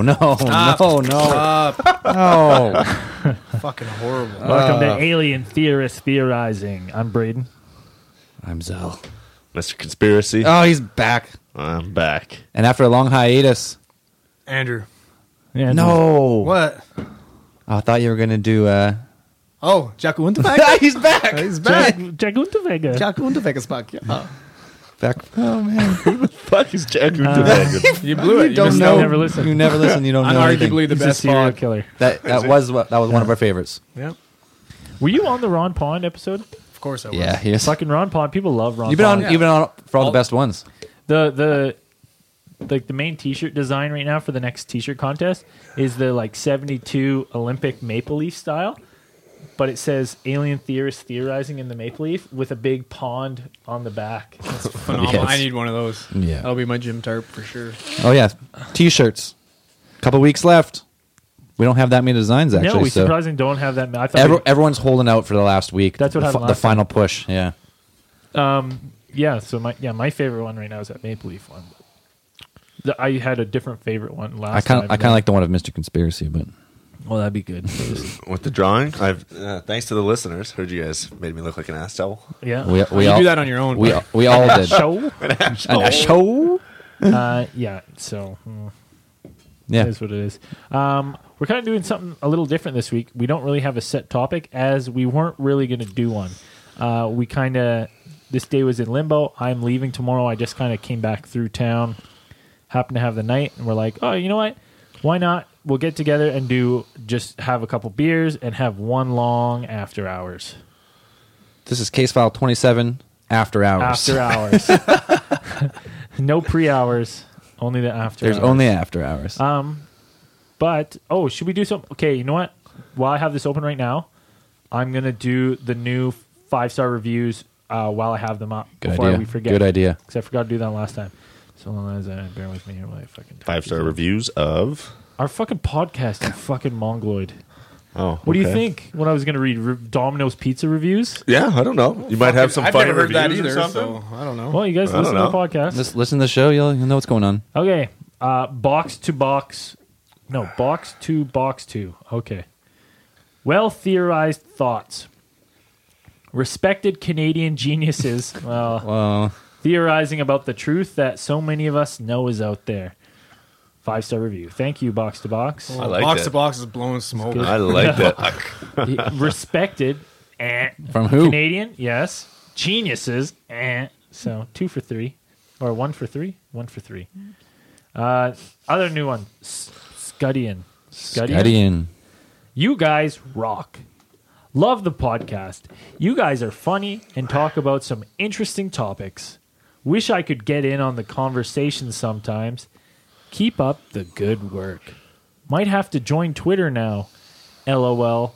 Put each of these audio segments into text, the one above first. Stop. no, no, Stop. no. Fucking horrible. Welcome Ah. to Alien Theorist Theorizing. I'm Braden. I'm Zell. Mr. Conspiracy. Oh, he's back. I'm back. And after a long hiatus. Andrew. Yeah, No. What? I thought you were going to do. Uh... Oh, Jaco Unterweger? he's back. He's Jack, back. Jack Unterweger. Jaco Unterweger's back. Yeah. Back. Oh, man. Fuck is Jack You blew it. You don't missed know. it. never listen. You never listen. You don't know. anything. Unarguably the He's a best serial pod. killer. That, that was what- that was one of our favorites. Yep. Were you on the Ron Pond episode? Of course I was. Yeah, yes. Fucking Ron Pond. People love Ron You've been on. Pond. Yeah. You've been on for all the All- best ones. The the like the main T-shirt design right now for the next T-shirt contest is the like '72 Olympic maple leaf style, but it says "Alien Theorist Theorizing" in the maple leaf with a big pond on the back. It's Phenomenal. Yes. I need one of those. Yeah. That'll be my gym tarp for sure. Oh yeah, t-shirts. Couple weeks left. We don't have that many designs actually. no, we so surprisingly don't have that. I thought every, we- everyone's holding out for the last week. That's what the, happened the last time. final push. Yeah. yeah. So my yeah my favorite one right now is that maple leaf one. The- I had a different favorite one last. I kind time, of I kind of like oh, the one of Mr. Conspiracy, but Well, that'd be good. With the drawing, I've uh, thanks to the listeners, heard you guys made me look like an ass towel. yeah. we we you all do that on your own. we but- we all did. show. And a show. Uh, yeah. So. hmm. Yeah. is what it is. Um, we're kind of doing something a little different this week. We don't really have a set topic, as we weren't really going to do one. Uh, we kind of this day was in limbo. I'm leaving tomorrow. I just kind of came back through town, happened to have the night, and we're like, oh, you know what? Why not? We'll get together and do just have a couple beers and have one long after hours. This is case file twenty seven. After hours. After hours. no pre hours. Only the after. There's hours. only after hours. But oh, should we do some? Okay, you know what? While I have this open right now, I'm gonna do the new five star reviews uh, while I have them up Good before idea. we forget. Good idea. Because I forgot to do that last time. So long as I bear with me here while I fucking type Five star these in. reviews of. Our fucking podcast, you fucking mongoloid. Oh, What do you okay. think? When I was gonna read re- Domino's pizza reviews? Yeah, I don't know. You might have some I've funny never heard reviews that or either. something. So I don't know. Well, you guys I listen to don't the podcast. Just listen to the show. You'll you'll know what's going on. Okay. Uh, box to box. No, box to box to. Okay. Well theorized thoughts. Respected Canadian geniuses. Well, Well, theorizing about the truth that so many of us know is out there. Five star review. Thank you, box to box. I like box that. to box is blowing smoke. I like that. Respected. Eh. from who? Canadian, yes. Geniuses, eh. So two for three, or one for three, one for three. Uh, other new one, S- Scudian. Canadian. You guys rock. Love the podcast. You guys are funny and talk about some interesting topics. Wish I could get in on the conversation sometimes. Keep up the good work. Might have to join Twitter now. LOL.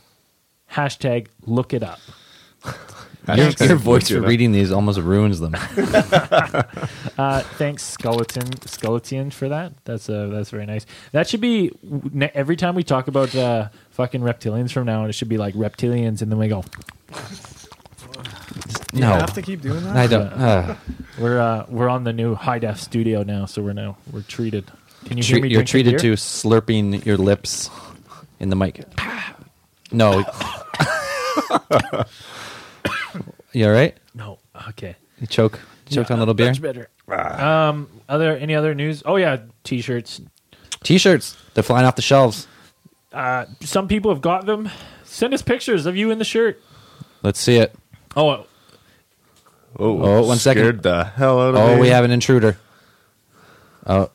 Hashtag look it up. Your, Hashtag your voice look for it up. reading these almost ruins them. Uh, thanks, skeleton, skeleton, for that. That's uh, that's very nice. That should be ne- every time we talk about uh, fucking reptilians from now on. It should be like reptilians, and then we go. You no, have to keep doing that. I don't. Uh, We're uh, we're on the new high def studio now, so we're now we're treated. Can you hear me? treat, you're drinking treated to beer? slurping your lips in the mic. No. you all right? no. Okay, You choke, choke on a little beer. much better. Ah. Um, other any other news? Oh yeah, t-shirts. T-shirts, they're flying off the shelves. Uh, some people have got them. Send us pictures of you in the shirt. Let's see it. Oh, Oh, Oh, one second. Scared the hell out of me. Oh, we have an intruder. Oh,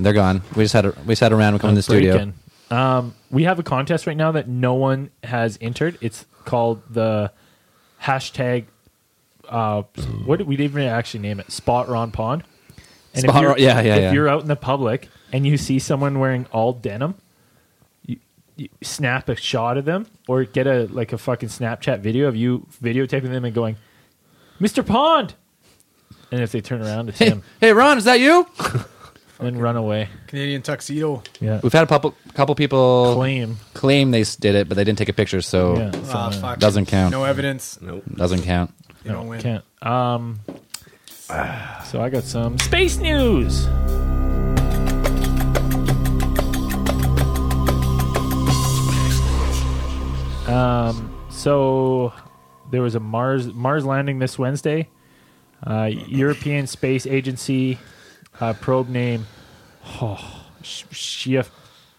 they're gone. We just had a we just had a random come in the studio. Breakin'. Um, we have a contest right now that no one has entered. It's called the hashtag. Uh, what did we even actually name it? Spot Ron Pond. And Spot you're- Ron- yeah, yeah, If yeah. you're out in the public and you see someone wearing all denim, you, you snap a shot of them or get a like a fucking Snapchat video of you videotaping them and going, "Mr. Pond," and if they turn around, it's Hey, him, hey, Ron, is that you? and then run away. Canadian tuxedo. Yeah, We've had a couple couple people claim. claim they s- did it, but they didn't take a picture, so Yeah. Ah, fuck. Doesn't count. No evidence. Nope. doesn't count. You don't win. Can't. Um, so I got some space news. Um, so there was a Mars Mars landing this Wednesday. Uh, European Space Agency uh, probe name oh, Shia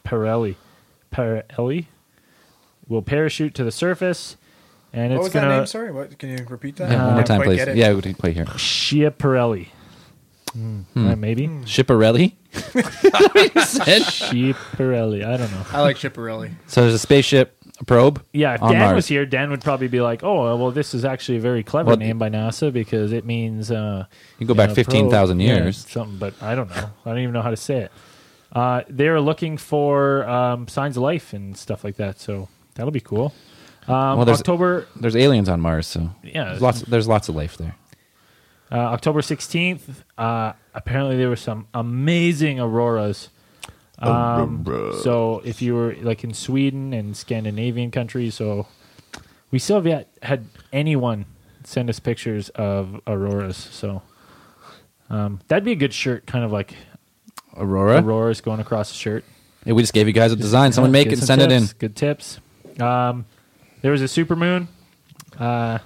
Pirelli. Pirelli will parachute to the surface, and it's What was gonna that name? Sorry, what? Can you repeat that? Yeah, Uh, one more Didn't time, quite please. get it. Yeah, we can play here. Schiaparelli. Hmm. Uh, maybe Shipperelli? you said? Schiaparelli. I don't know. I like Chiparelli. So there's a spaceship probe. Yeah, if on Dan Mars. was here, Dan would probably be like, "Oh, well, this is actually a very clever Well- name by NASA because it means uh, You go back know, 15,000 probe- yeah, years. something." But I don't know. I don't even know how to say it. Uh, they're looking for um, signs of life and stuff like that, so that'll be cool. Um, Well, there's- October, There's aliens on Mars, so Yeah. there's lots. There's lots of life there. uh, October sixteenth. Uh, apparently, there were some amazing auroras. Um, so if you were like in Sweden and Scandinavian countries, so we still have yet had anyone send us pictures of auroras. So um, that'd be a good shirt, kind of like Aurora. auroras going across the shirt. Hey, we just gave you guys a design. Someone Yeah, make get it and some send it in. tips, Good tips. Um, there was a supermoon. Uh,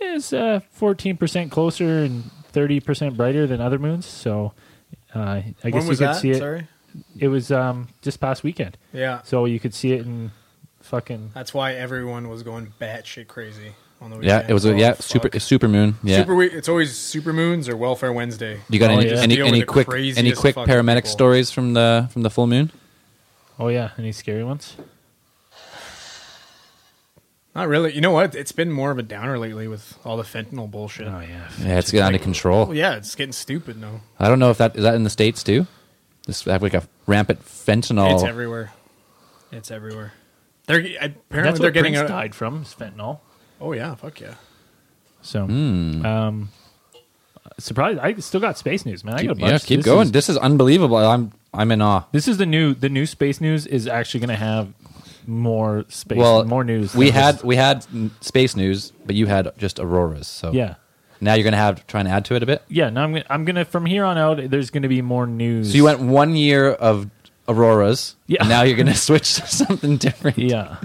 it's uh, fourteen percent closer and thirty percent brighter than other moons. So uh, I guess When you was could that? see it. Sorry. It was um, just past weekend, Yeah. so you could see it in fucking That's why everyone was going batshit crazy on the weekend. Yeah, it was a Oh, yeah fuck. super super moon. Yeah. Super week. It's always super moons or Welfare Wednesday. you got Oh, any yeah. any, Deal any with the quick any craziest quick fucking paramedic people. stories from the from the full moon? Oh yeah, any scary ones? Not really. You know what? It's been more of a downer lately with all the fentanyl bullshit. Oh yeah. Yeah, it's getting out of control. Well, yeah, it's getting stupid now. I don't know if that is that in the states too. This have like a rampant fentanyl. It's everywhere. It's everywhere. They're apparently That's they're what getting Prince a, died from is fentanyl. Oh yeah, fuck yeah. So, Hmm. um, surprised I still got space news, man. I got a keep, bunch. yeah, keep This going. is- this is unbelievable. I'm I'm in awe. This is the new the new space news is actually going to have more space, Well, more news. We than had just- we had n- space news, but you had just auroras. So yeah, now you're gonna have trying to add to it a bit. yeah. Now I'm gonna, I'm gonna from here on out. There's going to be more news. So you went one year of auroras. Yeah. And now you're gonna switch to something different. yeah.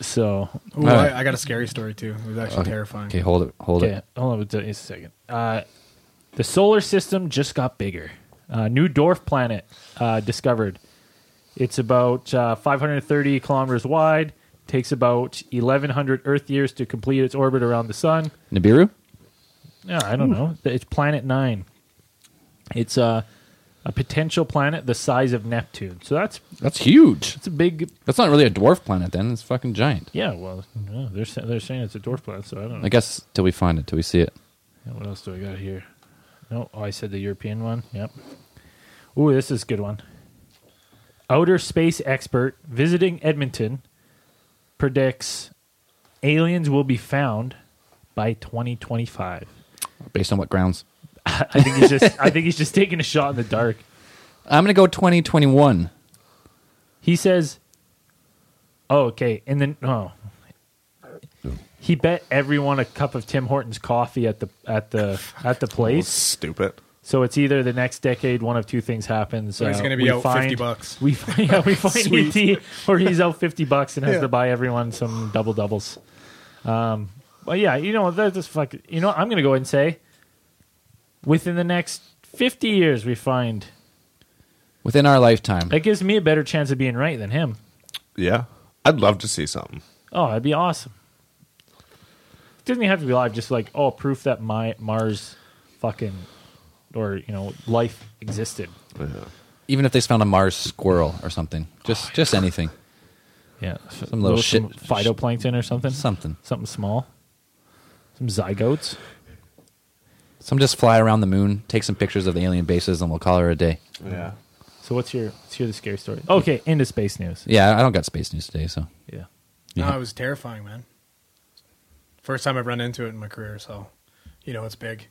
So Ooh, Alright. I, I got a scary story too. It was actually Okay. terrifying. Okay, hold it, hold okay, it. hold on just a second. Uh, the solar system just got bigger. Uh, new dwarf planet uh, discovered. It's about uh, 530 kilometers wide. Takes about 1,100 Earth years to complete its orbit around the sun. Nibiru. Yeah, I don't know. It's Planet Nine. It's a a potential planet the size of Neptune. So that's That's huge. it's a big. That's not really a dwarf planet then. It's fucking giant. Yeah, well, no, they're sa- they're saying it's a dwarf planet, so I don't know. I guess till we find it, till we see it. Yeah, What else do I got here? No, oh, I said the European one. Yep. Ooh, this is a good one. Outer space expert visiting Edmonton predicts aliens will be found by 2025. Based on what grounds? I think he's just I think he's just taking a shot in the dark. I'm gonna go 2021. He says, "Oh, okay." And then oh, he bet everyone a cup of Tim Hortons coffee at the at the at the place. Stupid. So it's either the next decade, one of two things happens. Uh, So he's gonna be we out 50 bucks. We find, yeah, we find Sweet. ET, or he's out fifty bucks and has Yeah. to buy everyone some double doubles. Um, but yeah, you know that's just fuck. You know, I'm gonna go ahead and say, within the next fifty years, we find Within our lifetime. that gives me a better chance of being right than him. Yeah. I'd love to see something. Oh, that'd be awesome. It doesn't even have to be live. Just like oh, proof that my Mars, fucking, or you know, life existed. Even if they found a Mars squirrel or something. Just just anything. Yeah, Some little shit- phytoplankton or something. Something. something small. Some zygotes. Some just fly around the moon, take some pictures of the alien bases, and we'll call her a day. Yeah. So what's your let's hear the scary story? Okay, into space news. Yeah, I don't got space news today, so Yeah. No, it was terrifying, man. First time I've run into it in my career, so you know it's big.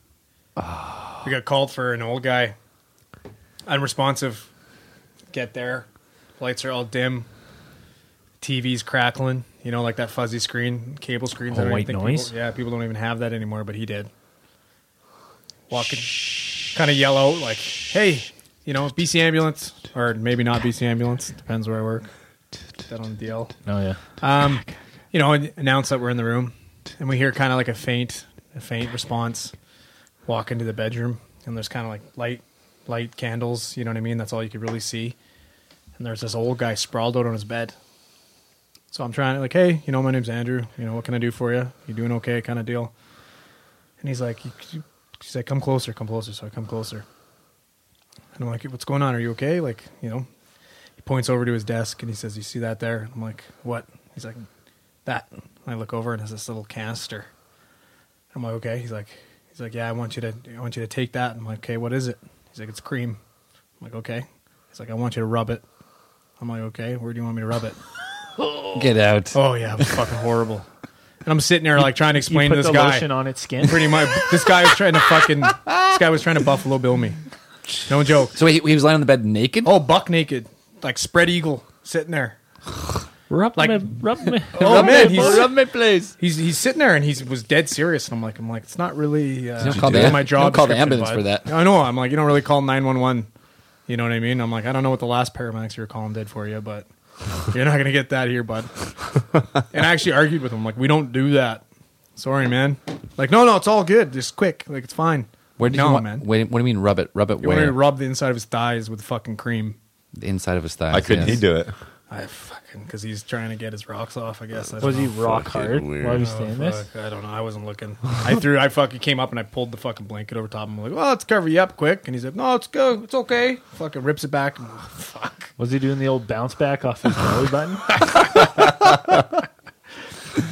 Ah. We got called for an old guy, unresponsive. Get there, lights are all dim, TV's crackling. You know, like that fuzzy screen, cable screens. Oh, I don't even think white noise? People, yeah, people don't even have that anymore, but he did. Walking, kind of yell out like, "Hey, you know, BC ambulance, or maybe not BC ambulance. Depends where I work." That on DL. Oh yeah. Um, you know, and announce that we're in the room, and we hear kind of like a faint, a faint response. Walk into the bedroom, and there's kind of like light, light candles. You know what I mean? That's all you could really see. And there's this old guy sprawled out on his bed. So I'm trying to like, hey, you know, my name's Andrew. You know, what can I do for you? You doing okay? Kind of deal. And he's like, you- you- she's like, come closer, come closer. So I come closer, and I'm like, what's going on? Are you okay? Like, you know, he points over to his desk and he says, "You see that there?" I'm like, "What?" He's like, "That." And I look over and it's this little canister. I'm like, "Okay." He's like, "He's like, yeah, I want you to, I want you to take that." I'm like, "Okay, what is it?" He's like, "It's cream." I'm like, "Okay." He's like, "I want you to rub it." I'm like, "Okay, where do you want me to rub it?" Get out. Oh yeah, it was fucking horrible. And I'm sitting there like trying to You explain put to this the guy. lotion on its skin. Pretty much, this guy was trying to fucking. This guy was trying to Buffalo Bill me. No joke. So he, he was lying on the bed naked? Oh, buck naked, like spread eagle, sitting there. rub like- my, rub my, Oh, rub man, my he's- butt. rub my place. He's he's sitting there and he was dead serious, and I'm like, I'm like, it's not really uh, don't call in the- my you job. don't call the description, ambulance bud. for that. I know. I'm like, you don't really call nine one one. You know what I mean? I'm like, I don't know what the last paramedics you were calling did for you, but you're not gonna get that here, bud. and I actually argued with him like, we don't do that. Sorry, man. Like, no, no, it's all good. Just quick, like it's fine. Where did no, you want, man? Wait, what do you mean rub it? Rub it You wanted where? to rub the inside of his thighs with fucking cream. the inside of his thighs. I couldn't. yes. He do it. I fucking because he's trying to get his rocks off. I guess. I don't Was he know. rock Fucking hard weird. while he was Oh, saying fuck. this? I don't know. I wasn't looking. I threw. I fucking came up and I pulled the fucking blanket over top of him. Like, well, let's cover you up quick. And he's like, no, it's good. It's okay. Fucking rips it back. I'm like, fuck. Was he doing the old bounce back off his belly button?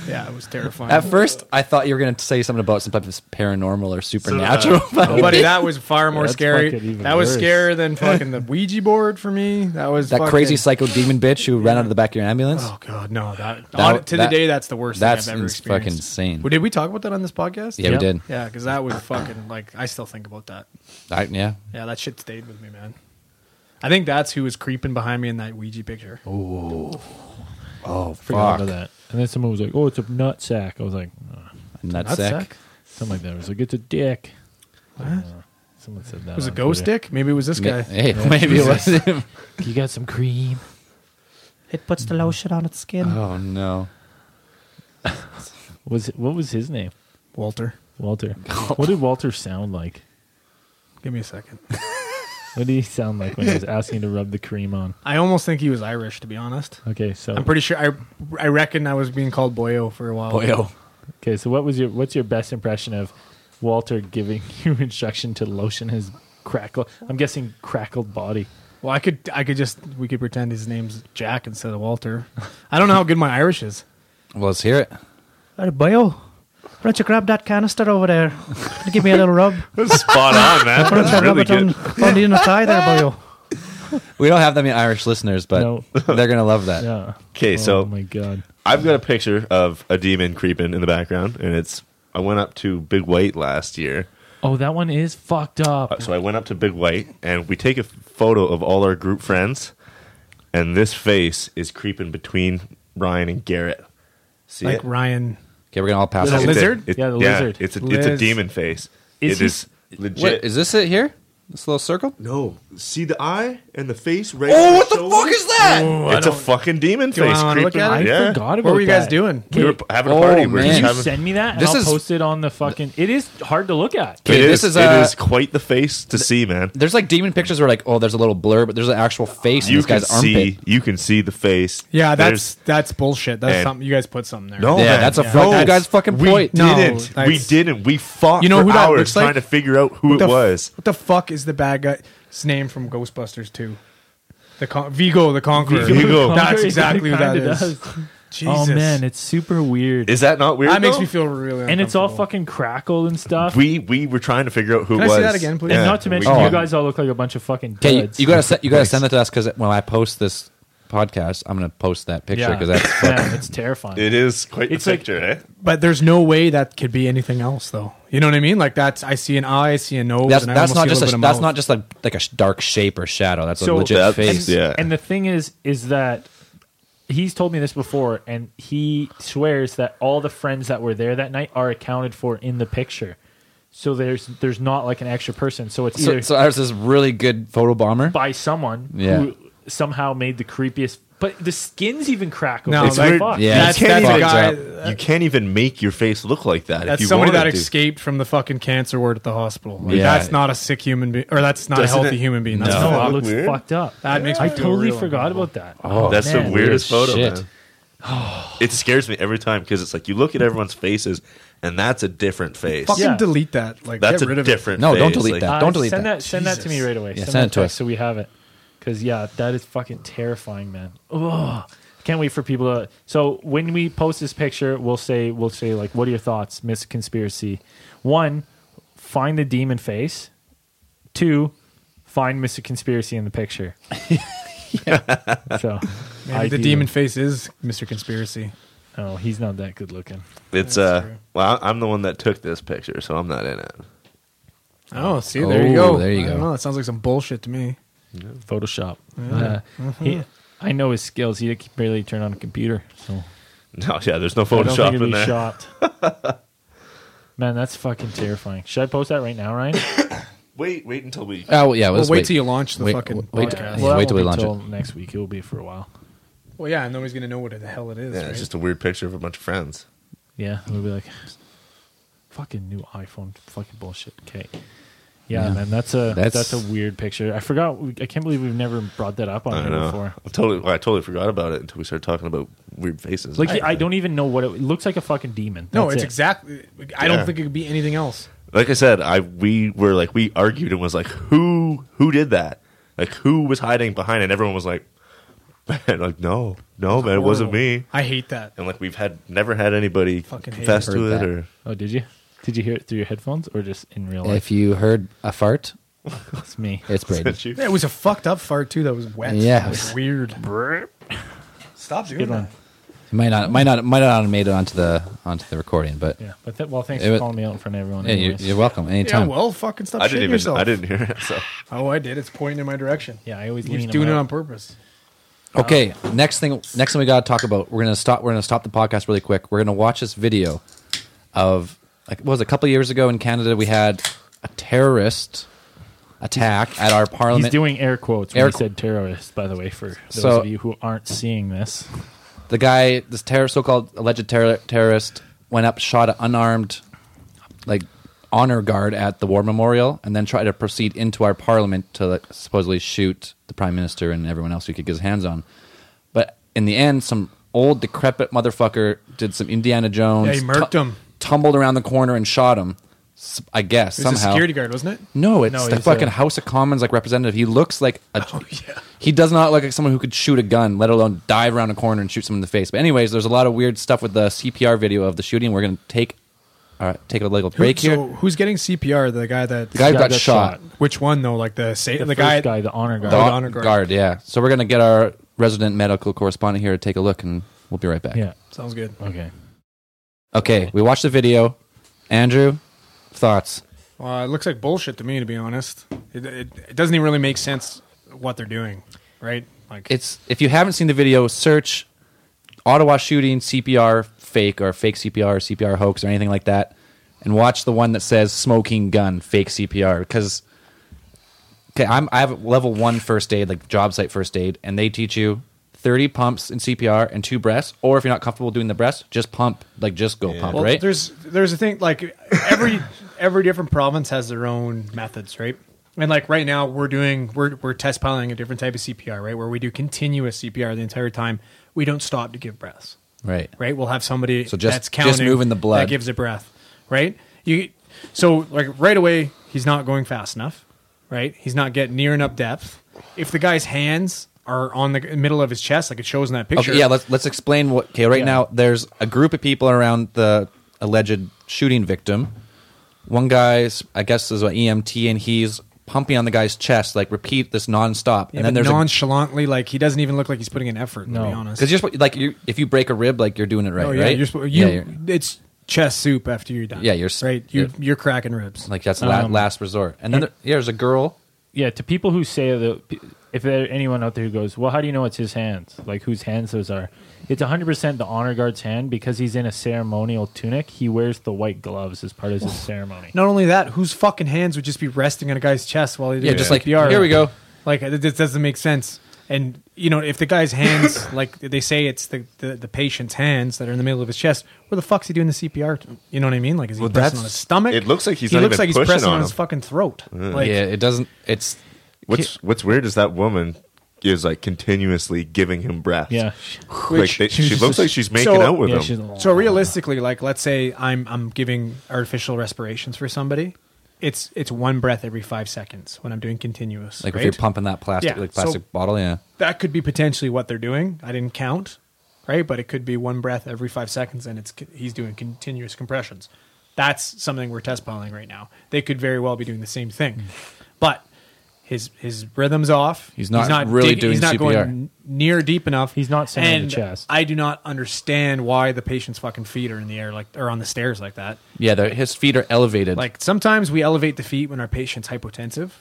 Yeah, it was terrifying. At first, I thought you were going to say something about some type of supernatural or supernatural. but Oh, buddy, that was far more that's scary. fucking even That was worse. scarier than fucking the Ouija board for me. That was that fucking- crazy psycho demon bitch who ran out of the back of your ambulance. Oh god, no! That, That- on- to that- the day, that's the worst. that's thing I've ever ins- fucking experienced. insane. Well, did we talk about that on this podcast? yeah, Yep. we did. yeah, because that was fucking like I still think about that. I, yeah. Yeah, that shit stayed with me, man. I think that's who was creeping behind me in that Ouija picture. Oh, Forgot fuck. about that. And then someone was like, "Oh, it's a nut sack." I was like, "Ugh." Nut Nut sack. sack? something like that. I was like, "It's a dick." Uh, someone said that. It Uh, was a on ghost Twitter. dick? Maybe it was this Ma- guy. Hey, maybe it was him. You got some cream. It puts the lotion on its skin. Uh-huh. Oh, no. Was it, what was his name? Walter, Walter. What did Walter sound like? give me a second. What did he sound like when I was asking to rub the cream on? I almost think he was Irish, to be honest. Okay, so I'm pretty sure. I I reckon I was being called Boyo for a while. Boyo. okay, so what was your what's your best impression of Walter giving you instruction to lotion his crackle? I'm guessing crackled body. Well, I could I could just we could pretend his name's Jack instead of Walter. I don't know how good my Irish is. Well, let's hear it. Hey, Bio, why don't you grab that canister over there? and Give me a little rub. That's spot on, man. Why don't you That's really rub it on, good. on the inner thigh there, Bio? We don't have that many Irish listeners, but No. they're going to love that. Yeah. Okay, oh so my god. I've got a picture of a demon creeping in the background, and it's I went up to Big White last year. Oh, that one is fucked up. Uh, So I went up to Big White, and we take a photo of all our group friends, and this face is creeping between Ryan and Garrett. See Like it? Ryan. Okay, we're going to all pass Little out. It's a- lizard? it- Yeah, the lizard. It's a it's a Liz. demon face. Is It he- is legit. What, is this it here? This little circle? no, see the eye and the face right. Oh, what the fuck is that? It's a fucking demon you face wanna look creeping. at I it? yeah. forgot about What were you guys that. doing? We were Wait, p- having a Oh, party. We're man. just you having, send me that and This I'll is- post it on the fucking It is hard to look at. It Okay, is- this is, it uh, is quite the face to see, man. There's like demon pictures where like, oh, there's a little blur, but there's an actual face in You this can guy's armpit. see, you can see the face. Yeah, that's There's- that's bullshit. That's And- something you guys put something there. no, Yeah, man. that's a no, fuck- you guys fucking we point. No, Didn't. we that's- didn't. We fought. You know for who that hours looks like? trying to figure out who What it the f- was. What the fuck is the bad guy's name from Ghostbusters 2? The Con- Vigo the Conqueror. Vigo the Conqueror. That's exactly who what that is. Oh Jesus. man, it's super weird. Is that not weird? that makes though? me feel really and it's all uncomfortable. fucking crackled and stuff. We Oh. we were trying to figure out who Can it I was. see that again, please? and Yeah, not to we mention, can. you guys all look like a bunch of fucking Okay, you, duds. you gotta se- you gotta Thanks. send that to us because when I post this podcast, I'm gonna post that picture because that's yeah, it's terrifying. It is quite It's the like- picture, eh? But there's no way that could be anything else, though. You know what I mean? Like that's I see an eye, I see a nose, that's and I that's almost not see just a, little bit a, of that's mouth. not just like like a sh- dark shape or shadow. That's a So- legit That's- face. Yeah. And the thing is, is that he's told me this before, and he swears that all the friends that were there that night are accounted for in the picture. So there's there's not like an extra person. So it's So, either so ours is really good photo bomber. by someone Yeah. who somehow made the creepiest But the skin's even crack. No, over It's the that- weird. Oh, fuck. yeah, you that's- can't that's even, fucked up. you can't even make your face look like that. if That's you somebody that wanted to. escaped from the fucking cancer ward at the hospital. Like, Yeah. That's not a sick human being, or that's not Doesn't a healthy it- human being. That's No. No, fucked that up. looks weird. fucked up. That makes me I feel totally real forgot uncomfortable. about that. Oh, That's man. the weirdest Weird photo, shit. man. It scares me every time because it's like you look at everyone's faces, and that's a different face. Fucking Yeah. delete that. Like That's get rid a of different. No, face. don't delete Like, that. Don't delete send that. that. Send that to me right away. Yeah, send it that to us. text so we have it. Because yeah, that is fucking terrifying, man. Ugh. Can't wait for people to. So when we post this picture, we'll say we'll say like, what are your thoughts, Miss Conspiracy? One, find the demon face. Two, find Mr. Conspiracy in the picture. So it. Maybe the ideal. demon face is Mr. Conspiracy. Oh, he's not that good looking. It's uh, well, I- I'm the one that took this picture, so I'm not in it. Oh, see, there you Oh, go. there you I go. Oh, don't know, that sounds like some bullshit to me. Photoshop. Uh, he, I know his skills. He can barely turn on a computer. So No, yeah, there's no I don't Photoshop think it'd in be there. shot. Man, that's fucking terrifying. Should I post that right now, Ryan? Wait, wait until we. Oh yeah, Well, let's wait, till you launch the wait- fucking wait- podcast. yeah, Well, wait that till we won't be launch it. till next week. It will be for a while. yeah, and nobody's gonna know what the hell it is. Yeah, right? it's just a weird picture of a bunch of friends. Yeah, we'll be like, fucking new iPhone, fucking bullshit. Okay. Yeah, man, that's a that's, That's- a weird picture. I forgot. I can't believe we've never brought that up on I here know. before. I totally, well, I totally forgot about it until we started talking about weird faces. Like, I, don't even know what it, it looks like. A fucking demon. no, That's it's it. exactly. I don't Yeah. think it could be anything else. like I said, I we were like we argued and was like, who who did that? Like who was hiding behind? it? And everyone was like, man, like no, no, man, it wasn't me. I hate that. And like we've had never had anybody Fucking hate confess it. to Heard it that. or Oh, did you? Did you hear it through your headphones or just in real life? If you heard a fart, It's me. it's Braden. Did you? Yeah, it was a fucked up fart too. That was wet. Yeah. It was weird. Stop doing Good one. that. It might not, might not, might not have made it onto the onto the recording, but Yeah, but that, well, thanks It for was- calling me out in front of everyone. yeah, you're, anyways. you're welcome Yeah, anytime. well, fucking stop I shitting didn't even. yourself. I didn't hear it. So Oh, I did. It's pointing in my direction. Yeah, I always You're lean just doing it him out. on purpose. Okay, next thing, next thing we got to talk about. We're gonna stop. We're gonna stop the podcast really quick. We're gonna watch this video of like what was it, a couple years ago in Canada. We had a terrorist attack at our parliament. He's doing air quotes when Air he qu- said terrorist, by the way, for those So- of you who aren't seeing this. the guy, this terror, so-called alleged terror, terrorist, went up, shot an unarmed, like honor guard at the war memorial, and then tried to proceed into our parliament to like, supposedly shoot the prime minister and everyone else who could get his hands on. But in the end, some old decrepit motherfucker did some Indiana Jones. Yeah, he murked tu- him. Tumbled around the corner and shot him. s- I guess It was a somehow. security guard, wasn't it? No, it's No, the he's fucking a- House of Commons like representative. He looks like a. He does not look like someone who could shoot a gun, let alone dive around a corner and shoot someone in the face. But anyways, there's a lot of weird stuff with the CPR video of the shooting. We're gonna take, all right, take a little break Who- here. So who's getting CPR? The guy that the guy Yeah, got that's shot. Which one though? Like the sa- The, the, first guy, guy. the honor guard. The, Oh, the honor honor guard. guard. yeah. So we're gonna get our resident medical correspondent here to take a look, and we'll be right back. yeah. Sounds good. Okay. Okay, we watched the video. Andrew, thoughts? Uh, it looks like bullshit to me, to be honest. It, it, it doesn't even really make sense what they're doing, right? Like it's if you haven't seen the video, search Ottawa shooting CPR fake or fake CPR or CPR hoax or anything like that, and watch the one that says smoking gun fake CPR because. Okay, I'm I have level one first aid, like job site first aid, and they teach you 30 pumps in CPR and two breaths, or if you're not comfortable doing the breaths, just pump, like just go pump, Well, right? There's there's a thing like every every different province has their own methods, right? And like right now we're doing we're we're test piloting a different type of CPR, right? Where we do continuous CPR the entire time. We don't stop to give breaths. Right. Right? We'll have somebody So just- that's just counting moving the blood. that gives a breath. Right? You so like right away he's not going fast enough, right? He's not getting near enough depth. If the guy's hands are on the middle of his chest, like it shows in that picture. Okay, yeah, let's let's explain what. Okay, right Yeah. now there's a group of people around the alleged shooting victim. One guy's, I guess, is an EMT, and he's pumping on the guy's chest, like repeat this nonstop. Yeah, and then but there's nonchalantly, like he doesn't even look like he's putting an effort. No. to be honest, because you're supposed- like you if you break a rib, like you're doing it right, Oh, yeah, right? You're, suppo- you, yeah, you're- it's chest soup after you're done. Yeah, you're s- right. You're, you're- you're, cracking ribs. like that's la- Um, last resort. And then there, yeah, there's a girl. Yeah, to people who say that, if there anyone out there who goes, well, how do you know it's his hands? Like whose hands those are? It's 100% the honor guard's hand because he's in a ceremonial tunic. He wears the white gloves as part of his ceremony. not only that, whose fucking hands would just be resting on a guy's chest while he Yeah, doing just CPR? like here we go. Like it, it doesn't make sense. And you know, if the guy's hands, like they say, it's the, the the patient's hands that are in the middle of his chest. Where the fuck's he doing the CPR? To? You know what I mean? Like, is he Well, pressing that's- on his stomach? it looks like he's he not looks even like he's pushing pressing on on, his him. fucking throat. Like, yeah, it doesn't. It's What's What's weird is that woman is like continuously giving him breath. Yeah. like Which- they, She was she just looks a- like she's making So- out with Yeah, she's him. a- So realistically, like let's say I'm I'm giving artificial respirations for somebody, it's it's one breath every five seconds when I'm doing continuous. like right? if you're pumping that plastic, Yeah, like plastic so- bottle. Yeah, that could be potentially what they're doing. I didn't count, right? But it could be one breath every five seconds, and it's he's doing continuous compressions. That's something we're test piling right now. They could very well be doing the same thing, but his his rhythm's off. He's not really digging- He's doing not CPR. going near deep enough. He's not centering the And chest. I do not understand why the patient's fucking feet are in the air like or on the stairs like that. yeah. The, his feet are elevated. Like sometimes we elevate the feet when our patient's hypotensive,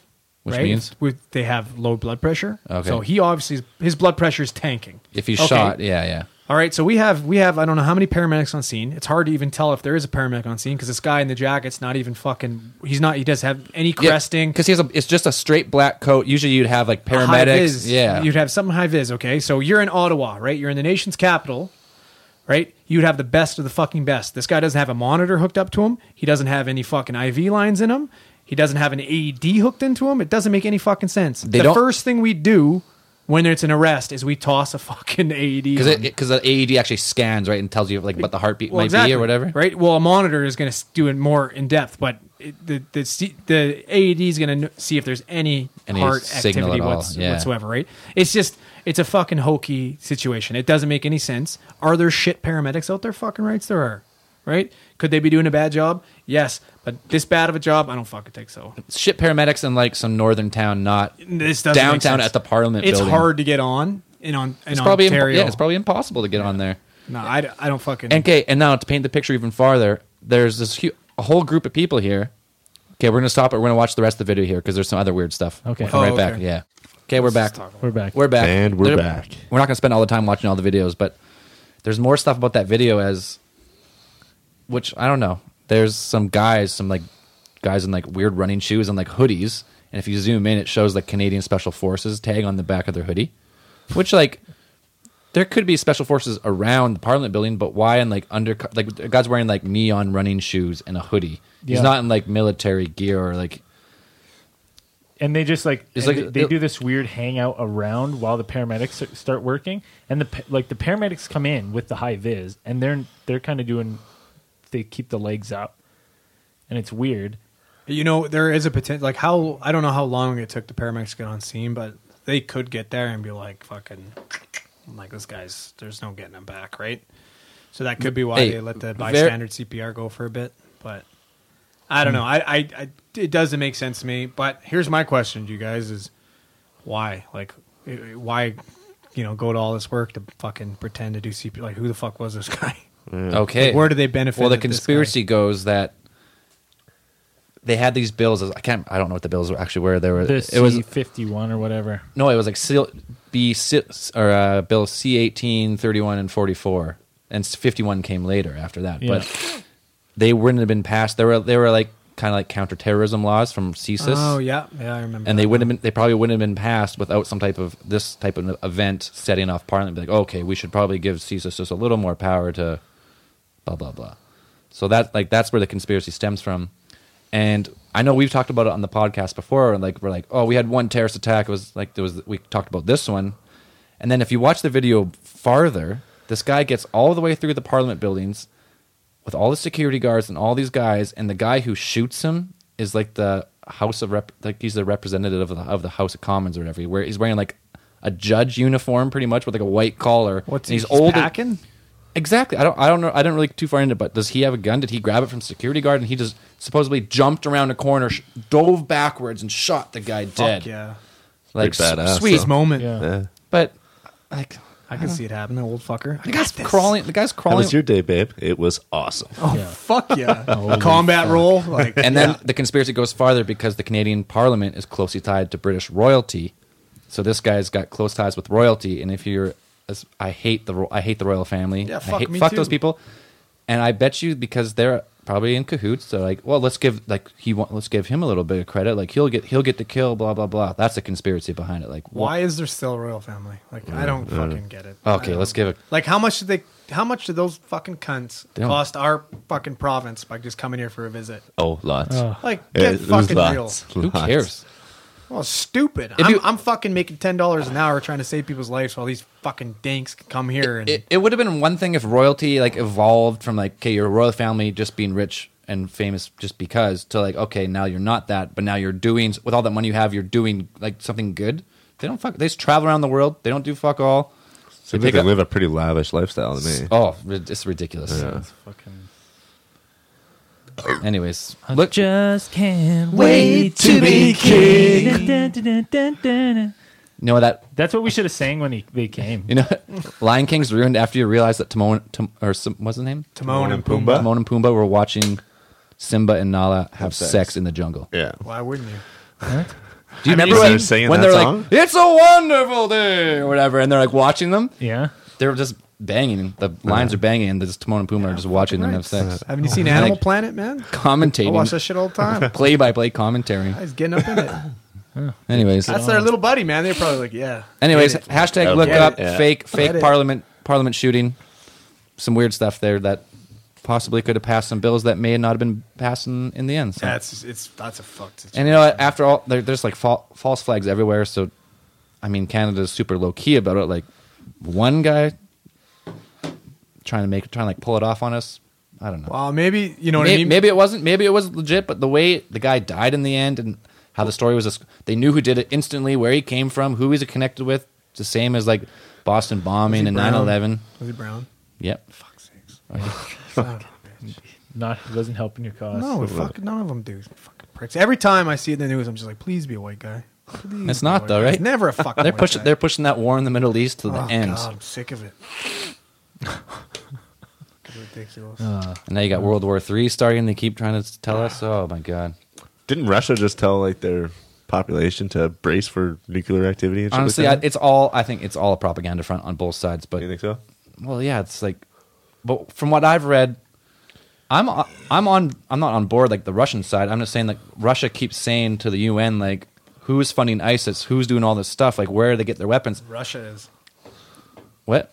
Which right? means? With- they have low blood pressure. Okay. So he obviously his blood pressure is tanking. if he's Okay. shot, yeah, yeah. All right, so we have we have I don't know how many paramedics on scene. It's hard to even tell if there is a paramedic on scene because this guy in the jacket's not even fucking. He's not. He doesn't have any cresting. because he has a. It's just a straight black coat. Usually, you'd have like High paramedics. vis. Yeah, you'd have something high vis. Okay, so you're in Ottawa, right? You're in the nation's capital, right? You'd have the best of the fucking best. This guy doesn't have a monitor hooked up to him. He doesn't have any fucking IV lines in him. He doesn't have an AED hooked into him. It doesn't make any fucking sense. They the don't- first thing we do when it's an arrest is we toss a fucking AED because on. it because the AED actually scans right and tells you like what the heartbeat might be or whatever. Right. Well, a monitor is going to do it more in depth, but it, the the C- the AED is going to see if there's any, Any heart signal activity at all, whats- yeah. whatsoever. Right. It's just it's a fucking hokey situation. It doesn't make any sense. Are there shit paramedics out there? Fucking rights there are. Right? Could they be doing a bad job? Yes, but this bad of a job, I don't fucking think so. Shit, paramedics in like some northern town, not This doesn't make Downtown sense. at the Parliament It's building. hard to get on in on in it's probably Ontario. imp- yeah, it's probably impossible to get on there. no, I, d- I don't fucking. And, okay, and now to paint the picture even farther, there's this hu- a whole group of people here. Okay, we're gonna stop it. We're gonna watch the rest of the video here because there's some other weird stuff. Okay. We'll come right Oh, back. okay. Yeah. Okay, we're back. We're back. We're back. And we're back. We're not gonna spend all the time watching all the videos, but there's more stuff about that video as, which I don't know. There's some guys, some like guys in like weird running shoes and like hoodies, and if you zoom in, it shows like Canadian Special Forces tag on the back of their hoodie, which like there could be special forces around the Parliament building, but why in like under like the guy's wearing like neon running shoes and a hoodie. He's Yeah. not in like military gear or like and they just like, It's and like- they, they do this weird hangout around while the paramedics s- start working, and the pa- like the paramedics come in with the high vis, and they're they're kind of doing, they keep the legs up, and it's weird. You know, there is a potential. Like how I don't know how long it took the paramedics to get on scene, but they could get there and be like, "Fucking, like this guy's. There's no getting him back, right?" So that could be why Hey, they let the ver- bystander CPR go for a bit. But I Hmm. don't know. I, I, I, it doesn't make sense to me. But here's my question to you guys: Is why, like, eh, why, you know, go to all this work to fucking pretend to do CPR? Like, who the fuck was this guy? okay. Where do they benefit? Well, the that this guy- conspiracy goes that they had these bills. as- I can't. I don't know what the bills were actually were. There were. This it was fifty one or whatever. no. It was like seal, B six or uh, bill C 18, 31, and forty four, and fifty one came later after that. Yeah. But they wouldn't have been passed. They were. They were like kind of like counterterrorism laws from CSIS. Oh yeah, yeah, I remember. And they that wouldn't now. have been. They probably wouldn't have been passed without some type of this type of event setting off Parliament. Be like, okay, we should probably give CSIS just a little more power to, blah blah blah. So that like that's where the conspiracy stems from. And I know we've talked about it on the podcast before. And like we're like, oh, we had one terrorist attack. It was like there was we talked about this one. And then if you watch the video farther, this guy gets all the way through the Parliament buildings with all the security guards and all these guys, and the guy who shoots him is like the House of Rep, like he's the representative of the, of the House of Commons or whatever. Where he's wearing like a judge uniform, pretty much with like a white collar. What's and he- he's he's old? packing? Exactly. I don't. I don't know. I didn't really get too far into. it, But does he have a gun? Did he grab it from security guard? And he just supposedly jumped around a corner, sh- dove backwards, and shot the guy dead. Fuck yeah. like Pretty badass, s- sweet though. moment. Yeah. Yeah. But like I can see it happen, that old fucker. the guy's crawling. The guy's How crawling. was your day, babe? It was awesome. Oh, fuck yeah. A combat roll. Like, And then the conspiracy goes farther because the Canadian Parliament is closely tied to British royalty. So this guy's got close ties with royalty, and if you're, as- I hate the ro- I hate the royal family. Yeah, I fuck hate, me fuck too. those people. And I bet you because they're probably in cahoots. They're like, well, let's give like he want, let's give him a little bit of credit. Like he'll get he'll get the kill. Blah blah blah. That's the conspiracy behind it. Like Why is there still a royal family? Like I don't fucking get it. Okay, I don't- let's give it. Like how much did they? How much did those fucking cunts They don't- cost our fucking province by just coming here for a visit? Oh, lots. Like Yeah, get it was fucking real. lots, Who lots. cares? Well, stupid. If I'm, you- I'm fucking making ten dollars an hour trying to save people's lives while these fucking dinks can come here and It, it would have been one thing if royalty like evolved from like okay, your royal family just being rich and famous just because to like okay, now you're not that, but now you're doing with all that money you have, you're doing like something good. They don't fuck. They just travel around the world. They don't do fuck all. So They they pick up- live a pretty lavish lifestyle to me. Oh, rid- it's ridiculous. It's fucking. Anyways, look, just can't Wait to be king. you king. know that That's what we should have sang when he, they came. you know Lion King's ruined after you realize that Timon Tim, or Sim, what's his name Timon and Pumbaa. Timon and Pumbaa were watching Simba and Nala have sex. in the jungle. Yeah. Why wouldn't you? Do you I mean, remember they're when, singing when that they're song? like, "It's a wonderful day" or whatever, and they're like watching them? Yeah. They're just banging. The lines are banging, and just Timon and Pumbaa are just watching them have sex. Haven't you seen Animal Like- Planet, man? I watch that Commentating, shit all the time. play-by-play commentary. He's getting up in it. Anyways, That's their little buddy, man. They're probably like, yeah. Anyways, uh, Get it. hashtag Okay. look Get up it. Yeah. fake Get fake it. parliament parliament shooting. Some weird stuff there that possibly could have passed some bills that may not have been passed in, in the end. So. that's it's that's a fucked. situation. and you know what? After all, there, there's like fal- false flags everywhere. So, I mean, Canada's super low key about it. Like one guy trying to make trying to like pull it off on us. I don't know. Well, maybe you know what May- I maybe, mean. it wasn't. Maybe it was legit, but the way the guy died in the end and how the story was, just, they knew who did it instantly, where he came from, who he's connected with. It's the same as like Boston bombing and Brown? 9-11. was it Brown? Yep. Fuck sakes. Not doesn't help in your cause. No, fuck, none of them do. Fucking pricks. Every time I see it in the news, I'm just like, please be a white guy. Please It's be a not, white though, guy. right? It's never a fucking. They're white pushing. guy. They're pushing that war in the Middle East to the oh, end. God, I'm sick of it. Fucking ridiculous. And now you got World War Three starting. They keep trying to tell us. Oh my God. Didn't Russia just tell like their population to brace for nuclear activity? And shit like Honestly, I, that? it's all. I think it's all a propaganda front on both sides. But you think so? well yeah it's like but from what i've read i'm i'm on i'm not on board like the russian side i'm just saying like russia keeps saying to the un like who's funding isis who's doing all this stuff like where do they get their weapons Russia is. what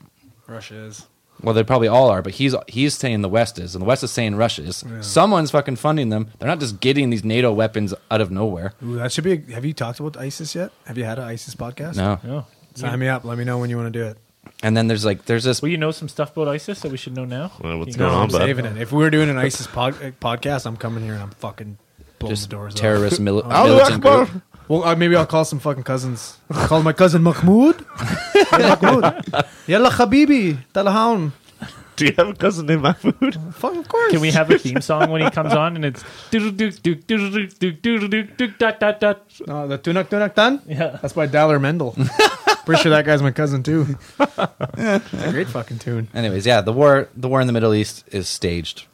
Russia is. well they probably all are but he's he's saying the west is and the west is saying russia is someone's fucking funding them they're not just getting these nato weapons out of nowhere Ooh, that should be. A, have you talked about ISIS yet? Have you had an ISIS podcast? no No. Sign me up. Let me know when you want to do it. and then there's like there's this Well, you know some stuff about ISIS that we should know now. Well, what's You going know, on, I'm bud? saving it. If we were doing an ISIS pod, uh, podcast, I'm coming here and I'm fucking blowing just the doors terrorist mili- Oh, militant Akbar. group off. Well, uh, maybe I'll call some fucking cousins. call my cousin Mahmoud. Hey, Mahmoud. Yalla Habibi, Talahoun. Do you have a cousin named Mahmoud? Fuck, of course. Can we have a theme song when he comes on and it's doodle dook dook doodle dook dook doodle dook dook dot dot dot? No, Uh, the Tunak Tunak Tan? Yeah. That's by Dollar Mendel. Pretty sure that guy's my cousin, too. it's a great fucking tune. Anyways, yeah, the war the war in the Middle East is staged,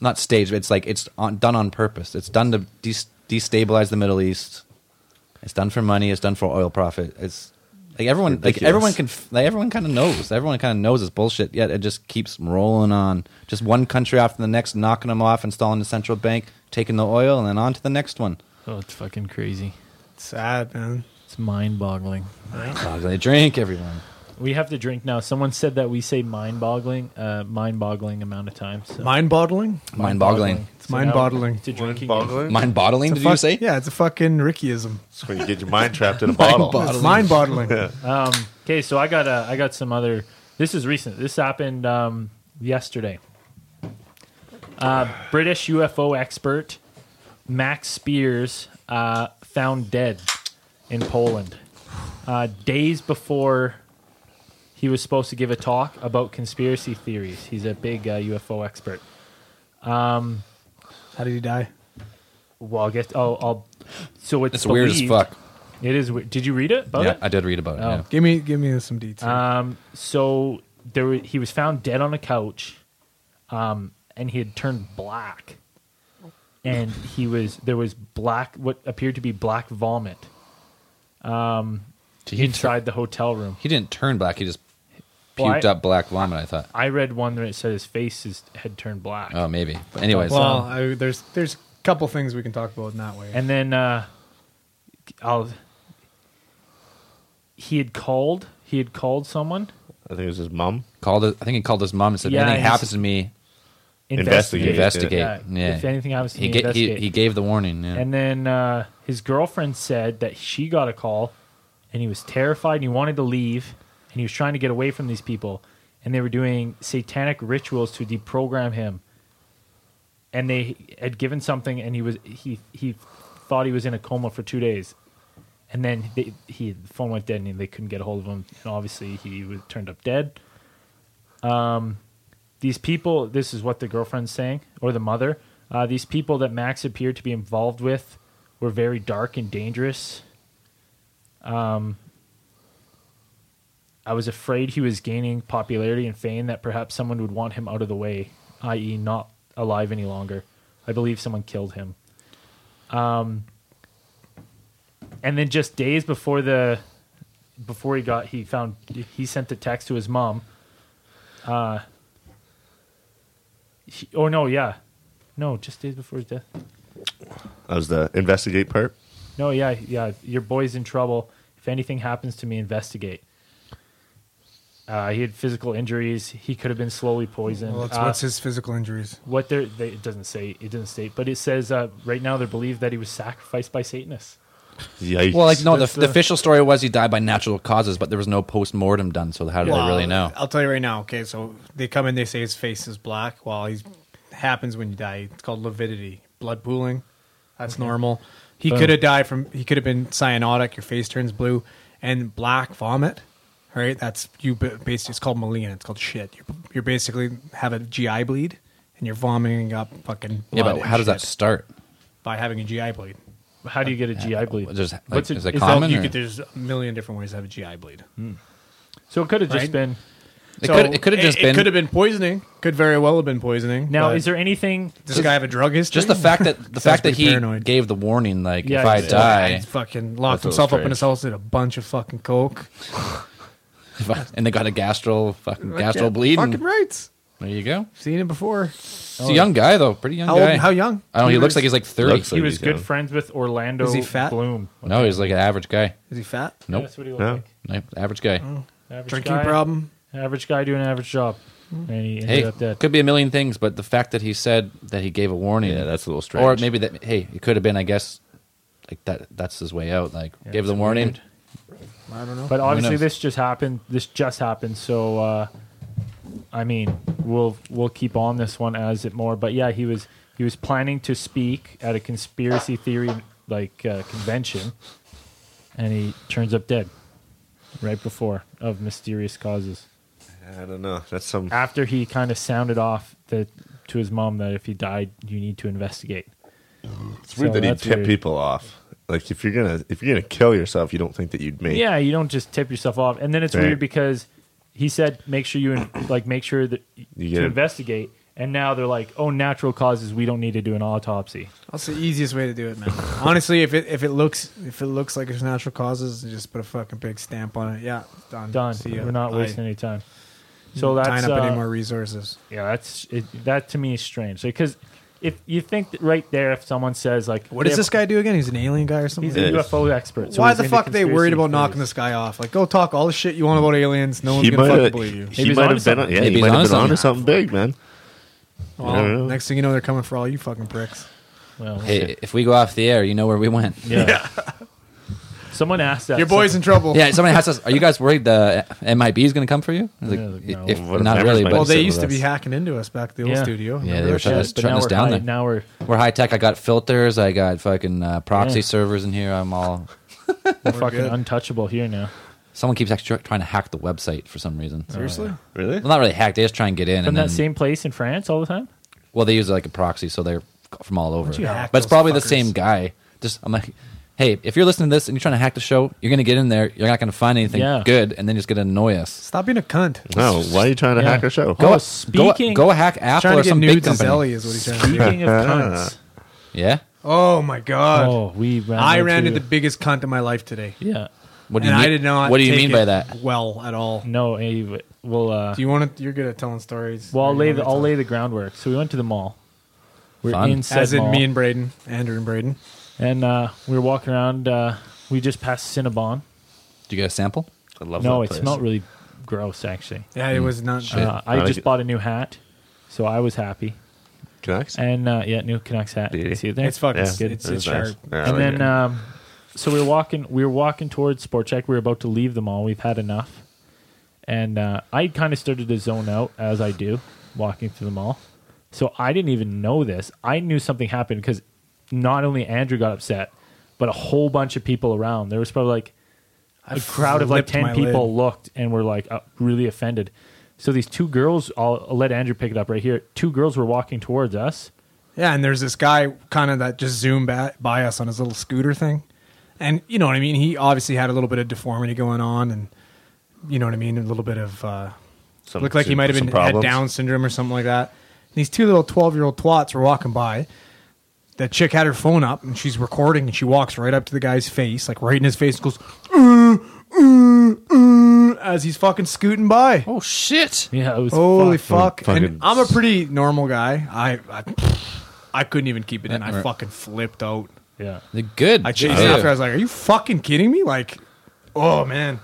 not staged. But it's like it's on, done on purpose. It's done to des- destabilize the Middle East. It's done for money. It's done for oil profit. It's like everyone like Ridiculous. everyone can f- like everyone kind of knows. Everyone kind of knows it's bullshit. Yet it just keeps rolling on. Just one country after the next, knocking them off, installing the central bank, taking the oil, and then on to the next one. Oh, it's fucking crazy. Sad, man. It's mind-boggling. Dog, they drink everyone. We have to drink now. Someone said that we say mind-boggling, uh, mind-boggling amount of times. So. Mind bottling? Mind boggling. So Mind now boggling. It's a drinking Mind bottling? Did you say? Yeah, it's a fucking Rickyism. That's when you get your mind trapped in a bottle. It's mind bottling. Okay, so I got uh, I got some other. This is recent. This happened um, yesterday. Uh, British UFO expert Max Spears uh, found dead in Poland uh, days before he was supposed to give a talk about conspiracy theories. He's a big uh, UFO expert. How did he die? Well, I guess oh, I'll. So it's It's weird as believed- fuck. It is. weird. Did you read it? About Yeah, it? I did read about it. Oh. yeah. Give me give me some details. Um, so there wa- he was found dead on a couch, um, and he had turned black, and he was there was black what appeared to be black vomit um, Did he, tur- inside the hotel room. he didn't turn black. He just Well, I- puked up black vomit. I thought. I read one that said his face is, had turned black. Oh, maybe. But anyways, Well, I, there's there's a couple things we can talk about in that way. And then uh, I'll. He had called. He had called someone. I think it was his mum. called. I think he called his mom and said, Yeah, "If anything he's- happens to me, Investigate. investigate." Yeah, Yeah. If anything happens to he, me, ga- he investigate. he gave the warning. Yeah. And then uh, his girlfriend said that she got a call, and he was terrified and he wanted to leave, and he was trying to get away from these people, and they were doing satanic rituals to deprogram him. And they had given something, and he was he he thought he was in a coma for two days, and then they, he the phone went dead, and they couldn't get a hold of him, and obviously he was turned up dead these people this is what the girlfriend's saying or the mother uh, these people that max appeared to be involved with were very dark and dangerous um, i was afraid he was gaining popularity and fame that perhaps someone would want him out of the way i.e not alive any longer i believe someone killed him um, and then just days before the before he got he found he sent the text to his mom She- oh no, yeah, no, just days before his death. That was the investigate part. No, yeah, yeah, your boy's in trouble. If anything happens to me, investigate. Uh, he had physical injuries. He could have been slowly poisoned. well, it's, Uh, what's his physical injuries? what they're, they, it doesn't say. It doesn't state, but it says uh, right now they're believed that he was sacrificed by Satanists. Yikes. well, like no, the, That's the, the- official story was he died by natural causes, but there was no post mortem done. So how do they really know? I'll tell you right now. Okay, so they come in, they say his face is black. Well, he's happens when you die. It's called lividity, blood pooling. That's normal. He Boom. could have died from. He could have been cyanotic. Your face turns blue, and black vomit. Right, that's you. ba- Basically, it's called malignant. It's called shit. You're, you're basically have a GI bleed, and you're vomiting up fucking. Yeah, blood but and how does that shit start? By having a GI bleed. How do you get a GI bleed? There's, like, What's is it is common? you or- could, there's a million different ways to have a GI bleed. so it could have just Right? been. It could- it could have just It been- could have been poisoning. Could very well have been poisoning. Now, but is there anything? does this guy have a drug history? just the fact that the fact that pretty he paranoid. gave the warning, like Yeah, if I he's- die, He's fucking locked That's a himself up in strange. his house, did a bunch of fucking coke, if I- and they got a gastral fucking gastral Yeah, bleed. and- Fucking rights. There you go. Seen it before. He's a young guy though, pretty young How guy. old? How young? I don't know. He looks like he's like thirty. Looks He like was he's good young. friends with Orlando Is he fat? Bloom. no, he's like an average guy. Is he fat? Nope. That's what he looked No. like. No, Average guy. Average Drinking guy, problem. Average guy doing an average job. And he ended Hey, up dead. could be a million things, but the fact that he said that he gave a warning, Yeah, that's a little strange. or maybe that hey, it could have been. I guess like that. That's his way out. Like gave the warning. I don't know. But obviously, knows? this just happened. This just happened. So, uh, I mean, we'll we'll keep on this one as it more. But yeah, he was he was planning to speak at a conspiracy theory like uh, convention, and he turns up dead right before of mysterious causes. I don't know. That's some. After he kind of sounded off that to his mom that if he died, you need to investigate. It's weird so that he that's tipped weird. people off. Like if you're gonna if you're gonna kill yourself, you don't think that you'd make. Yeah, you don't just tip yourself off. And then it's Right. weird because he said make sure you like make sure that You to get- investigate. And now they're like, oh, natural causes. We don't need to do an autopsy. That's the easiest way to do it, man. Honestly, if it if it looks if it looks like it's natural causes, you just put a fucking big stamp on it. Yeah, done. Done. See ya. We're not Bye. wasting any time. So tying that's up any uh, more resources. yeah, that's it, that to me is strange because if you think that right there, if someone says like, What does yeah, this guy do again? He's an alien guy or He's something. Yeah. a UFO expert. so Why he's the into fuck are they worried conspiracy about knocking theories. this guy off? Like, go talk all the shit you want about aliens. No one's he gonna might fucking have. believe you. He Maybe might he's have been. onto Yeah, Maybe he's he might have onto been onto something. something big, man. I don't Well, know. next thing you know, they're coming for all you fucking pricks. Well, Hey, if we go off the air, you know where we went. yeah. Someone asked that. Your boy's in trouble. Yeah, somebody asked us, "Are you guys worried the MIB is going to come for you?" I was like, Yeah, no. if, What if not Amherst really, might but Well, sit they with used to be us. hacking into us back at the old Yeah. studio. Yeah, Remember they were that trying shit? to- shutting now us we're down high- there. Now we're we're high tech. I got filters. I got fucking uh, proxy Yeah. servers in here. I'm all. we're fucking good. untouchable here now. Someone keeps actually trying to hack the website for some reason. Seriously? Really? Well, not really hack. They just try and get in, From and then that same place in France all the time. well, they use like a proxy, so they're from all over. you hack But it's those probably the fuckers? same guy. Just I'm like, hey, if you're listening to this and you're trying to hack the show, you're gonna get in there. You're not gonna find anything Yeah. good, and then you're just gonna annoy us. Stop being a cunt. No. Why are you trying to Yeah. hack our show? Go- Go, speaking- go, go hack Apple Oh, trying or to get some big nudes to company. Zelly is what he's trying to do. Speaking of cunts, Yeah. Oh my god! oh, we ran I ran into into- the biggest cunt of my life today, yeah. What do and you I mean? did not. What do you take mean by it that? Well, at all. No, eh, but we'll uh, Do you want to? You're good at telling stories. well I'll Or you lay want the me to I'll tell? lay the groundwork. So we went to the mall. We're Fun. in said As in mall, me and Braden, Andrew and Braden. and, uh, we were walking around. Uh, we just passed Cinnabon. Do you get a sample? I love no, that it place. smelled really gross actually. Yeah, Mm. it was not. Uh, I I like just it. bought a new hat, so I was happy. Can I ask? And uh, yeah, new Canucks hat. You Beauty. can see it there. it's fucking. Yeah, It's, it's, it was sharp. nice. Yeah, I and like then it. um, so we were walking we were walking towards sport check we were about to leave the mall we've had enough and uh, i kind of started to zone out as i do walking through the mall so i didn't even know this i knew something happened because not only andrew got upset but a whole bunch of people around there was probably like I a crowd of like flipped 10 my people lid. looked and were like uh, really offended so these two girls i'll I'll let andrew pick it up right here two girls were walking towards us Yeah, and there's this guy kind of that just zoomed ba- by us on his little scooter thing, and you know what I mean. He obviously had a little bit of deformity going on, and you know what I mean, a little bit of uh, Some- looked like he some- might have some been had problems. Down syndrome or something like that. And these two little twelve year old twats were walking by. That chick had her phone up and she's recording, and she walks right up to the guy's face, like right in his face, and goes. "Uh, uh, uh," As he's fucking scooting by, Oh shit! yeah it was Holy fucked. fuck! Fucking- And I'm a pretty normal guy. I I, I couldn't even keep it in. I Right. fucking flipped out. yeah They're good. I chased Yeah. after. I was like, "Are you fucking kidding me?" Like, oh man,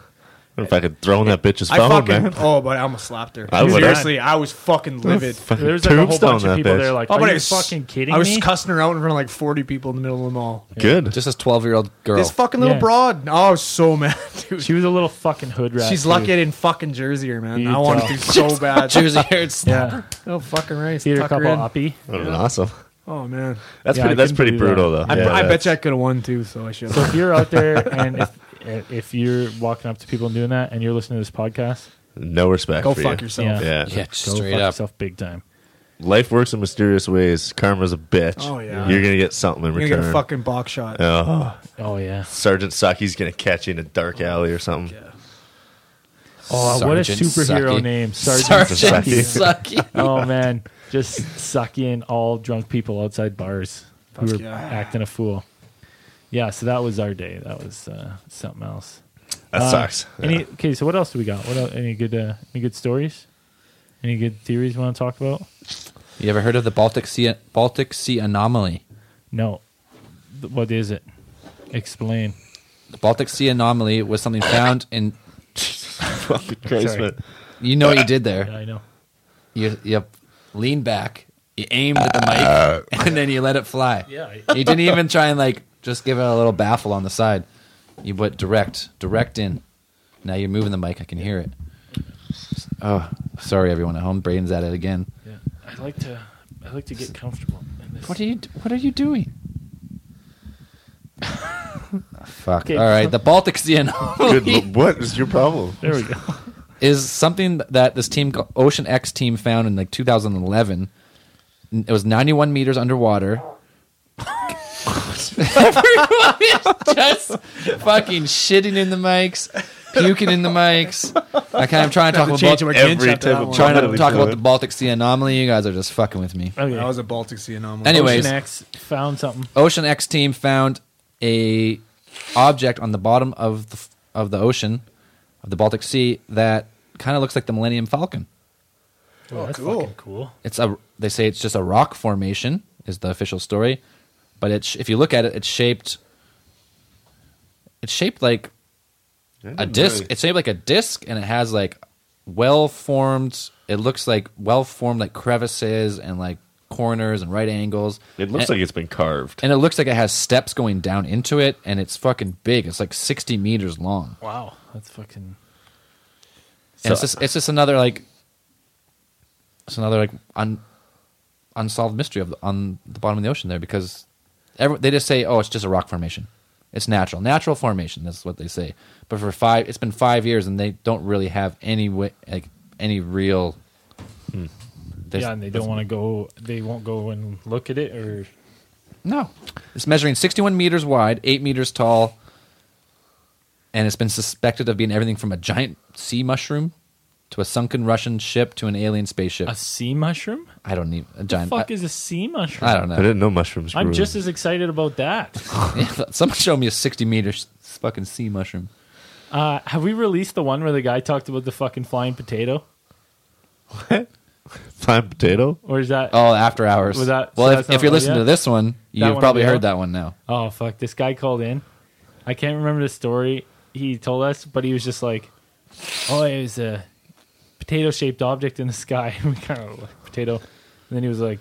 What if I could throw in that bitch's I phone, fucking man? oh, but I almost slapped her. I would've. Seriously, I was fucking livid. Fucking There's like a whole tombstone bunch of that people bitch. there like, Oh, are but I you was fucking kidding I was me? cussing her out in front of like 40 people in the middle of the mall. Good. Just this twelve-year-old girl. This fucking little Yeah. broad. Oh, I was so mad, dude. she was a little fucking hood rat. She's too. lucky I didn't fucking jersey her, man. You I wanted to so bad. Jersey hurts. Yeah, Oh fucking race. theater couple in. uppy. that was awesome. Oh man, That's Yeah, I pretty. That's couldn't pretty believe that. brutal, though. I, Yeah, I bet that's- you I could have won too. So I should. So if you're out there and if if you're walking up to people and doing that, and you're listening to this podcast, No respect. Go for fuck you. yourself. Yeah. Yeah. Yeah, just go straight fuck up. yourself big time. Life works in mysterious ways. Karma's a bitch. Oh, yeah. You're gonna get something in You're return. gonna get a fucking box shot. Oh, Oh yeah. Sergeant Saki's gonna catch you in a dark alley or something. Oh, what a Sergeant superhero Sucky. name, Sergeant. Sergeant Sucky. Sucky. Oh man, just sucking all drunk people outside bars. we Fuck were yeah. acting a fool. Yeah, so that was our day. That was uh, something else. That Uh, sucks. Any, Yeah. okay, so what else do we got? What el any good uh, any good stories? Any good theories you want to talk about? You ever heard of the Baltic Sea Baltic Sea anomaly? No. Th- What is it? Explain. The Baltic Sea anomaly was something found in. Fucking Christ, Sorry. man. You know what you did Yeah, there. I know. You you lean back, you aimed at the mic, and then you let it fly. I, You didn't even try and like just give it a little baffle on the side. You went direct, direct in. Now you're moving the mic. I can hear it. Oh, sorry everyone at home. Brain's at it again. yeah. I like to I like to get comfortable. In this. What are you? What are you doing? Fuck. Okay. All right. The Baltic Sea anomaly Good, l- what is your problem? There we go. is something that this team, called- Ocean X team, found in like 2011. N- It was 91 meters underwater. Everyone is just fucking shitting in the mics, puking in the mics. I kind of trying to talk Have to about change Bal- my chin every shot to that type of one. trying to Literally talk blew about it. the Baltic Sea anomaly. You guys are just fucking with me. Okay. That was a Baltic Sea anomaly. Anyways, Ocean X found something. Ocean X team found a object on the bottom of the of the ocean of the Baltic Sea that kind of looks like the Millennium Falcon. Oh, that's cool. fucking cool. It's a they say it's just a rock formation is the official story, but it's if you look at it, it's shaped. It's shaped like a disc. It's shaped like a disc, and it has like well formed. It looks like well formed like crevices and like corners and right angles. It looks And- like it's been carved. and it looks like it has steps going down into it, and it's fucking big. It's like sixty meters long, Wow. That's fucking and it's just it's just another like it's another like un, unsolved mystery of the, on the bottom of the ocean there because every, they just say, oh, it's just a rock formation. It's natural, natural formation. That's what they say. But for five, it's been five years, and they don't really have any way, like any real. there's- Yeah, and they don't want to go they won't go and look at it or No. It's measuring 61 meters wide, 8 meters tall, and it's been suspected of being everything from a giant sea mushroom to a sunken Russian ship to an alien spaceship. a sea mushroom? I don't need a The giant. fuck I, is a sea mushroom? I don't I know. didn't know mushrooms. I'm grew. just as excited about that. Someone showed me a 60 meter s- fucking sea mushroom. Uh, have we released the one where the guy talked about the fucking flying potato? Fine potato. Or is that? Oh, after hours. Was that- well, so that's if, if not you're one listening yet? to this one, you've one probably will be heard up? that one now. Oh fuck! This guy called in. I can't remember the story he told us, but he was just like, "Oh, it was a potato-shaped object in the sky." we kind of like, potato, and then he was like,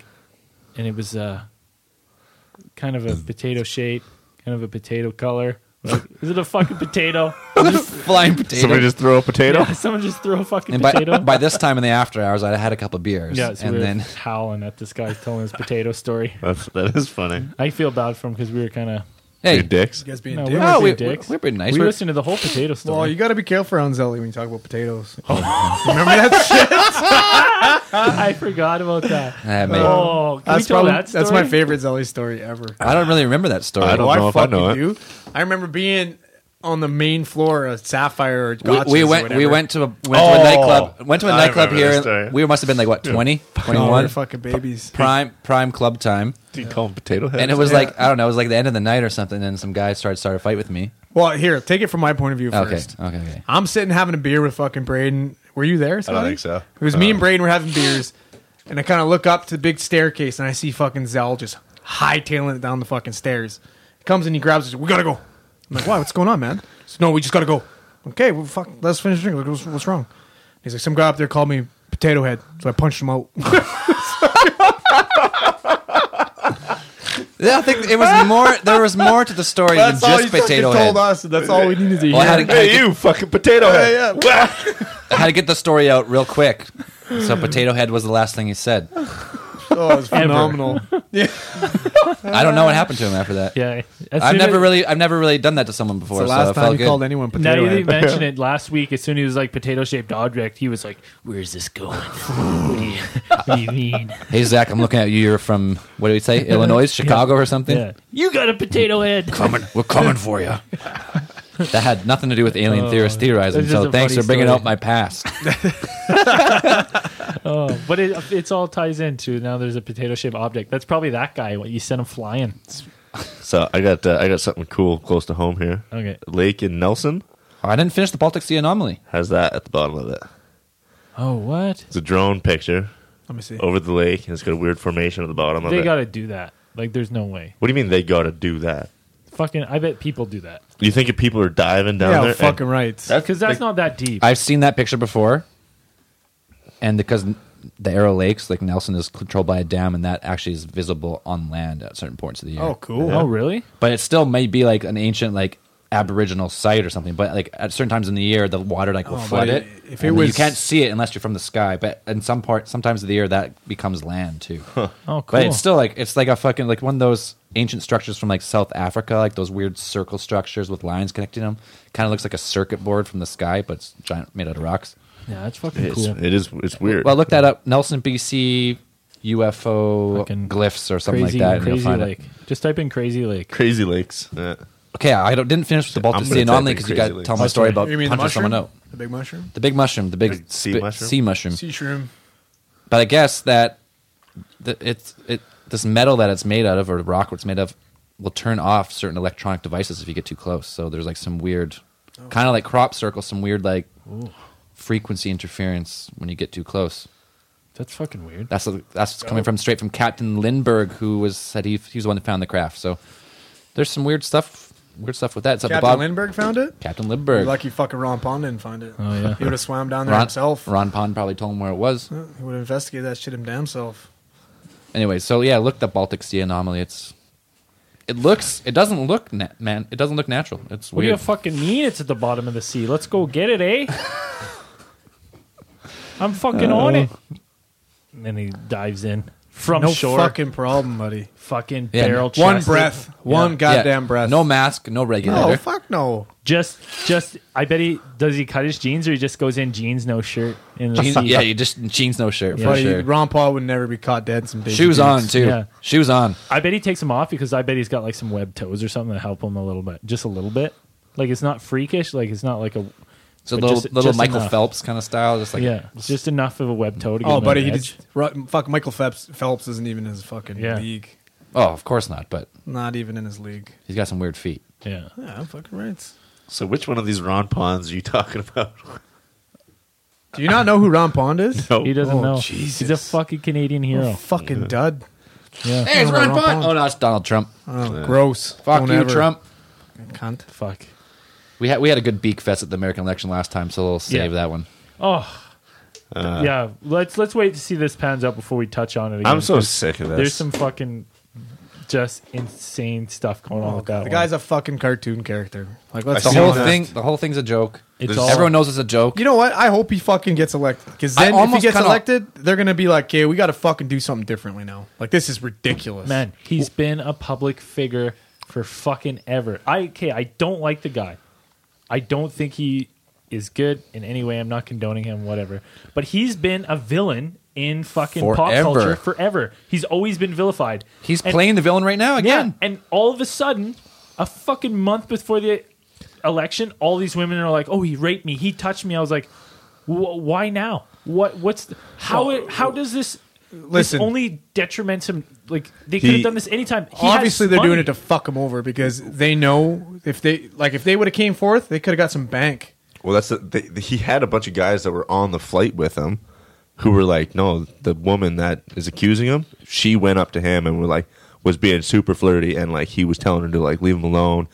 "And it was uh, kind of a potato shape, kind of a potato color." Like, is it a fucking potato? Flying potato. Somebody just throw a potato. Yeah, someone just threw a fucking and by, potato. by this time in the after hours, I had a couple of beers. yeah, so and we were then howling at this guy telling his potato story. That's that is funny. I feel bad for him because we were kind of You hey, dicks. You guys being no, we dicks. No, were we- dicks. we- we're pretty nice. We We're- listened to the whole potato story. Well, you got to be careful around Zelly when you talk about potatoes. Oh. Remember that shit? I forgot about that. Ah, man. Oh, can we That's, tell probably, that story? that's my favorite Zelly story ever. I don't really remember that story. I don't Oh, know if I fucking know it. do. I remember being on the main floor of Sapphire or we, Gotcha's we or went. We whatever. went to a, went to Oh. a nightclub. Went to a I nightclub remember this here. story. We must have been like what 20, Oh, we 21? were fucking babies. prime prime club time. Do you call them potato heads? And it was Yeah. like I don't know. It was like the end of the night or something. And some guy started started a fight with me. Well, here, take it from my point of view Okay, first. okay, okay. I'm sitting having a beer with fucking Braden. Were you there? Scotty? think so. Uh, It was me No. and Braden were having beers, and I kind of look up to the big staircase, and I see fucking Zell just hightailing it down the fucking stairs. He comes and he grabs us. We gotta go. I'm like, why? What's going on, man? He's, no, we just gotta go. Okay, well, fuck. Let's finish drinking. Like, What's, what's wrong? He's like, some guy up there called me potato head, so I punched him out. Yeah, I think it was more. There was more to the story than just potato head. told us. And that's all we needed to hear. Well, I had to, hey, you fucking potato head. I had to get the story out real quick. So potato head was the last thing he said. oh, it was phenomenal. I don't know what happened to him after that. Yeah, as I've soon never as- really, I've never really done that to someone It's before. the so last uh, it felt time you good. called anyone Now potato you didn't head. mention it last week. As soon as he was like potato shaped object, he was like, "Where's this going? what, do you, what do you mean? Hey Zach, I'm looking at you. You're from what do we say, Illinois, Chicago, or something? Yeah, you got a potato head." Coming, we're coming for you. That had nothing to do with alien theorist theorizing. That's Oh, just So a thanks for funny bringing story. out my past. Oh, but it it's all ties into now. There's a potato shaped object. That's probably that guy. What you sent him flying? So I got uh, I got something cool close to home here. Okay. Lake in Nelson Oh, I didn't finish the Baltic Sea anomaly. has that at the bottom of it. Oh, what? It's a drone picture Let me see. over the lake, and it's got a weird formation at the bottom of They it. got to do that. Like, there's no way. what do you mean they got to do that? Fucking, I bet people do that You think if people are diving down yeah, there? fucking right. because that's not that deep. I've seen that picture before, and because the Arrow Lakes, like Nelson, is controlled by a dam, and that actually is visible on land at certain points of the year. oh, cool. oh, really? but it still may be like an ancient like aboriginal site or something but like at certain times in the year the water like will Oh, flood but it if it and you was- can't see it unless you're from the sky but in some part sometimes of the year that becomes land too Oh, cool. but it's still like it's like a fucking like one of those ancient structures from like south africa like those weird circle structures with lines connecting them kind of looks like a circuit board from the sky but it's giant made out of rocks yeah, that's fucking It's, cool. It is. It's weird. well look that up nelson bc ufo Fucking glyphs or something crazy, like that and you'll crazy find lake. it Just type in crazy lake. crazy lakes. Yeah. okay i don't, didn't finish with the baltic I'm sea gonna type anomaly in because you crazy got to lake. tell my story about You mean the punching mushroom? someone out The big mushroom? The big mushroom, the big, Big sea spi- mushroom? sea mushroom. Sea shroom. But I guess that the, it's it this metal that it's made out of or rock it's made of will turn off certain electronic devices if you get too close. So there's like some weird, Oh. kind of like crop circle, some weird like frequency interference when you get too close. That's fucking weird. That's that's coming from straight from Captain Lindbergh, who was said he he was the one that found the craft. So there's some weird stuff, weird stuff with that. It's at the Captain bottom. Lindbergh found it? Captain Lindbergh. Lucky fucking Ron Pond didn't find it. Oh, yeah. He would have swam down there Ron, himself. Ron Pond probably told him where it was. He would have investigated that shit him damn self. anyway, so yeah, look the Baltic Sea anomaly. It's it looks it doesn't look na- man. It doesn't look natural. It's What do you weird. fucking mean? It's at the bottom of the sea. Let's go get it, eh? I'm fucking on it. And then he dives in from no shore. fucking problem, buddy. fucking Yeah, barrel One chested. breath. One Yeah. goddamn breath. No mask. No No, regulator. Oh, fuck no. Just, just. I bet he does. He cut his jeans, or he just goes in jeans, no shirt. In the Jeans- sea. yeah, you just jeans, no shirt for Buddy, sure. Ron Paul would never be caught dead in some big Shoes on too. Yeah. Shoes on. I bet he takes them off because I bet he's got like some web toes or something to help him a little bit, just a little bit. Like it's not freakish. Like it's not like a. It's a but little just- little just Michael enough. Phelps kind of style. Just like yeah, it's just enough of a web toe to. Get Oh, him buddy, an he edge. just Ru- fuck Michael Phelps. Phelps isn't even in his fucking Yeah. league. oh, of course not. But Not even in his league. he's got some weird feet. Yeah. Yeah, I'm fucking right. So which one of these Ron Ponds are you talking about? Do you not know who Ron Pond is? No. He doesn't Oh, know. Jesus. Oh, He's a fucking Canadian hero. Fucking dud. Yeah. Hey, it's Ron Ron Pond. Pond. Oh no, it's Donald Trump. Oh, gross. Fuck Don't you, ever. Trump. Cunt. Fuck. We had we had a good beak fest at the American election last time, so we'll save Yeah. that one. Oh. Uh. yeah. Let's let's wait to see this pans out before we touch on it again. I'm so 'cause sick of this. There's some fucking just insane stuff going on with that. Oh, The one. guy's a fucking cartoon character. Like, let's The I've be seen whole honest. thing, the whole thing's a joke. It's There's- all Everyone knows it's a joke. You know what? I hope he fucking gets elected. Because I then, if he almost gets kinda- elected, they're gonna be like, "Okay, we got to fucking do something differently now. Like, this is ridiculous." Man, he's been a public figure for fucking ever. I okay, I don't like the guy. I don't think he is good in any way. I'm not condoning him, whatever. But he's been a villain in fucking pop Forever. culture forever. He's always been vilified. He's And- playing the villain right now Yeah, again. and all of a sudden, a fucking month before the election, all these women are like, "Oh, he raped me. He touched me." I was like, "Wh- "Why now? What? What's the, how? it, how does this?" Listen. this only detriments him. Like they could have He- done this anytime. He has Obviously, they're doing money. it to fuck him over because they know if they like if they would have came forth, they could have got some bank. Well, that's the, they, he had a bunch of guys that were on the flight with him, who were like, "No, the woman that is accusing him, she went up to him and were like, was being super flirty and like he was telling her to like leave him alone,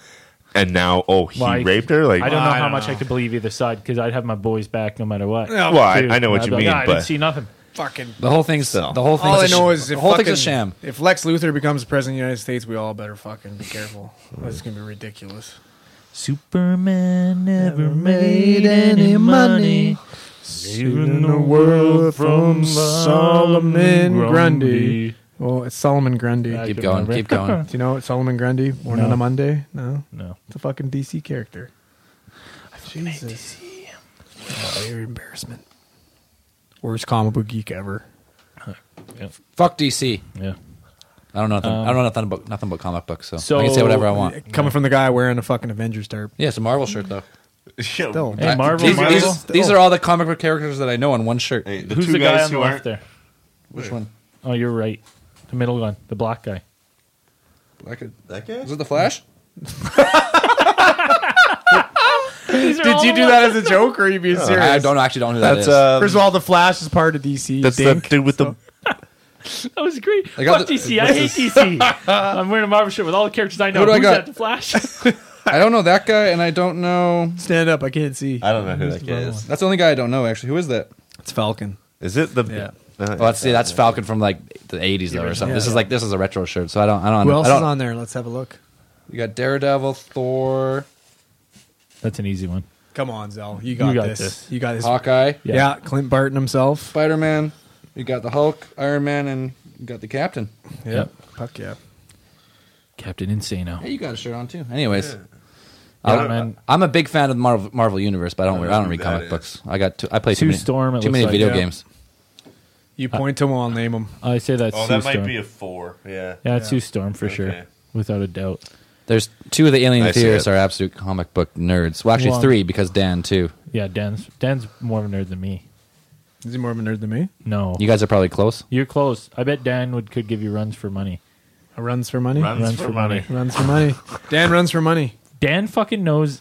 and now oh he Like, raped her like I don't know I how don't much I could believe either side because I'd have my boys back no matter what. Yeah, Well, I, Dude, I know what I'd you be like, mean, "Ah, I but didn't see nothing. Fucking. The whole thing's So. the whole thing's All a I know sh- is if the whole fucking, thing's a sham. If Lex Luthor becomes president of the United States, we all better fucking be careful. This is gonna be ridiculous. Superman never made any money. Saving the world from Solomon Grundy. Well, it's Solomon Grundy. I Do Keep can going, remember. keep going. you know it's Solomon Grundy? Born No. on a Monday? No, No. it's a fucking DC character. Jesus, Oh, your embarrassment. Worst comic book geek ever. Fuck DC. Yeah. I don't know. Nothing, I don't know nothing about nothing about comic books, so, I can Um, So- say whatever I want. Coming from the guy wearing a fucking Avengers tarp. Yeah, it's a Marvel shirt though. Yeah, Still. Hey, I- Marvel, These, Marvel. Oh. these- these are all the comic book characters that I know on one shirt. hey, Who's two the guy guys on the who left aren't- there? Which one? Oh, you're right. The middle one, the black guy. That guy? Is it the Flash? Did you do that as a joke, or are you being serious? I don't actually don't know who that That's is. uh, First of all, the Flash is part of DC. that's the dink. dude with the That was great. I got Fuck the- DC. I hate DC. I'm wearing a Marvel shirt with all the characters I know. Who do I Who's got? that? The Flash. I don't know that guy, and I don't know. Stand up, I can't see. I don't know who that guy is. That's the only guy I don't know actually. Who is that? It's Falcon. Is it the? Yeah. Uh, Well, let's see. That's Falcon from like the '80s though, or something. This is like this is a retro shirt, so I don't. I don't. Who else I don't, is on there? Let's have a look. You got Daredevil, Thor, That's an easy one. Come on, Zell. You got, You got this. this. You got this. Hawkeye, Yeah. Yeah. Clint Barton himself. Spider Man. You got the Hulk, Iron Man, and you got the Captain. Yeah. Yep. Fuck yeah. Captain Insano. Hey, uh, you got a shirt on too. Anyways, Yeah, I'm, man. I'm a big fan of the Marvel, Marvel Universe, but I don't. I I don't, don't know read who comic that books. I got too, I play Sue too many, Storm, it too looks many like. video Yeah. games. You point to him, I'll name him. I say that's Oh, Sue that Storm. might be a four. Yeah. yeah, it's Sue Storm for Okay. sure, without a doubt. There's two of the alien I see theorists it. are absolute comic book nerds. Well, actually Well- three because Dan too. Yeah, Dan's Dan's more of a nerd than me. Is he more of a nerd than me? No, You guys are probably close. you're close. I bet Dan would could give you runs for money. A runs for money. Runs, Runs for, for money. money. Runs for money. Dan runs for money. Dan fucking knows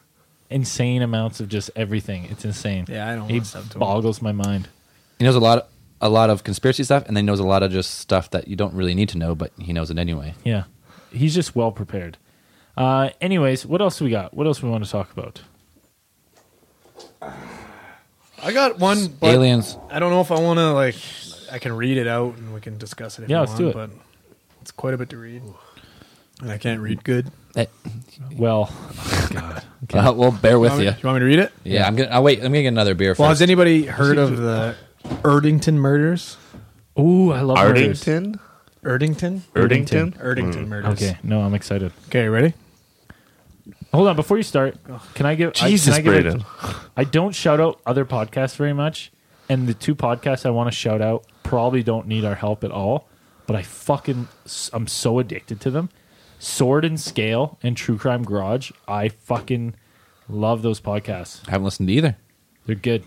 insane amounts of just everything. It's insane. Yeah, I don't He want stuff to him. boggles my mind. He knows a lot, a lot of conspiracy stuff, and then he knows a lot of just stuff that you don't really need to know, but he knows it anyway. Yeah, he's just well prepared. Uh, anyways, what else we got? What else we want to talk about? I got one. But Aliens. I don't know if I want to like. I can read it out and we can discuss it. If Yeah, you want, let's do it. But it's quite a bit to read, and I can't read good. Eh, Well, God, okay. well, we'll bear with want me- you. do you want me to read it? Yeah, I'm gonna. I'll wait. I'm gonna get another beer Well, first. has anybody heard of the Erdington murders? ooh, I love murders. Erdington. Erdington. Erdington. Erdington murders. Okay, no, I'm excited. Okay. Ready? Hold on, before you start, can I give? Jesus, I, can I, give Braden. a- I don't shout out other podcasts very much, and the two podcasts I want to shout out probably don't need our help at all. But I fucking, I'm so addicted to them. Sword and Scale and True Crime Garage. I fucking love those podcasts. I haven't listened to either. They're good.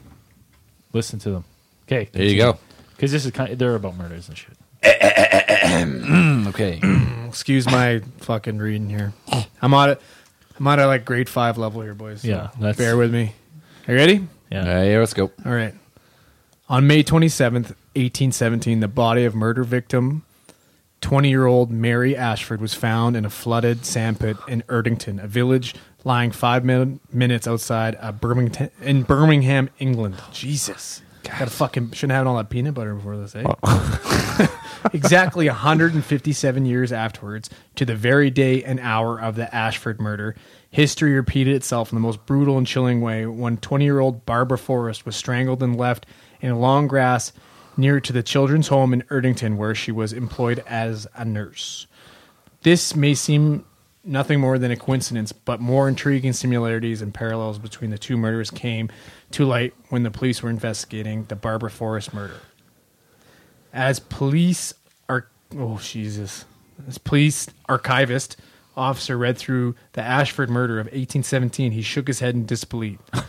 Listen to them. Okay, There you go. Because this is kind. they're about murders and shit. Okay. Excuse my fucking reading here. I'm on it. I'm on a like grade five level here, boys. so Yeah, that's- bear with me. Are you ready? Yeah. All right, let's go. All right. On May 27th, 1817, the body of murder victim, 20 year old Mary Ashford, was found in a flooded sandpit in Erdington, a village lying five min- minutes outside uh, Birmingham, in Birmingham, England. Jesus. Gotta fucking, shouldn't have had all that peanut butter before this, eh? exactly 157 years afterwards, to the very day and hour of the Ashford murder, history repeated itself in the most brutal and chilling way when 20 year old Barbara Forrest was strangled and left in long grass near to the children's home in Erdington, where she was employed as a nurse. This may seem nothing more than a coincidence, but more intriguing similarities and parallels between the two murders came to light when the police were investigating the Barbara Forrest murder as police are oh Jesus, as police archivist officer read through the Ashford murder of 1817, he shook his head in disbelief.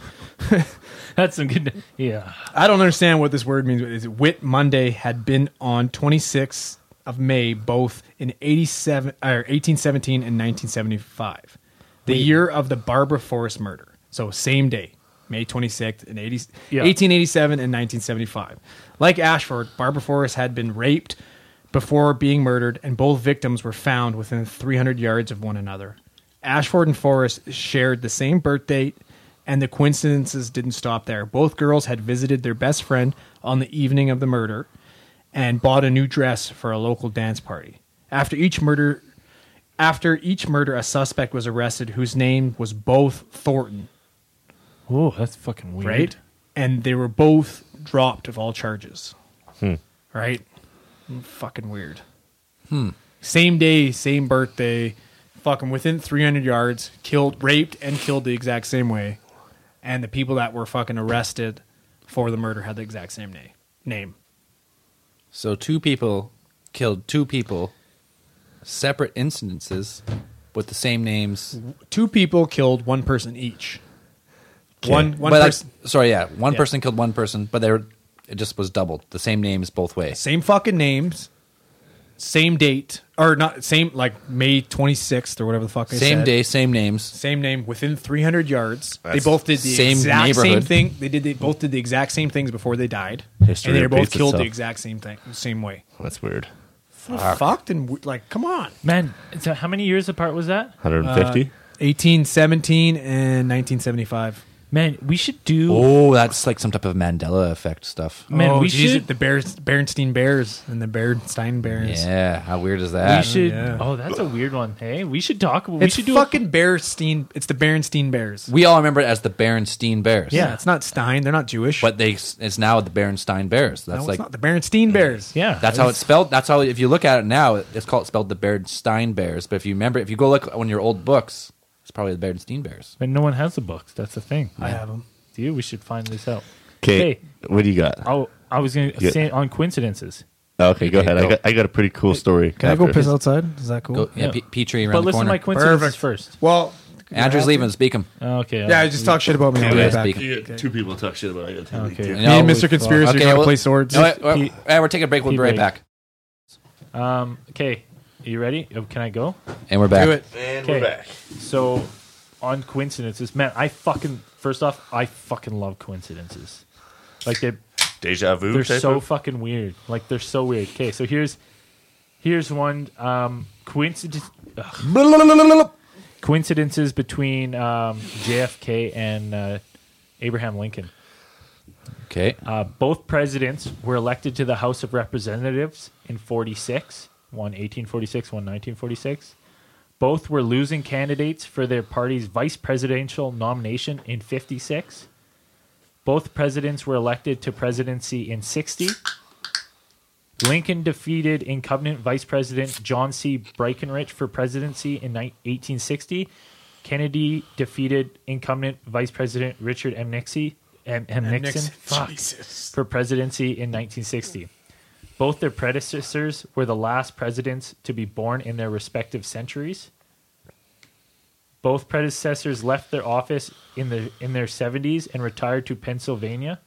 That's some good. Yeah. I don't understand what this word means. Is it Whit Monday had been on 26th of May, both in 87 or 1817 and 1975, the year of the Barbara Forrest murder. So same day, May 26th in 80, Yeah. 1887 and 1975. Like Ashford, Barbara Forrest had been raped before being murdered, and both victims were found within 300 yards of one another. Ashford and Forrest shared the same birth date, and the coincidences didn't stop there. Both girls had visited their best friend on the evening of the murder and bought a new dress for a local dance party. After each murder, after each murder, a suspect was arrested whose name was both Thornton Oh, that's fucking weird. right? And they were both dropped of all charges. Right? Fucking weird. Hmm. Same day, same birthday, fucking within 300 yards, killed, raped, and killed the exact same way. And the people that were fucking arrested for the murder had the exact same name. Name. So two people killed two people, separate incidences with the same names. Two people killed one person each. One one but like- person, sorry, yeah, one Yeah. person killed one person, but they were it just was doubled. The same names both ways. same fucking names, same date or not same like May 26th or whatever the fuck I Same said. day, same names. same name within 300 yards. That's- they both did the Same exact same neighborhood. thing. They did. They both did the exact same things before they died, History and they were both repeats killed the itself. exact same thing, same way. That's weird. Fucked and w- like, come on. Man, so how many years apart was that? 150. 1817 and 1975. Man, we should do. Oh, that's like some type of Mandela effect stuff. Man, oh, we geez, should- the Bears, Bernstein Bears and the Bernstein Bears. Yeah, how weird is we that? should. yeah. Oh, that's a weird one. Hey, we should talk. We It's should do. fucking Berenstein. It's the Berenstein Bears. We all remember it as the Berenstein Bears. Yeah. it's not Stein. They're not Jewish. But they it's now the Berenstein Bears. no, That's it's like not the Berenstein Bears. a, yeah, That's how it's spelled. That's how if you look at it now, it's called spelled the Bernstein Bears. But if you remember, if you go look on your old books, it's probably the Bernstein Bears. And no one has the books. That's the thing. I have them. Dude, we should find this out. Okay, Hey, what do you got? oh, I was gonna Yeah. say on coincidences. Okay, go Okay, ahead. go. I got I got a pretty cool story. Can I go after. piss outside? Is that cool? Go, yeah, Yeah. P- Petrie around But the listen to corner. my coincidences Perfect. first. Well, Andrew's leaving. Speak him. Okay. yeah, uh, just talk shit about me. I'll be Yeah, right back. speak. You got Two people talk shit about it. I gotta tell you. Okay. Dude. Me and No, Mr. Conspiracy are okay, going to well- play swords. No, wait, wait, Pete- yeah, we're taking a break. We'll be Pete right Brady. back. Um. Okay. You ready? Oh, Can I go? And we're back. Do it. And Okay. So, on coincidences, man, I fucking first off, I fucking love coincidences. Like they Deja vu. they're type so of- fucking weird. Like they're so weird. Okay, so here's here's one um, coincidence coincidences between um, JFK and uh, Abraham Lincoln. Okay. Uh, both presidents were elected to the House of Representatives in 46, one 1846, one 1946. Both were losing candidates for their party's vice presidential nomination in 56. Both presidents were elected to presidency in 60. Lincoln defeated incumbent Vice President John C. Breckinridge for presidency in ni- 1860. Kennedy defeated incumbent Vice President Richard M. Nixon. M. M. Nixon. Fuck Jesus. for presidency in 1960. Both their predecessors were the last presidents to be born in their respective centuries. Both predecessors left their office in the in their 70s and retired to Pennsylvania.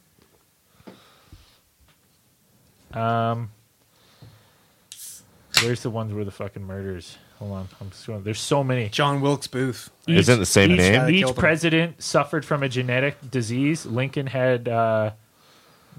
Um, where's the ones where the fucking murders? Hold on, I'm just going. There's so many. John Wilkes Booth. Isn't it the same each, uh, name? Each Killed him. president suffered from a genetic disease. Lincoln had uh,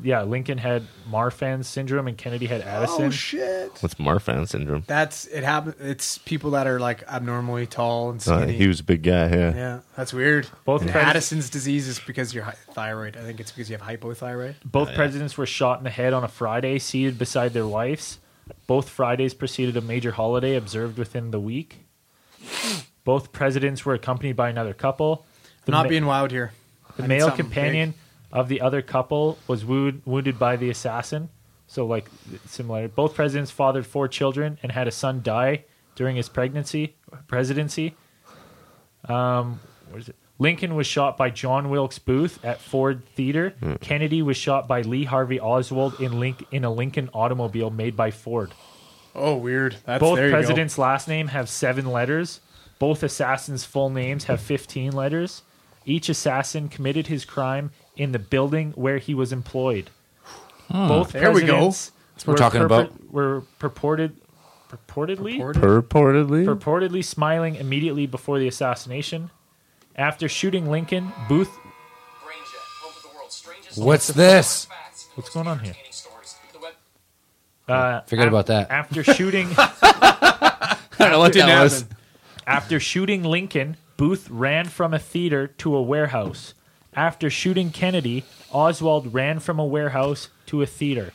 yeah, Lincoln had Marfan syndrome and Kennedy had Addison. Oh shit! What's Marfan syndrome? That's it. Happen. It's people that are like abnormally tall and Uh, skinny. he was a big guy. Yeah. yeah, that's weird. Both And friends- Addison's disease is because your hy- thyroid. I think it's because you have hypothyroid. Both presidents were shot in the head on a Friday, seated beside their wives. Both Fridays preceded a major holiday observed within the week. Both presidents were accompanied by another couple. The Not ma- being wild here. I the need male something companion of the other couple was wound, wounded by the assassin. So, like, similar. Both presidents fathered four children and had a son die during his pregnancy presidency. Um, what is it? Lincoln was shot by John Wilkes Booth at Ford Theater. Kennedy was shot by Lee Harvey Oswald in Link in a Lincoln automobile made by Ford. big. Oh, weird. That's Both there you go. presidents' last name have seven letters. Both assassins' full names have 15 letters. Each assassin committed his crime in the building where he was employed. Both There we go. presidents what we're talking about. were purported purportedly Purported? Purportedly. purportedly smiling immediately before the assassination. After shooting Lincoln, Booth What's this? What's going on here? uh, Forget af- about that. After shooting I don't know what Didn't that was. happen. After shooting Lincoln, Booth ran from a theater to a warehouse. After shooting Kennedy, Oswald ran from a warehouse to a theater.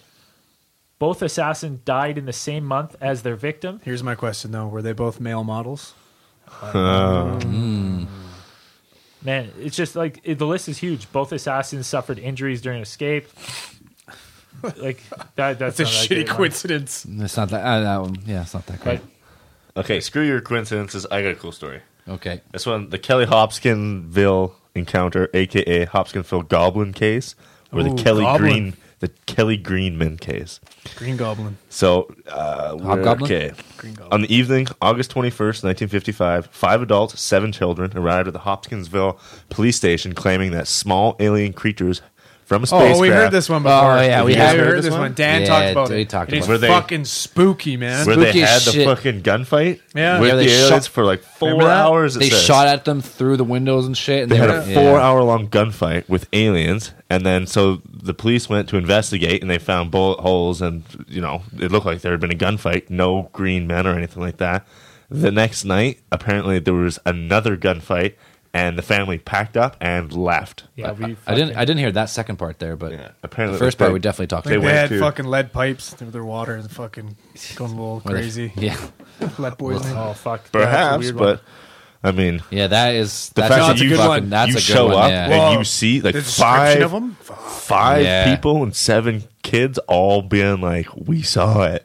Both assassins died in the same month as their victim. Here's my question though: Were they both male models? Man, it's just like it, the list is huge. Both assassins suffered injuries during escape. Like that. It's That's, a not that shitty great line. coincidence. It's not that. Uh, that one- yeah, it's not that great. But Okay, screw your coincidences. I got a cool story. Okay. This one, the Kelly Hopkinsville encounter, aka Hopkinsville Goblin case, or the Ooh, Kelly Goblin. Green, the Kelly Greenman case. Green Goblin. So, uh, we're- Hobgoblin? okay. Green Goblin. On the evening, August 21st, 1955, five adults, seven children arrived at the Hopkinsville police station claiming that small alien creatures from a spacecraft Oh, we heard this one before. Oh, yeah, we have heard, heard this this one. one? Dan Yeah, talked about they it. talked it is about it. Were they- fucking spooky, man. where they Spooky had as the shit. fucking gunfight Yeah. with Yeah, they the shot- aliens for like four Remember that? hours. it They says. shot at them through the windows and shit. And They they, had were- a four yeah. hour long gunfight with aliens, and then so the police went to investigate and they found bullet holes, and you know, it looked like there had been a gunfight, no green men or anything like that. The next night, apparently, there was another gunfight, and the family packed up and left. yeah, we I didn't. I didn't hear that second part there, but Yeah, apparently the first they- part we definitely talked They, They about. went had to- fucking lead pipes through their water and fucking going a little Where they- crazy. Yeah, Let boys in. Oh fuck! Yeah, that's a Perhaps, weird one. but I mean, yeah. That is. the that's fact a that you, fucking- fucking- That's you a good show one, up yeah. Well, and you see like the description five of them. five Yeah. people and seven kids all being like, "We saw it."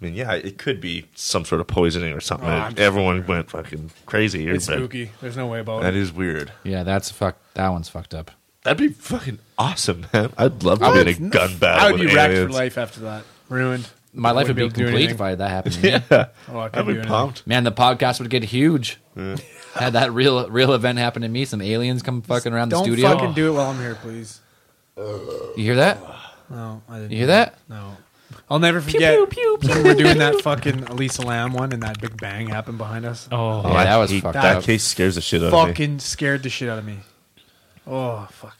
I mean, yeah, it could be some sort of poisoning or something. Oh, I'm just- Everyone went fucking crazy here, It's but spooky. There's no way about that it. is weird. Yeah, that's fuck. That one's fucked up. That'd be fucking awesome, man. I'd love to be in a gun battle. I would be with wrecked for aliens. life after that. Ruined. My life would be Wouldn't able to do complete if anything. I, that happened. to me. Yeah, Oh, I I'd couldn't be do anything. pumped. Man, the podcast would get huge. Had that real real event happen to me, some aliens come fucking around the Don't studio. fucking do it while I'm here, please. You hear that? No, I didn't. You hear that? No. I'll never forget when we're doing that fucking Elisa Lamb one and that big bang happened behind us. oh, Yeah, that was hate- fucked That up. case scares the shit out of me. fucking scared the shit out of me. Oh fuck.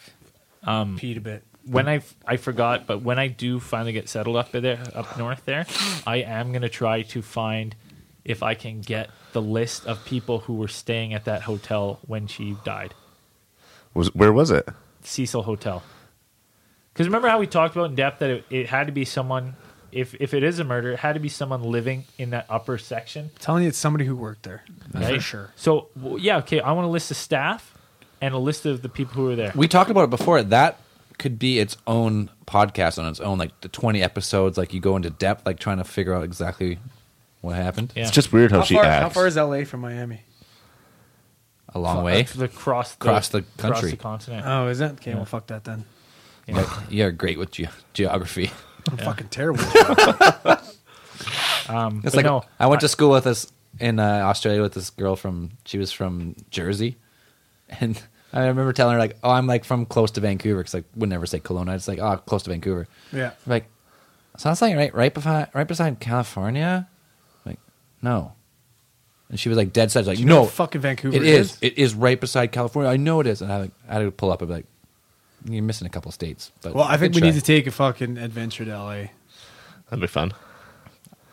Um, Peed a bit. when I f- I forgot, but when I do finally get settled up there up north there, I am gonna try to find if I can get the list of people who were staying at that hotel when she died, Was where was it? Cecil Hotel. Because remember how we talked about in depth that it, it had to be someone. If if it is a murder, it had to be someone living in that upper section. I'm telling you, it's somebody who worked there for right? sure. So w yeah, okay. I want a list of staff and a list of the people who were there. We talked about it before. That could be its own podcast on its own, like the twenty episodes. Like you go into depth, like trying to figure out exactly what happened. yeah. It's just weird how, How she far, acts. how far is LA from Miami? A long way. across the, Across the across country. the continent. Oh, is it? Okay, well, fuck that then. Yeah, You're great with ge- geography. I'm fucking terrible. um, It's but like no, I went to school with this in uh, Australia with this girl from. She was from Jersey, and I remember telling her like, "Oh, I'm like from close to Vancouver." Because like would never say Kelowna. It's like, "Oh, close to Vancouver." yeah. I'm like, sounds like right, right behind, right beside California. I'm like, no. And she was like dead set. Like, You know no, fucking Vancouver it is. It is right beside California. I know it is. And I like, I had to pull up and be like, You're missing a couple states. But Well, I think we good need try. to take a fucking adventure to LA. That'd be fun.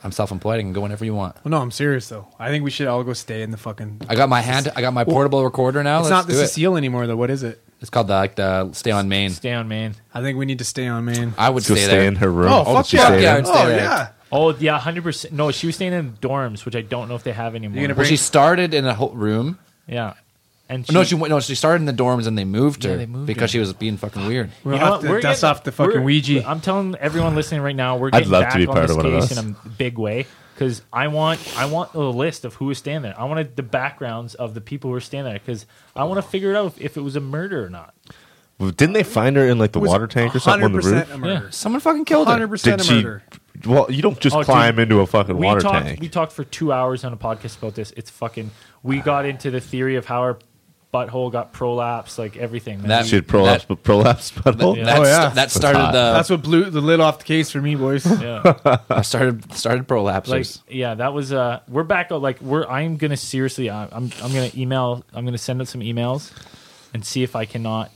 I'm self-employed. I can go whenever you want. Well, no, I'm serious though. I think we should all go stay in the fucking. I got my hand. I got my portable recorder now. it's Let's not the do it. Cecile anymore though. What is it? It's called the, like the Stay on Main. Stay on, man. I think we need to stay on Maine. I would Go stay, stay, there. in her room. Oh, did fuck she yeah. Yeah, stay there? I'd stay oh there. yeah. Oh yeah, hundred percent. No, she was staying in dorms, which I don't know if they have anymore. gonna Well, she started in a whole room. yeah, and no, she went. No, she started in the dorms and they moved her Yeah, they moved because her. she was being fucking weird. We'll You know have what? to We're dust getting- off the fucking we're- Ouija. I'm telling everyone listening right now, we're I'd getting love to back be on part this of one of case those. in a big way because I want I want the list of who was staying there. I wanted the backgrounds of the people who were staying there because I want to figure out if, if it was a murder or not. Well, Didn't they find her in like the water tank or something on the 100% roof? a murder. Someone fucking killed her. 100% Did a she- murder. Well, you don't just Oh, dude, climb into a fucking we water talked, tank. We talked for two hours on a podcast about this. It's fucking. We got into the theory of how our butthole got prolapse, like everything. man. That- she had prolapse, but prolapse butthole. Yeah. That, Oh, st- yeah. that started hot. That's the what blew the lid off the case for me, boys. yeah. I started started prolapses. like yeah that was uh we're back uh, like we're i'm gonna seriously I- i'm i'm gonna email i'm gonna send out some emails and see if i cannot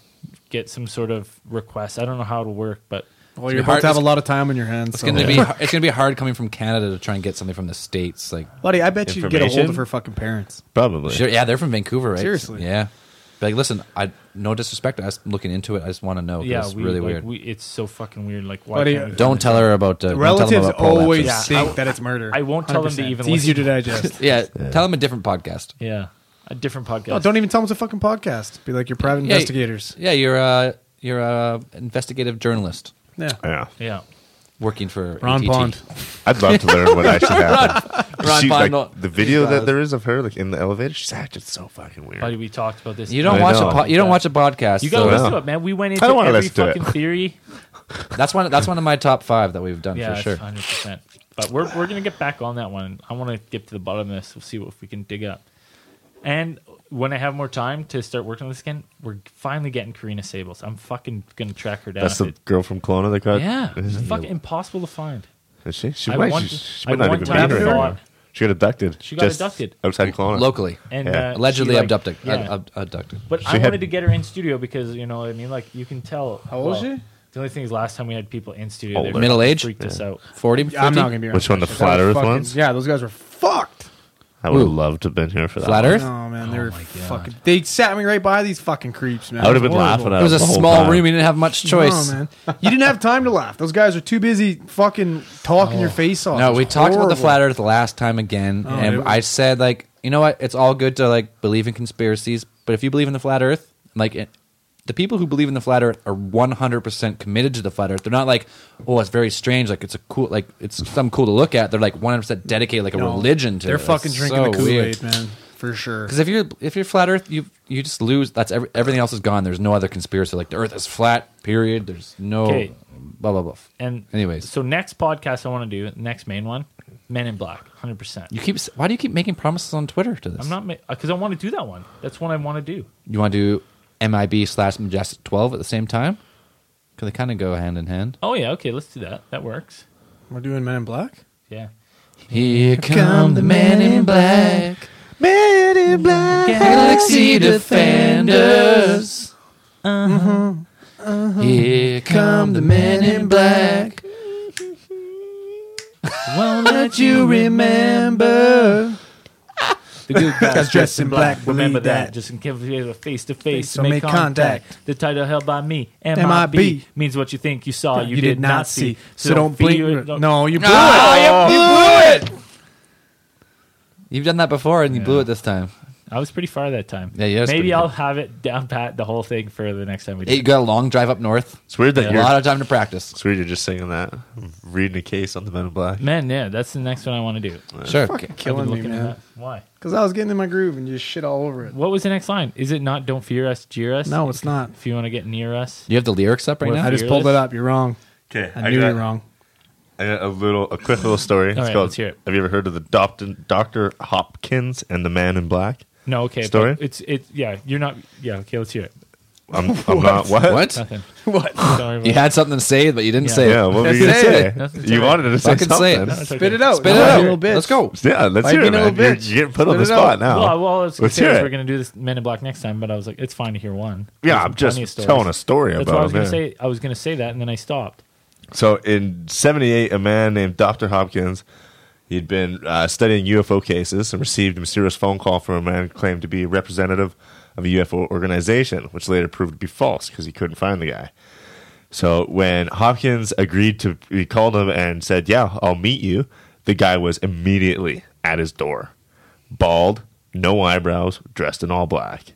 get some sort of request i don't know how it'll work but Well, you're Your heart about to have is- a lot of time on your hands. it's so- gonna be it's gonna be hard coming from Canada to try and get something from the states. Like, buddy. I bet you could get a hold Information? of her fucking parents. Probably. sure, yeah, they're from Vancouver, right? Seriously. yeah. Be like, listen, I no disrespect. I'm looking into it. I just want to know. 'cause yeah it's we, really like, weird. we, it's so fucking weird like why Buddy, can't we- don't tell her about uh, don't tell them Relatives about prolapses. always Yeah, think I- that it's murder. I won't tell them to 100%. even It's easier to listen. digest. Yeah, tell them a different podcast. yeah a different podcast no, don't even tell them it's a fucking podcast. Be like your private Yeah, investigators. Yeah, you're a you're a investigative journalist Yeah. Yeah. yeah working for Ron ATT. Pond. I'd love to learn what actually happened. Ron She, Pond. like, no- the video uh, that there is of her like in the elevator, she's acting so fucking weird. buddy we talked about this You don't I watch know. a po- you don't watch a podcast. you gotta so- Yeah. listen to it man we went into don't wanna every listen to it. fucking theory that's one that's one of my top five that we've done yeah for sure. 100% but we're, we're gonna get back on that one i want to get to the bottom of this we'll see what if we can dig up and when i have more time to start working on this again we're finally getting karina sables i'm fucking gonna track her down That's the girl from Kelowna that got. yeah it's Is fucking impossible to find she? She, I might, want- she, she I might not want even be to have here thought- anymore. She got abducted. She got just abducted. outside Kelowna. Locally, and Yeah. uh, allegedly she, like- abducted. yeah. ab- ab- abducted. but i had- wanted to get her in studio because you know what i mean like you can tell How old is she? the only thing is last time we had people in studio they Older. Middle age? freaked us out Forty. I'm 50? not gonna be. around Which one, for that the shit. flat That was earth fucking- ones? Yeah, those guys were fucked. I would have Ooh. loved to have been here for that. Flat one. Earth. Oh man, they were my God. fucking. They sat me right by these fucking creeps, man. I would have It was been horrible. laughing at It was the a whole small time. room. You didn't have much choice. No, man. You didn't have time to laugh. Those guys are too busy fucking talking your face off. No, It we was talked about the Oh, horrible. Oh, flat Earth last time again, and it was- I said like, you know what? It's all good to like believe in conspiracies, but if you believe in the flat Earth, like it, the people who believe in the flat Earth are one hundred percent committed to the flat Earth. They're not like, oh, it's very strange. Like it's a cool, like it's something cool to look at. They're like one hundred percent dedicated, like a No, religion to. They're it. fucking It's drinking the so Kool weird. Aid, man, for sure. Because if you're if you're flat Earth, you you just lose. That's every, everything else is gone. There's no other conspiracy. Like the Earth is flat. Period. There's no Okay. blah blah blah. and Anyways. so next podcast i want to do next main one men in black 100% You keep. s- Why do you keep making promises on Twitter to this? I'm not because I want to do that one. That's one I want to do. You want to do MIB slash Majestic Twelve at the same time? Because they kind of go hand in hand. Oh yeah, okay, let's do that. That works. We're doing Men in Black. Yeah. Here come the men in black, Man in black. Galaxy Defenders. Uh-huh. Here come the men in black. Won't let You remember? the good Guys dressed in black. Remember believe that. that. Just in case we have a face to face, So make make contact. contact. The title held by me, MIB, MIB. means what you think you saw, you, You did not see, so don't feel blink. don't- No, you blew Oh, it. you blew it! You've done that before, and you blew it this time. I was pretty far that time. Yeah, yeah, that's Maybe pretty I'll good. have it down pat the whole thing for the next time we do. Hey, You it. got a long drive up north. It's weird that A you're. lot of time to practice. it's weird you're just singing that, reading a case on the Men in Black. Man, yeah, that's the next one I want to do. I've Sure. Fucking been killing me, looking at man. that. Why? Because I was getting in my groove and just shit all over it. What was the next line? Is it not "Don't fear us, jeer us"? No, it's not. If you want to get near us, You have the lyrics up right Well, now. I just pulled it up. You're wrong. Okay, I knew you were wrong. I got a little, a quick little story. All it's right, called, let's hear it. Have you ever heard of the Doctor, Doctor Hopkins and the Man in Black? No, okay. Story? But it's it's yeah. You're not yeah. Okay, let's hear it. I'm, I'm not what? What? Nothing. what? Sorry about You had something to say, but you didn't Yeah. say Yeah, it. what were you That's gonna say? it. Nothing to You say. wanted to say Fucking say it. something. No, it's okay. Spit it out. Spit it you out. Little bitch. Let's go. Yeah, let's Might hear be it, a man. little You're, bitch. you're getting put on Spit the it spot out. now. Well, well, it's Let's we hear it. are gonna do this Men in Black next time, but I was like, it's fine to hear one. yeah, There's I'm plenty of just stories. telling a story That's about what I was it, gonna man. say. I was gonna say that, and then I stopped. So in '78, a man named Dr. Hopkins, he'd been uh, studying UFO cases and received a mysterious phone call from a man who claimed to be a representative of a UFO organization, which later proved to be false because he couldn't find the guy. So when Hopkins agreed to, he called him and said, "Yeah, I'll meet you." The guy was immediately at his door, bald, no eyebrows, dressed in all black.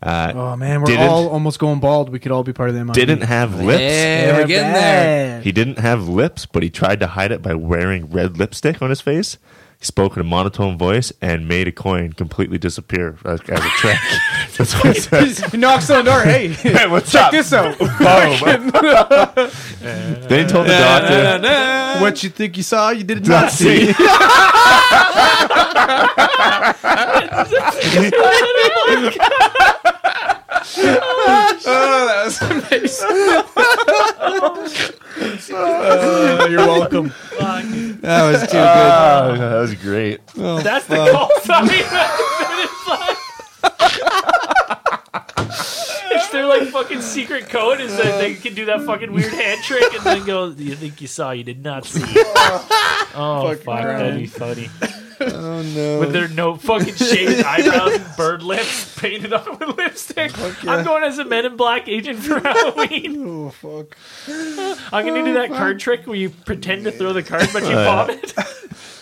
Oh man, we're Didn't- all almost going bald. We could all be part of them. Didn't have lips. Yeah, we're getting there. He didn't have lips, but he tried to hide it by wearing red lipstick on his face. He spoke in a monotone voice and made a coin completely disappear as, as a trick. That's what it says. he knocks on the door. Hey, Hey, what's up? this out. Boom. then he told the doctor, what you think you saw? You did not see. Uh, you're welcome. That was too Oh, that was great. That's the call sign. It's their like fucking secret code is that they can do that fucking weird hand trick and then go. You think you saw? You did not see. oh fuck, that'd be funny. Oh no. With their no fucking shaved eyebrows and bird lips painted on with lipstick. I'm going as a Men in Black agent for Halloween. Oh fuck! I'm gonna do that card trick where you pretend to throw the card but you pop it.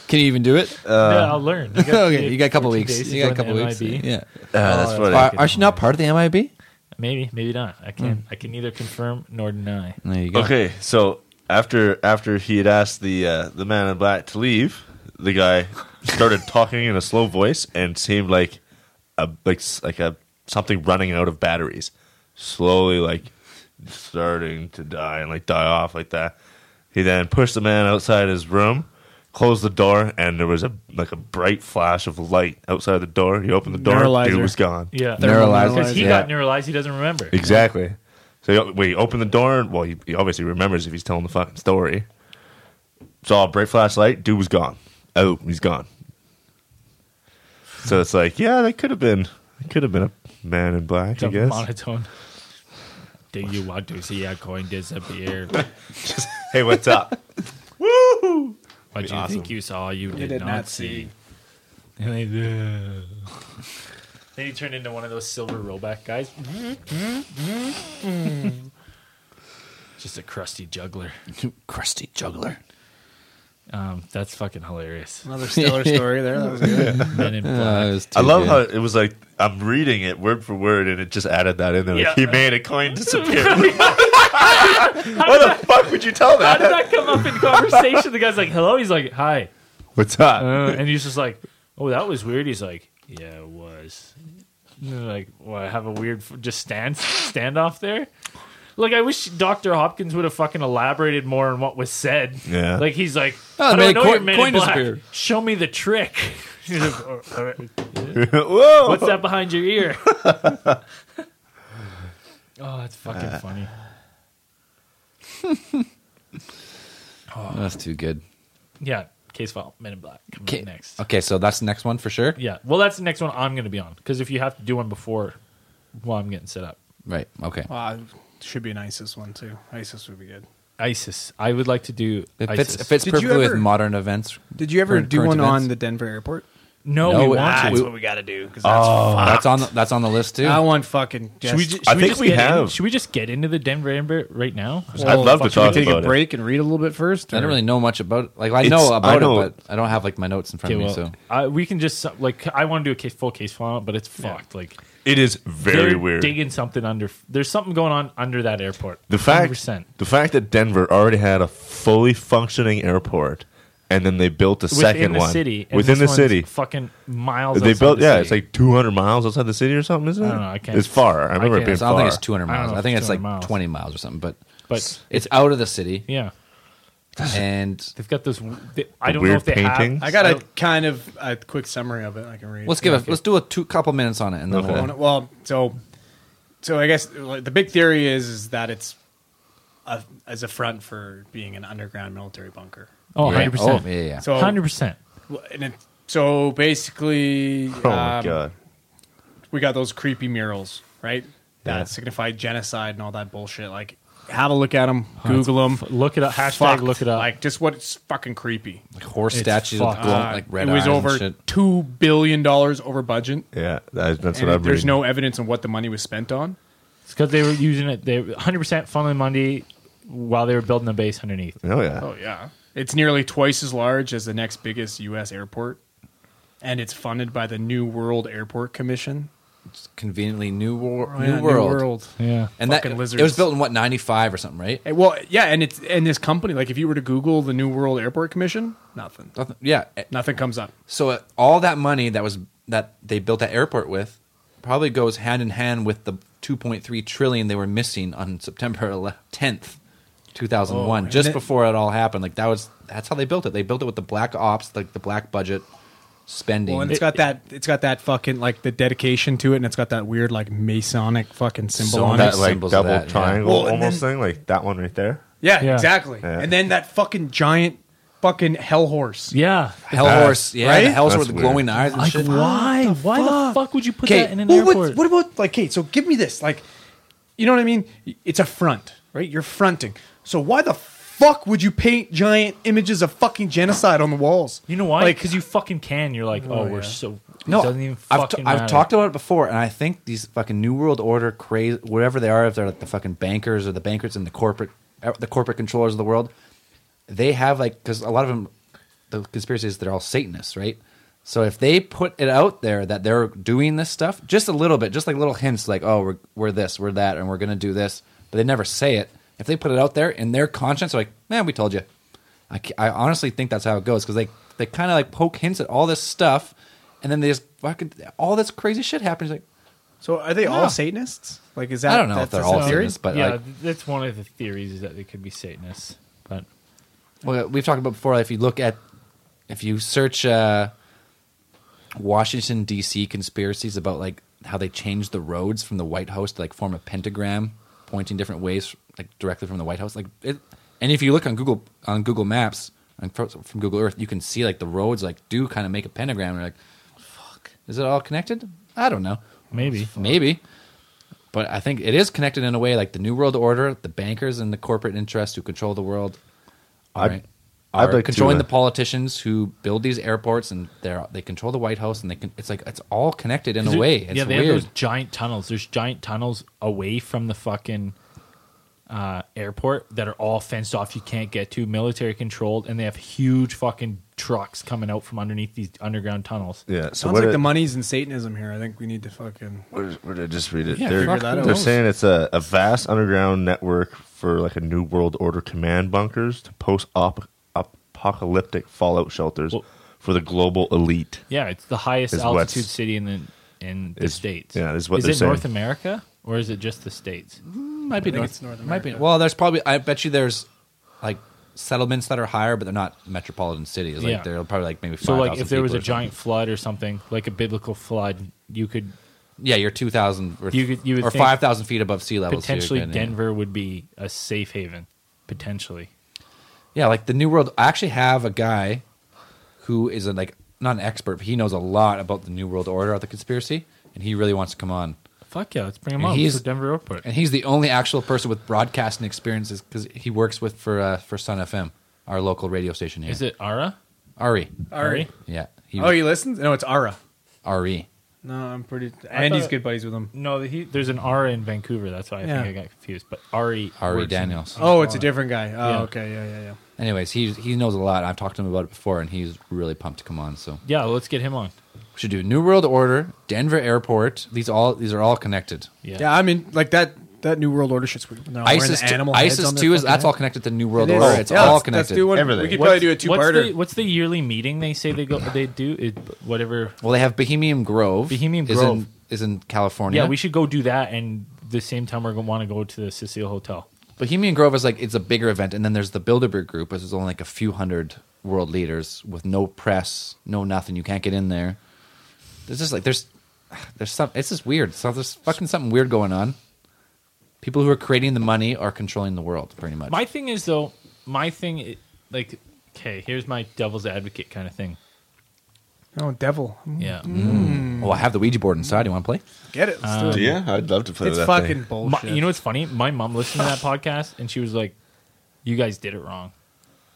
Can you even do it? yeah, I'll learn. You gotta Uh, okay, do it you got a couple 14 weeks. days You got a to join couple the weeks. MIB. Yeah. Oh, that's funny. Are, are she not part of the MIB? Maybe, maybe not. I can Hmm. I can neither confirm nor deny. There you go. Okay, so after after he had asked the uh, the man in black to leave, the guy started talking in a slow voice and seemed like a like s- like a something running out of batteries, slowly like starting to die and like die off like that. He then pushed the man outside his room, closed the door, and there was a like a bright flash of light outside the door. He opened the door, dude Neuralizer. was gone. Yeah, Neuralizer, because he yeah. got neuralized. He doesn't remember. Exactly. So he, when he opened the door, well, he, he obviously remembers if he's telling the fucking story. Saw a bright flashlight. Dude was gone. Oh, he's gone. So it's like, yeah, that could have been, it could have been a man in black, It's I a guess. monotone. Do you want to see a coin disappear? hey, what's up? What you think you saw, you did, did not, not see. And they- then he turned into one of those silver rollback guys. Just a crusty juggler. Crusty juggler. Um, that's fucking hilarious. Another stellar story there. That was good. Men in Black. Uh, it was I too love good. how it was like I'm reading it word for word, and it just added that in there. Like, Yeah. He made a coin disappear. Why the fuck would you tell How did that that? come up in conversation? The guy's like, "Hello." He's like, "Hi," What's up? Uh, and he's just like, "Oh, that was weird." He's like, "Yeah, it was." And they're like, well, I have a weird f- just stand standoff there. Like, I wish Doctor Hopkins would have fucking elaborated more on what was said. Yeah. Like he's like, Oh, "I they made don't know coin- you're men in coin black. disappear." Show me the trick." He's like, "Oh, all right. Whoa! What's that behind your ear? oh, that's fucking Uh. funny. That's too good. Yeah, case file, Men in Black. Coming Okay. up next. Okay, so that's the next one for sure. Yeah. Well, that's the next one I'm going to be on because if you have to do one before, well, I'm getting set up. Right. Okay. Uh, should be an ISIS one too. ISIS would be good. ISIS. I would like to do It fits, ISIS. it fits Did you perfectly with ever- modern events. Did you ever Current- do current one events. on the Denver airport? no, No, we it- want ah, to. it's- What we got to do? Because That's on. The, that's on the list too. I want fucking. Just, Should we, ju- should I we think just we get in- have- should we just get into the Denver Amber right now? I'd love to should we talk take about a it. break and read a little bit first? I or- don't really know much about. Like I It's- know I about know- it, but I don't have like my notes in front Okay, of me. well, So uh, we can just like I want to do a case full case file, but it's fucked. Like It is very they're weird. Digging something under. There's something going on under that airport. The fact, 100%. the fact that Denver already had a fully functioning airport, and then they built a within second the one city. and within this the one's city. fucking miles. They outside built, the yeah, city. it's like 200 miles outside the city or something, isn't it? I don't know, I can't- It's far. I remember it can't- being So I don't far. think it's 200 I don't miles. know I, if think it's it's like 200 miles. 20 miles or something. But but it's out of the city, yeah, and they've got this. They, I don't know weird if they painting. have. I got I a don't- kind of a quick summary of it. I can read. let's give a let's do a two couple minutes on it, and then Okay. we'll, Well, so so I guess like, the big theory is is that it's a, as a front for being an underground military bunker. Oh, yeah. 100%. Oh, yeah, yeah. So 100%. and it, so basically, Oh my um, god. we got those creepy murals, right? That Yeah. signify genocide and all that bullshit. Like, have a look at them, Google them, Look it up. Hashtag look it up. Like, just what's fucking creepy. Like horse It's statues with fucked. glowing, Uh, like red it was eyes over and shit. two billion dollars over budget, Yeah, that, that's and what I'm there's reading. no evidence on what the money was spent on. It's because they were using it. They 100% funneling Monday while they were building the base underneath. Oh yeah. Oh yeah, it's nearly twice as large as the next biggest U.S. airport, and it's funded by the New World Airport Commission. Conveniently, new, wor- Oh, new, yeah, world. Yeah. And that Fucking it was lizards. built in what ninety five or something, right? Eh, Well, yeah, and it's and this company. Like, if you were to Google the New World Airport Commission, nothing, Nothing- Yeah. nothing comes up. So uh, all that money that was that they built that airport with probably goes hand in hand with the two point three trillion they were missing on September tenth, two thousand one, Oh, just and it- before it all happened. Like that was that's how they built it. They built it with the black ops, like the black budget spending. Well, and it's got that. It's got that fucking like the dedication to it, and it's got that weird like Masonic fucking symbol So on that, it. like, like symbols double of that, yeah. triangle Well, and almost then- thing, like that one right there. yeah, Yeah. exactly. Yeah. And then that fucking giant fucking hell horse. Yeah. hell that, horse, yeah, the right? hell's That's with the weird. glowing eyes and shit. Why? Why the fuck would you put Okay, that in an well, airport? what, what about like Kate? So give me this, like, you know what I mean? It's a front, right? You're fronting. So why the fuck would you paint giant images of fucking genocide on the walls? you know why? Like, Because you fucking can. You're like, oh, we're so. No, it doesn't even I've, fucking t- I've matter. talked about it before, and I think these fucking New World Order crazy, whatever they are, if they're like the fucking bankers or the bankers and the corporate, uh, the corporate controllers of the world, they have like because a lot of them, the conspiracy is they're all Satanists, right? So if they put it out there that they're doing this stuff, just a little bit, just like little hints, like oh we're we're this, we're that, and we're gonna do this, but they never say it. If they put it out there in their conscience, like man, we told you. I, ca- I honestly think that's how it goes because they they kind of like poke hints at all this stuff, and then they just fucking all this crazy shit happens. Like so are they No. all Satanists? Like, is that? I don't know if that's they're a all theory? Satanists, but yeah, like that's one of the theories is that they could be Satanists. But well, we've talked about before. If you look at if you search uh, Washington D.C. conspiracies about like how they changed the roads from the White House to like form a pentagram pointing different ways, like directly from the White House. Like, it, and if you look on Google on Google Maps and fro- from Google Earth, you can see like the roads like do kind of make a pentagram. And you're like, fuck, is it all connected? I don't know. maybe. Maybe. But I think it is connected in a way like the New World Order, the bankers and the corporate interests who control the world. I'd- right, I'd are like to, controlling uh, the politicians who build these airports and they they control the White House and they can, it's like it's all connected in a Is it- way. It's yeah, they weird. have those giant tunnels. There's giant tunnels away from the fucking uh, airport that are all fenced off. You can't get to, military controlled, and they have huge fucking trucks coming out from underneath these underground tunnels. Yeah. So Sounds what like it- the money's in Satanism here. I think we need to fucking. What is- what did I just read it? Yeah, they're figure that out. they're Who saying it's a, a vast underground network for like a New World Order command bunkers to post op- apocalyptic fallout shelters Well- for the global elite. Yeah, it's the highest Is what's- altitude city in the in the Is- states. yeah, is what is they're it saying. North America or is it just the states? might be think North, it's North might be America. well. There's probably I bet you there's like settlements that are higher, but they're not metropolitan cities. Like Yeah. they're probably like maybe So, 5,000 like, if there was a people or giant flood or something, like a biblical flood, you could something. yeah, you're two thousand or, You could- you would or think five thousand feet above sea level. so you're potentially gonna- Denver would be a safe haven. Potentially, Yeah, like the New World. I actually have a guy who is a, like not an expert, but he knows a lot about the New World Order of the conspiracy, and he really wants to come on. fuck yeah, let's bring him And on. he's- He's Denver Airport. And he's the only actual person with broadcasting experiences because he works with for uh, for Sun FM, our local radio station here. Is it Ara? Ari? Ari. Yeah, he, E. Oh, he listens. No, it's Ara. Ari. No, I'm pretty. Andy's thought- good buddies with him. No, he, there's an Ara in Vancouver. That's why I Yeah. think I got confused. But Ari, Ari works in- E Daniels. Oh, it's a different guy. Oh, Yeah. okay, yeah, yeah, yeah. Anyways, he he knows a lot. I've talked to him about it before, and he's really pumped to come on. So Yeah, let's get him on. we should do New World Order, Denver Airport. These all these are all connected. Yeah, Yeah, I mean, like that. That New World Order shit's weird. They're all wearing ISIS, the t- animal heads ISIS on their too is fucking that's all head. connected to New World It is. Order. It's Yeah, all let's- connected. Let's do one. Everything. We could probably do a What's- two What's the, parter. what's the yearly meeting they say they go? They do it, whatever. Well, they have Bohemian Grove. Bohemian is Grove. in, is in California. Yeah, we should go do that, and the same time we're gonna want to go to the Cecil Hotel. Bohemian Grove is like it's a bigger event, and then there's the Bilderberg Group, which is only like a few hundred world leaders with no press, no nothing. You can't get in there. There's just like there's there's some. It's just weird. So there's fucking something weird going on. People who are creating the money are controlling the world, pretty much. My thing is though, my thing, i- like, okay, here's my devil's advocate kind of thing. Oh, devil. Yeah, oh, I have the Ouija board inside. You want to play? Get it. Um, Let's do it. Yeah, I'd love to play It's that fucking thing. bullshit. My- you know what's funny? My mom listened to that podcast and she was like, "You guys did it wrong,"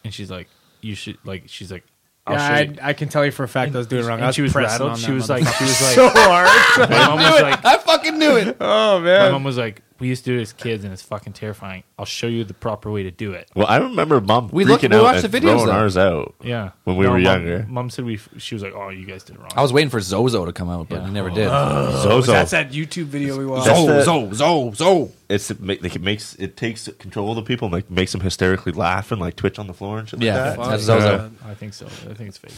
and she's like, "You should like," she's like, I'll yeah, show you." I, I can tell you for a fact I was doing it wrong. And I was she was pressing rattled. on She that was like, she was motherfucker like, so hard. my mom was like, I fucking knew it. oh my man, mom was like, we used to do it as kids and it's fucking terrifying. I'll show you the proper way to do it. Well, I remember mom We freaking looked- we out watched and the videos, throwing though. ours out. Yeah, When we were Mom- younger. mom, said we. She was like, "Oh, you guys did it wrong." I was waiting for Zozo to come out, but Yeah. he never did. Zozo. that's that YouTube video we watched. That's the- Zo, Zo, Zo. it's it, ma- like it makes it takes control of the people, and, like makes them hysterically laugh and like twitch on the floor and shit. Yeah, like that. that's Zozo. I think so. I think it's fake.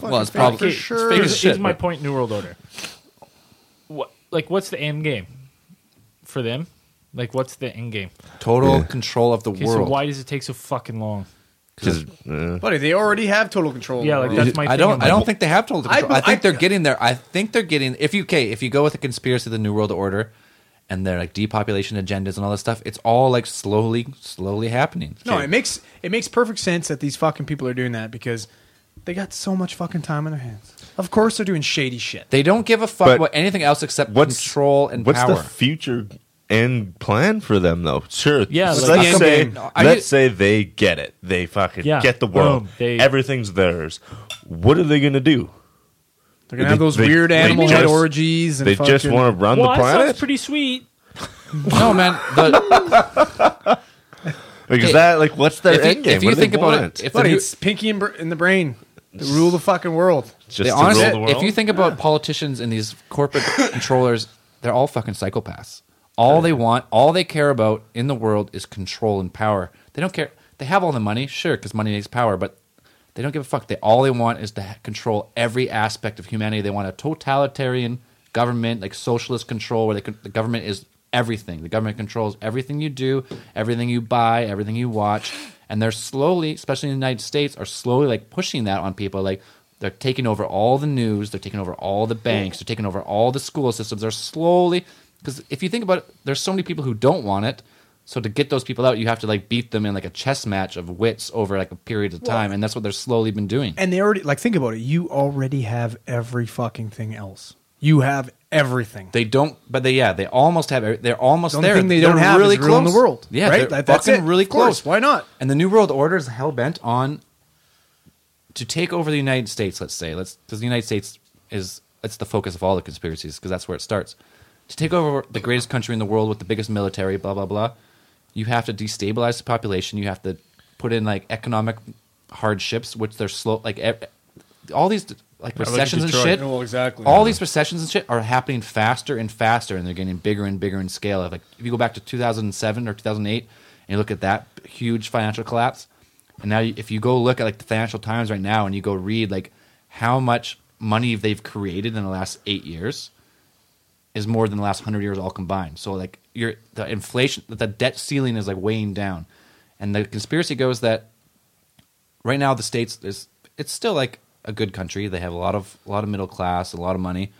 But Well, it's probably Okay, it's fake here's, as shit. here's my but- point. New World Order. What? Like, what's the end game for them? Like, what's the end game? Total Yeah. control of the Okay, world. so why does it take so fucking long? 'Cause, uh, Buddy, they already have total control. Yeah, like bro. that's my. I thing. don't. I'm I don't like, think they have total I control. I, bel- think I- they're getting there. I think they're getting. If you okay, if you go with the conspiracy of the New World Order and their like depopulation agendas and all this stuff, it's all like slowly, slowly happening. no, it makes it makes perfect sense that these fucking people are doing that because they got so much fucking time on their hands. Of course, they're doing shady shit. They don't give a fuck But about anything else except what's- control and what's power. the future end plan for them though? Sure. Yeah, let's like- That's the say end game. I let's get- say they get it. They fucking Yeah, get the world. boom, they- Everything's theirs. What are they gonna do? They're gonna have They- those they- weird they animal just- head orgies and They just fucking- want to run well, the that sounds planet pretty sweet. no, man. The, because Okay. that like what's their If you- end game? if you What do think they about it, want? if- Buddy, the new- it's pinky in, br- in the brain. They rule the fucking world. just they to honestly, rule the world? if you think about politicians and these corporate controllers, they're all fucking psychopaths. All they want, all they care about in the world is control and power. They don't care. They have all the money, sure, because money makes power, but they don't give a fuck. They all they want is to ha- control every aspect of humanity. They want a totalitarian government, like socialist control, where they con- the government is everything. The government controls everything you do, everything you buy, everything you watch, and they're slowly, especially in the United States, are slowly like pushing that on people, like. They're taking over all the news. They're taking over all the banks. They're taking over all the school systems. They're slowly because if you think about it, there's so many people who don't want it. So to get those people out, you have to like beat them in like a chess match of wits over like a period of time, and that's what they're slowly been doing. And they already like think about it. You already have every fucking thing else. You have everything. They don't, but they yeah, they almost have. every- They're almost The only there. thing they They're don't have really is ruling the close. world, Yeah, right? they're That- that's fucking it. really Of course. close. Why not? And the New World Order is hell bent on to take over the United States. Let's say, let's because the United States is it's the focus of all the conspiracies because that's where it starts. To take over the greatest country in the world with the biggest military, blah blah blah, you have to destabilize the population. You have to put in like economic hardships, which they're slow like ev- all these like look at recessions and Detroit. shit. Well, Oh, exactly. All these recessions and shit are happening faster and faster, and they're getting bigger and bigger in scale. Like if you go back to 2007 or 2008, and you look at that huge financial collapse, and now you- if you go look at like the Financial Times right now, and you go read like how much money they've created in the last eight years, is more than the last hundred years all combined. So like your the inflation, the debt ceiling is like weighing down, and the conspiracy goes that right now the states is it's still like a good country. They have a lot of a lot of middle class, a lot of money.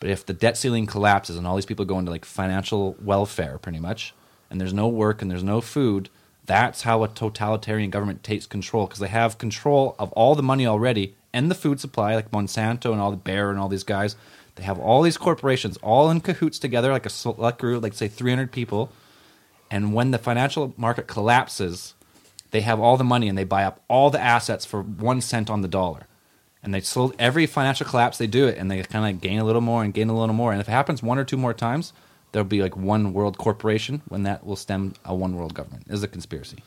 But if the debt ceiling collapses and all these people go into like financial welfare pretty much and there's no work and there's no food, that's how a totalitarian government takes control because they have control of all the money already and the food supply like Monsanto and all the Bayer and all these guys. They have all these corporations all in cahoots together like a select group, like say 300 people. And when the financial market collapses, they have all the money and they buy up all the assets for one cent on the dollar. And they slow every financial collapse they do it and they kind of gain a little more and gain a little more. And if it happens one or two more times, there'll be like one world corporation when that will stem a one world government. This is a conspiracy.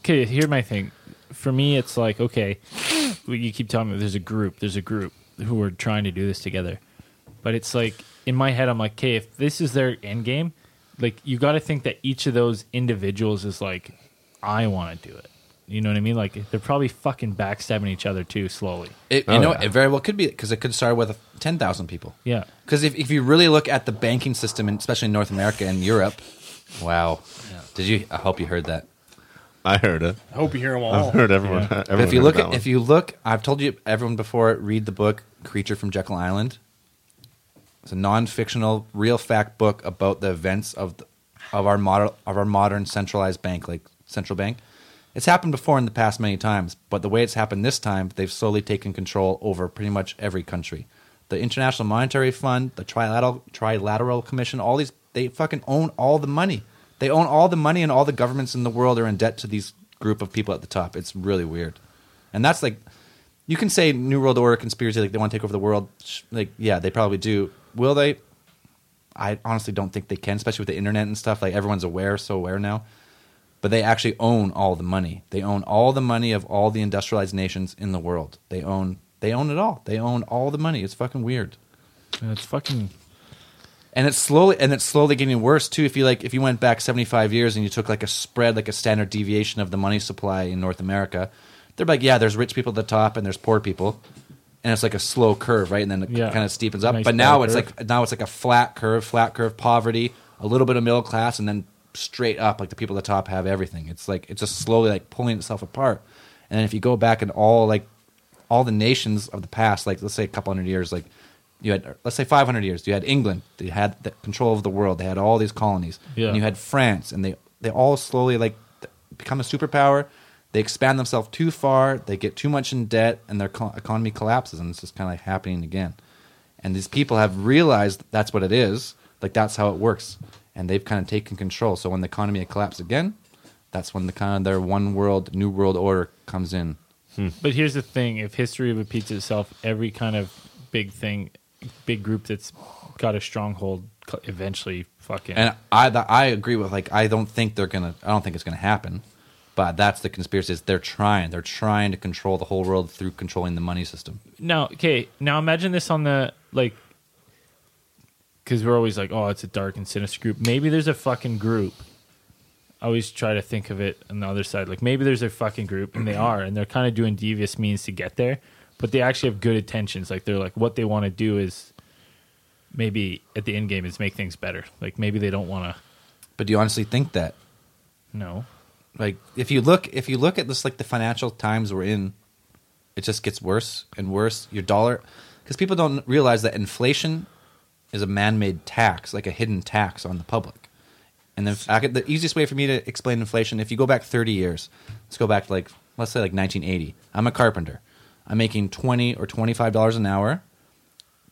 okay, here's my thing. For me, it's like, okay, well, you keep telling me there's a group, there's a group who are trying to do this together. But it's like, in my head, I'm like, okay, if this is their end game, like, you got to think that each of those individuals is like, I want to do it. You know what I mean? Like, they're probably fucking backstabbing each other too slowly. It, you Oh, know, yeah. it very well could be because it could start with 10,000 people. Yeah. Because if, if you really look at the banking system, and especially in North America and Europe, wow. Did you? I hope you heard that. I heard it. I hope you hear them I've all. heard everyone. Yeah. everyone Oh. if you heard look that at one. if you look, I've told you everyone before. Read the book "Creature from Jekyll Island." It's a non-fictional, real fact book about the events of the, of our modern of our modern centralized bank, like central bank. It's happened before in the past many times, but the way it's happened this time, they've slowly taken control over pretty much every country. The International Monetary Fund, the Trilateral Trilateral Commission, all these they fucking own all the money. They own all the money, and all the governments in the world are in debt to these group of people at the top. It's really weird, and that's like you can say New World Order conspiracy, like they want to take over the world. Sh- Like, yeah, they probably do. Will they? I honestly don't think they can, especially with the internet and stuff. Like everyone's aware, so aware now. But they actually own all the money. They own all the money of all the industrialized nations in the world. They own they own it all. They own all the money. It's fucking weird. And it's fucking. And it's slowly and it's slowly getting worse too. If you like if you went back 75 years and you took like a spread like a standard deviation of the money supply in North America, they're like yeah, there's rich people at the top and there's poor people. And it's like a slow curve, right? And then it Yeah. kind of steepens up. Nice but now flat it's curve. like now it's like a flat curve, flat curve poverty, a little bit of middle class and then straight up like the people at the top have everything. It's like it's just slowly like pulling itself apart. And if you go back and all like all the nations of the past, like let's say a couple hundred years, like you had let's say 500 years you had england they had the control of the world they had all these colonies Yeah. and you had france and they they all slowly like th- become a superpower they expand themselves too far they get too much in debt and their co- economy collapses and it's just kind of like happening again and these people have realized that's what it is like that's how it works and they've kind of taken control so when the economy collapses again that's when the kind of their one world new world order comes in But here's the thing: if history repeats itself, every kind of big thing, big group that's got a stronghold, cl- eventually fucking. And I th I agree with like I don't think they're gonna I don't think it's gonna happen. But that's the conspiracy is they're trying they're trying to control the whole world through controlling the money system. now, okay, now imagine this on the like, because we're always like, oh, it's a dark and sinister group. Maybe there's a fucking group. I always try to think of it on the other side. Like maybe there's a fucking group, and they are, and they're kind of doing devious means to get there, but they actually have good intentions. Like they're like, what they want to do is maybe at the end game is make things better. Like maybe they don't want to. But do you honestly think that? No. Like if you look if you look at this like the financial times we're in, it just gets worse and worse. Your dollar because people don't realize that inflation is a man-made tax, like a hidden tax on the public. And then I could, the easiest way for me to explain inflation, if you go back 30 years, let's go back to like let's say like 1980. I'm a carpenter. I'm making 20 or 25 dollars an hour,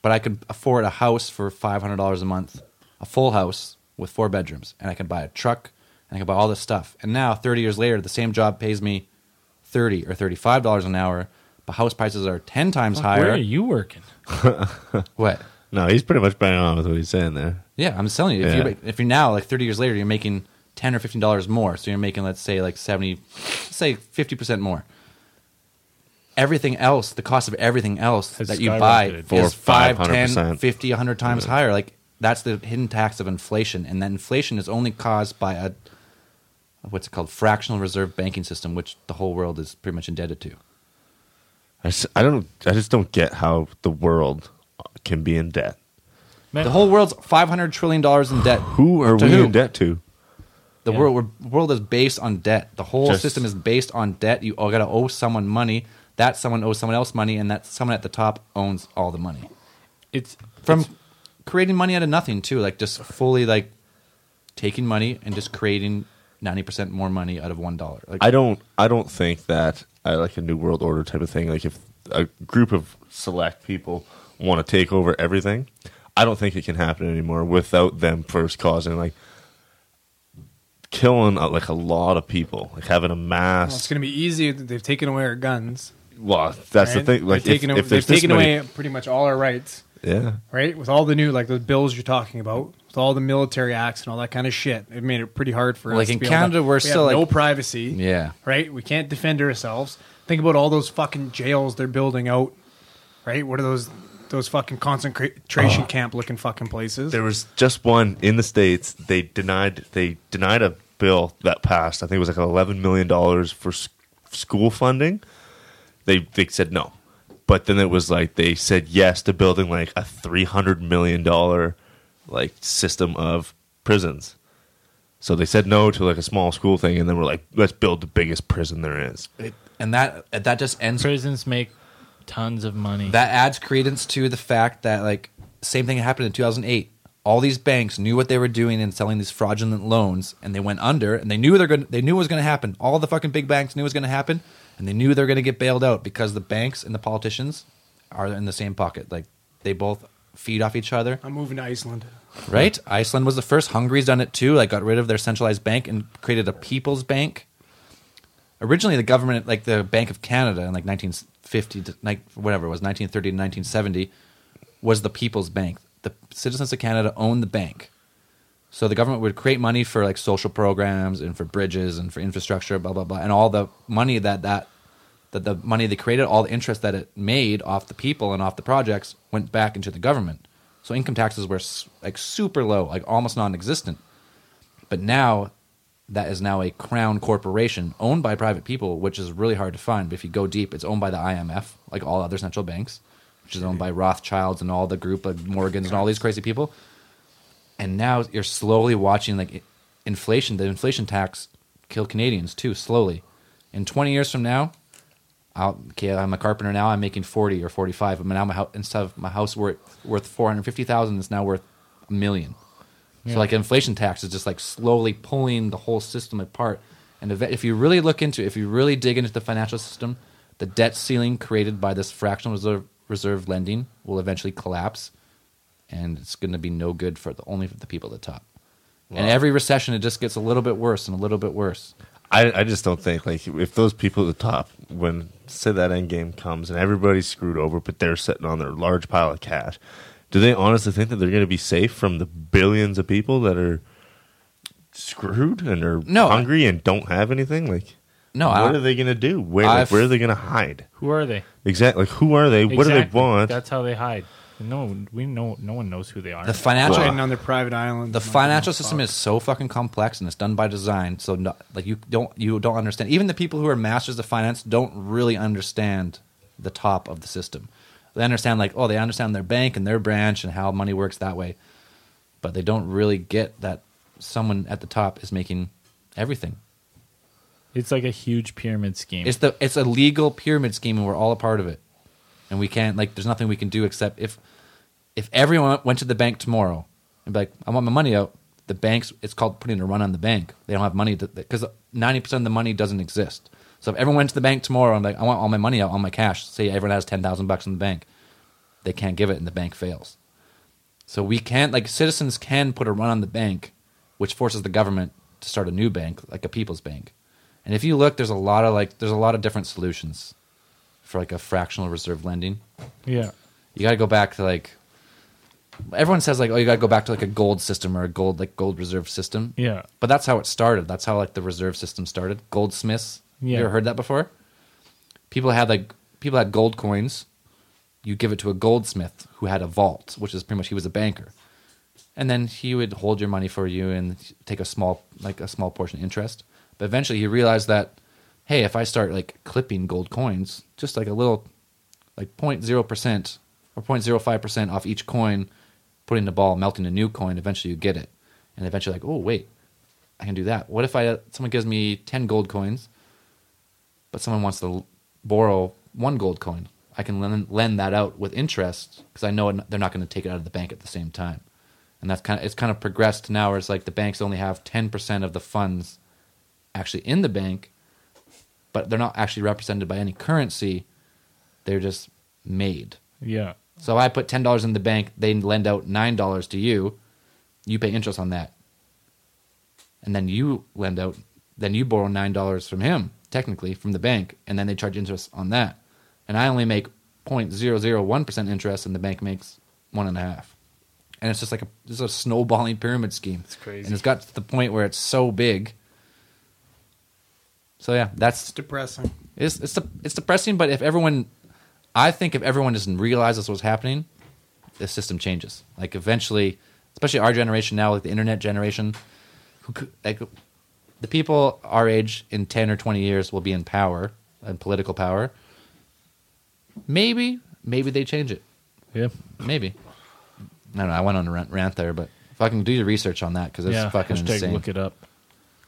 but I could afford a house for 500 dollars a month, a full house with four bedrooms, and I can buy a truck and I can buy all this stuff. And now 30 years later, the same job pays me 30 or 35 dollars an hour, but house prices are 10 times Where are higher. you working? What? No, he's pretty much banging on with what he's saying there. Yeah, I'm selling you. If, Yeah. you're, if you're now like 30 years later, you're making 10 or 15 dollars more. So you're making let's say like 70, let's say 50 percent more. Everything else, the cost of everything else Has that you buy skyrocketed. Four, is 5, 10, 500%. 50, 100 times higher. Like that's the hidden tax of inflation, and that inflation is only caused by a what's it called fractional reserve banking system, which the whole world is pretty much indebted to. I, s- I don't. I just don't get how the world can be in debt. Man, The whole world's 500 trillion dollars in debt. Who are To we who? in debt to? The Yeah. world we're- world is based on debt. The whole Just- system is based on debt. You all got to owe someone money. That someone owes someone else money, and that someone at the top owns all the money it's from it's- creating money out of nothing too. Like just fully like taking money and just creating ninety percent more money out of one dollar. Like I don't. I don't think that I like a new world order type of thing. Like if a group of select people want to take over everything, I don't think it can happen anymore without them first causing like killing uh, like a lot of people, like having a mass. Well, it's going to be easy. They've taken away our guns. well, that's right? the thing. Like they've if, taken, if they've there's this taken many- away pretty much all our rights, yeah. right? With all the new, like those bills you're talking about, with all the military acts and all that kind of shit, it made it pretty hard for Like us. to in be able to- Canada, we're we have still, no like- privacy. Yeah. right. We can't defend ourselves. Think about all those fucking jails they're building out. Right? What are those? Those fucking concentration Uh-huh. camp looking fucking places. There was just one in the states. They denied. They denied a bill that passed. I think it was like eleven million dollars for s- school funding. They they said no, but then it was like they said yes to building like a three hundred million dollar like system of prisons. So they said no to like a small school thing, and then we're like, let's build the biggest prison there is. It- and that that just ends prisons make tons of money. that adds credence to the fact that like same thing happened in 2008 all these banks knew what they were doing and selling these fraudulent loans, and they went under, and they knew they're going. They knew what was going to happen. All the fucking big banks knew what was going to happen, and they knew they're going to get bailed out because the banks and the politicians are in the same pocket. Like they both feed off each other. I'm moving to Iceland. Right? Iceland was the first. Hungary's done it too. Like got rid of their centralized bank and created a people's bank. Originally, the government, like the Bank of Canada, in like 1950, to, like whatever it was, 1930 to 1970, was the people's bank. The citizens of Canada owned the bank. So the government would create money for like social programs and for bridges and for infrastructure, blah blah blah, and all the money that that that the money they created, all the interest that it made off the people and off the projects, went back into the government. So income taxes were s- like super low, like almost non-existent. But now that is now a crown corporation owned by private people, which is really hard to find. But if you go deep, it's owned by the IMF, like all other central banks, which is owned by Rothschilds and all the group of Morgans and all these crazy people and now you're slowly watching like i- inflation the inflation tax kill canadians too slowly in 20 years from now I'll, okay i'm a carpenter now i'm making 40 or 45 but now my house instead of my house worth worth 450000 it's now worth a million so like inflation tax is just like slowly pulling the whole system apart and eve- if you really look into if you really dig into the financial system the debt ceiling created by this fractional reserve reserve lending will eventually collapse and it's going to be no good for the only for the people at the top. And every recession, it just gets a little bit worse and a little bit worse. I, I just don't think like if those people at the top when say that end game comes and everybody's screwed over but they're sitting on their large pile of cash do they honestly think that they're going to be safe from the billions of people that are screwed and are No, I- hungry and don't have anything like No, I what don't- are they going to do where I've- like, where are they going to hide Who are they? exactly like who are they what do they Exactly. want That's how they hide. No, we know. No one knows who they are. The financial Trading on their private island. "Oh, the financial system is so fucking complex and it's done by design. So no, like you don't you don't understand. Even the people who are masters of finance don't really understand the top of the system. They understand like oh they understand their bank and their branch and how money works that way, but they don't really get that someone at the top is making everything. it's like a huge pyramid scheme. It's the it's a legal pyramid scheme, and we're all a part of it. And we can't like there's nothing we can do except if if everyone went to the bank tomorrow and be like, I want my money out. The banks it's called putting a run on the bank. They don't have money because ninety percent of the money doesn't exist. So if everyone went to the bank tomorrow and like, I want all my money out, all my cash. Say everyone has ten thousand bucks in the bank, they can't give it, and the bank fails. So we can't like citizens can put a run on the bank, which forces the government to start a new bank, like a people's bank. And if you look, there's a lot of like there's a lot of different solutions for like a fractional reserve lending. yeah. You got to go back to like everyone says like oh you got to go back to like a gold system or a gold like gold reserve system. Yeah. But that's how it started. That's how like the reserve system started. Goldsmiths. Yeah. You ever heard that before? People had like people had gold coins. You give it to a goldsmith who had a vault, which is pretty much he was a banker. And then he would hold your money for you and take a small like a small portion interest. But eventually he realized that hey, if I start like clipping gold coins, just like a little like 0.0% or 0.05% off each coin, putting the ball, melting a new coin, eventually you get it. And eventually like, "Oh, wait. I can do that. What if I someone gives me ten gold coins, but someone wants to l- borrow one gold coin? I can lend, lend that out with interest because I know it- they're not going to take it out of the bank at the same time. And that's kind of it's kind of progressed to now where it's like the banks only have ten percent of the funds actually in the bank, but they're not actually represented by any currency. They're just made. Yeah. So I put ten dollars in the bank. They lend out nine dollars to you. You pay interest on that, and then you lend out. Then you borrow nine dollars from him, technically from the bank, and then they charge interest on that. And I only make 0.001 percent interest, and the bank makes one and a half. And it's just like a it's a snowballing pyramid scheme. It's crazy. and it's got to the point where it's so big. So yeah, that's It's depressing. it's it's, de- it's depressing, but if everyone, I think if everyone doesn't realize this was happening, the system changes. Like eventually, especially our generation now, like the internet generation, who cou- like the people our age in ten or twenty years will be in power and political power. Maybe, maybe they change it. Yeah. Maybe. I don't know. I went on a rant, rant there, but fucking do your research on that because it's yeah. fucking Hashtag insane. look it up.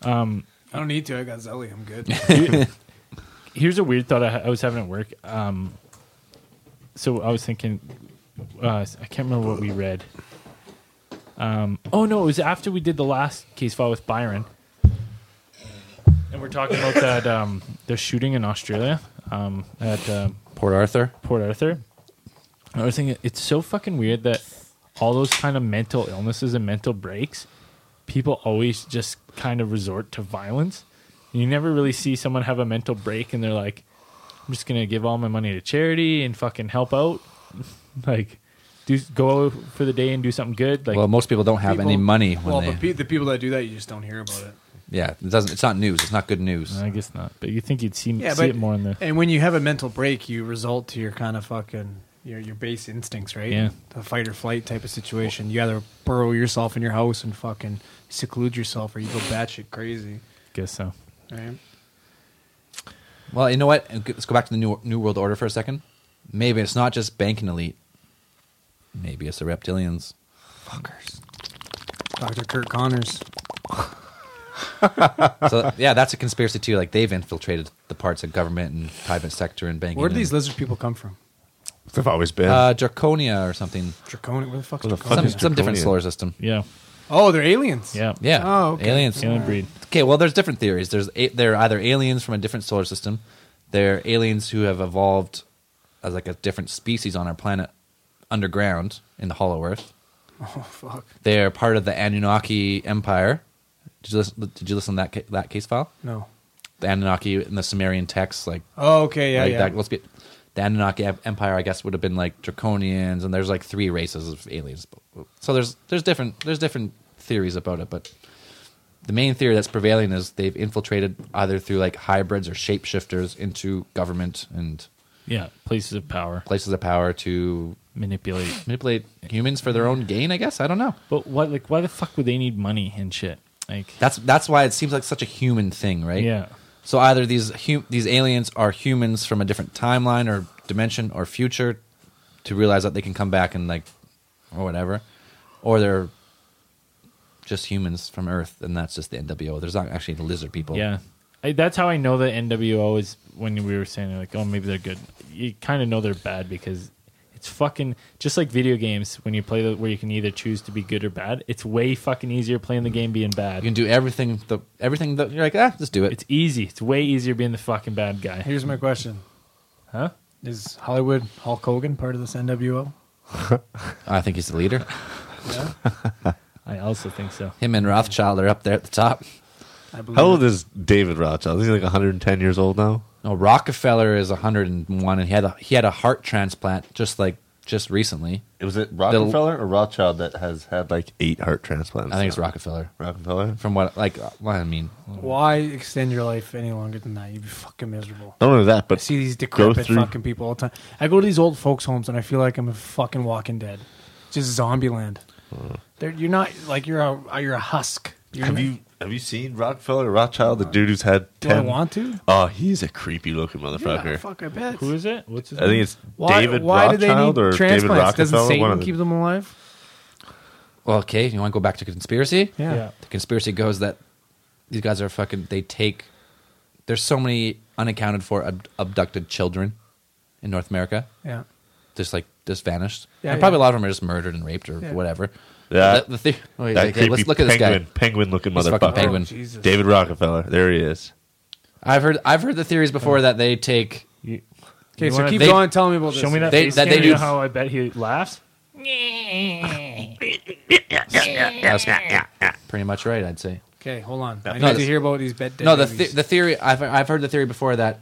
I don't need to. I got Zelly. I'm good. here's a weird thought I, I was having at work. Um, so I was thinking, uh, I can't remember what we read. Um, oh no, it was after we did the last case file with Byron, and we're talking about that um, the shooting in Australia um, at um, Port Arthur. Port Arthur. I was thinking it's so fucking weird that all those kind of mental illnesses and mental breaks, people always just kind of resort to violence. You never really see someone have a mental break and they're like, I'm just gonna give all my money to charity and fucking help out. like do go out for the day and do something good. Like well, most people don't have any People- money when well, they. but pe- the people that do that, you just don't hear about it. yeah, it doesn't. It's not news. It's not good news. I guess not. But you think you'd see, see it more in the and when you have a mental break, you result to your kind of fucking your your base instincts, right? Yeah. the fight or flight type of situation. You either burrow yourself in your house and fucking seclude yourself, or you go batshit crazy, guess so. right? Well, you know what? And g- Let's go back to the new New World Order for a second. Maybe it's not just banking elite. Maybe it's the reptilians. Fuckers. Doctor Kurt Connors. so yeah, that's a conspiracy too. Like they've infiltrated the parts of government and private sector and banking. Where do and- these lizard people come from? They've always been. uh, Draconia or something? Draconic. Where the fuck's Where the Draconia? fuck Some, is some different Draconia? solar system. Yeah. Oh, they're aliens. Yeah. Yeah. Oh, okay. aliens. Alien breed. Okay, well, there's different theories. There's a, they're either aliens from a different solar system, they're aliens who have evolved as like a different species on our planet underground in the Hollow Earth. Oh fuck. They're part of the Anunnaki Empire. Did you listen? Did you listen to that ca- that case file? No. The Anunnaki in the Sumerian texts, like Oh, okay. Yeah, like yeah. that. Let's be the Anunnaki em- Empire. I guess would have been like Draconians, and there's like three races of aliens. So there's there's different there's different theories about it, but the main theory that's prevailing is they've infiltrated either through like hybrids or shapeshifters into government and Yeah. Places of power. places of power to Manipulate. manipulate humans for their own gain. I guess I don't know. But why like why the fuck would they need money and shit? Like That's that's why it seems like such a human thing, right? Yeah. So either these hum- these aliens are humans from a different timeline or dimension or future to realize that they can come back and like or whatever, or they're just humans from Earth, and that's just the NWO. There's not actually lizard people. Yeah, I, that's how I know that NWO is when we were saying like, oh, maybe they're good. You kind of know they're bad because it's fucking just like video games when you play the, where you can either choose to be good or bad. It's way fucking easier playing the game being Mm. you bad. can do everything. The everything that you're like, ah, just do it. it's easy. It's way easier being the fucking bad guy, Here's my question: huh? Is Hollywood Hulk Hogan part of this NWO? I think he's the leader. Yeah, I also think so. Him and Rothschild are up there at the top. I believe. How it. old is David Rothschild? Is he like 110 years old now? No, Rockefeller is 101, and he had a he had a heart transplant just like just recently. Was it Rockefeller or Rothschild that has had like eight heart transplants? I think it's Rockefeller. Rockefeller. From what like uh, well, I mean, Why extend your life any longer than that? You'd be fucking miserable. Not only that, I but see these go decrepit through- fucking people all the time. I go to these old folks' homes and I feel like I'm a fucking Walking Dead, just zombie land. They're, you're not like you're a you're a husk. You're Hmm. not- have you have you seen Rockefeller or Rothschild? The dude who's had Do 10. I want to? Oh, he's a creepy looking motherfucker. Yeah, fuck, I bet. Who is it? What's his I think it's why, David why do they Rothschild need or David transplants? Doesn't Rockefeller. one Satan of the- keep them alive? well, okay, you want to go back to conspiracy? Yeah. Yeah. The conspiracy goes that these guys are fucking. They take. There's so many unaccounted for ab- abducted children in North America. Yeah. Just like just vanished. Yeah, and probably yeah. a lot of them are just murdered and raped or Yeah. whatever. Yeah. The, the thi- oh, he's That like, hey, creepy let's look at this penguin, guy. penguin looking This fucking motherfucker. penguin. Jesus. David Rockefeller. There he is. I've heard. I've heard the theories before that they take. You- Okay, you so wanna- keep they- going. Tell me about this. Show me that They- face that cam. they You do- know how I bet he laughs. That's pretty much right. I'd say. Okay, hold on. I need No, to this- hear about these bed. dead no, the, babies. th- the theory I've I've heard the theory before that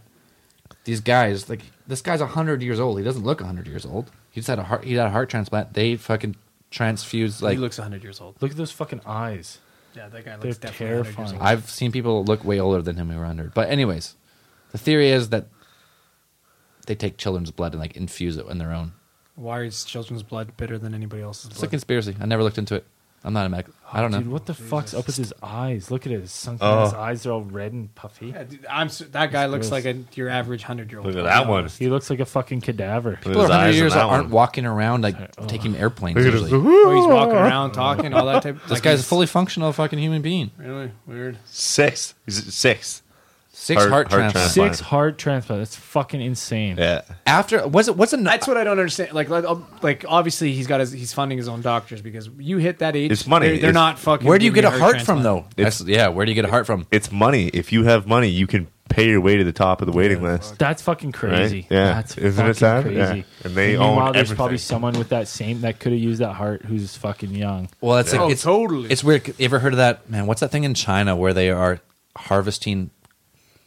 these guys like this guy's hundred years old. He doesn't look hundred years old. He just had a heart. He had a heart transplant. They fucking transfused like. he looks 100 years old. Look at those fucking eyes. Yeah, that guy looks They're definitely 100 years terrifying. old. I've seen people look way older than him who were hundred. But anyways, the theory is that they take children's blood and like infuse it in their own. Why is children's blood bitter than anybody else's It's a blood? conspiracy. I never looked into it. I'm not a medic. I don't know. Dude, what the fuck's up with his eyes? Look at it. It's sunken. Oh. His eyes are all red and puffy. Yeah, dude, I'm s- that guy looks gross. like a, your average 100 year old. Look at that one. He looks like a fucking cadaver. Look at People his are hundred eyes years on that old aren't one. walking around like taking airplanes. Look at Usually. his Oh, he's walking around talking, all that type This guy's a fully functional fucking human being. Really? Weird. sixth. He's sixth. Six Heart- heart, heart transplants. transplant. Six heart transplants. That's fucking insane. Yeah. After was it? What's a That's what I don't understand. Like, like, um, like obviously he's got his, he's funding his own doctors because you hit that age, It's money. They're, they're It's- not fucking. Where do you giving get a heart from transplant. though? That's, yeah, where do you get a heart from? It's money. If you have money, you can pay your way to the top of the waiting list. That's fucking crazy. Right? Yeah. That's Isn't it fucking sad? crazy. Yeah. And they meanwhile, own there's everything. probably someone with that same that could have used that heart who's fucking young. Well, it's Oh, it's totally. It's weird. You ever heard of that man? What's that thing in China where they are harvesting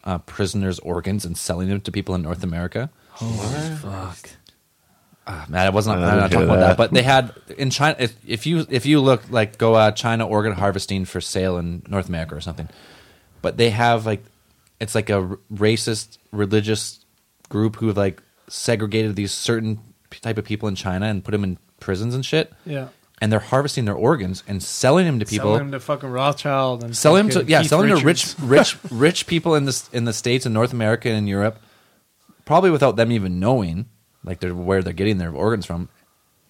uh, prisoners' organs and selling them to people in North America? Fuck. Ah, man, I wasn't. I I'm not didn't talking hear about that. that. But they had in China. If, if you if you look like go uh, China organ harvesting for sale in North America or something, but they have like it's like a r- racist religious group who have like segregated these certain p- type of people in China and put them in prisons and shit. Yeah. and they're harvesting their organs and selling them to people. Sell him to fucking Rothschild and Sell him to fucking yeah, Keith sell him to Richards. rich rich rich people in this in the states and North America and Europe, probably without them even knowing like they're where they're getting their organs from.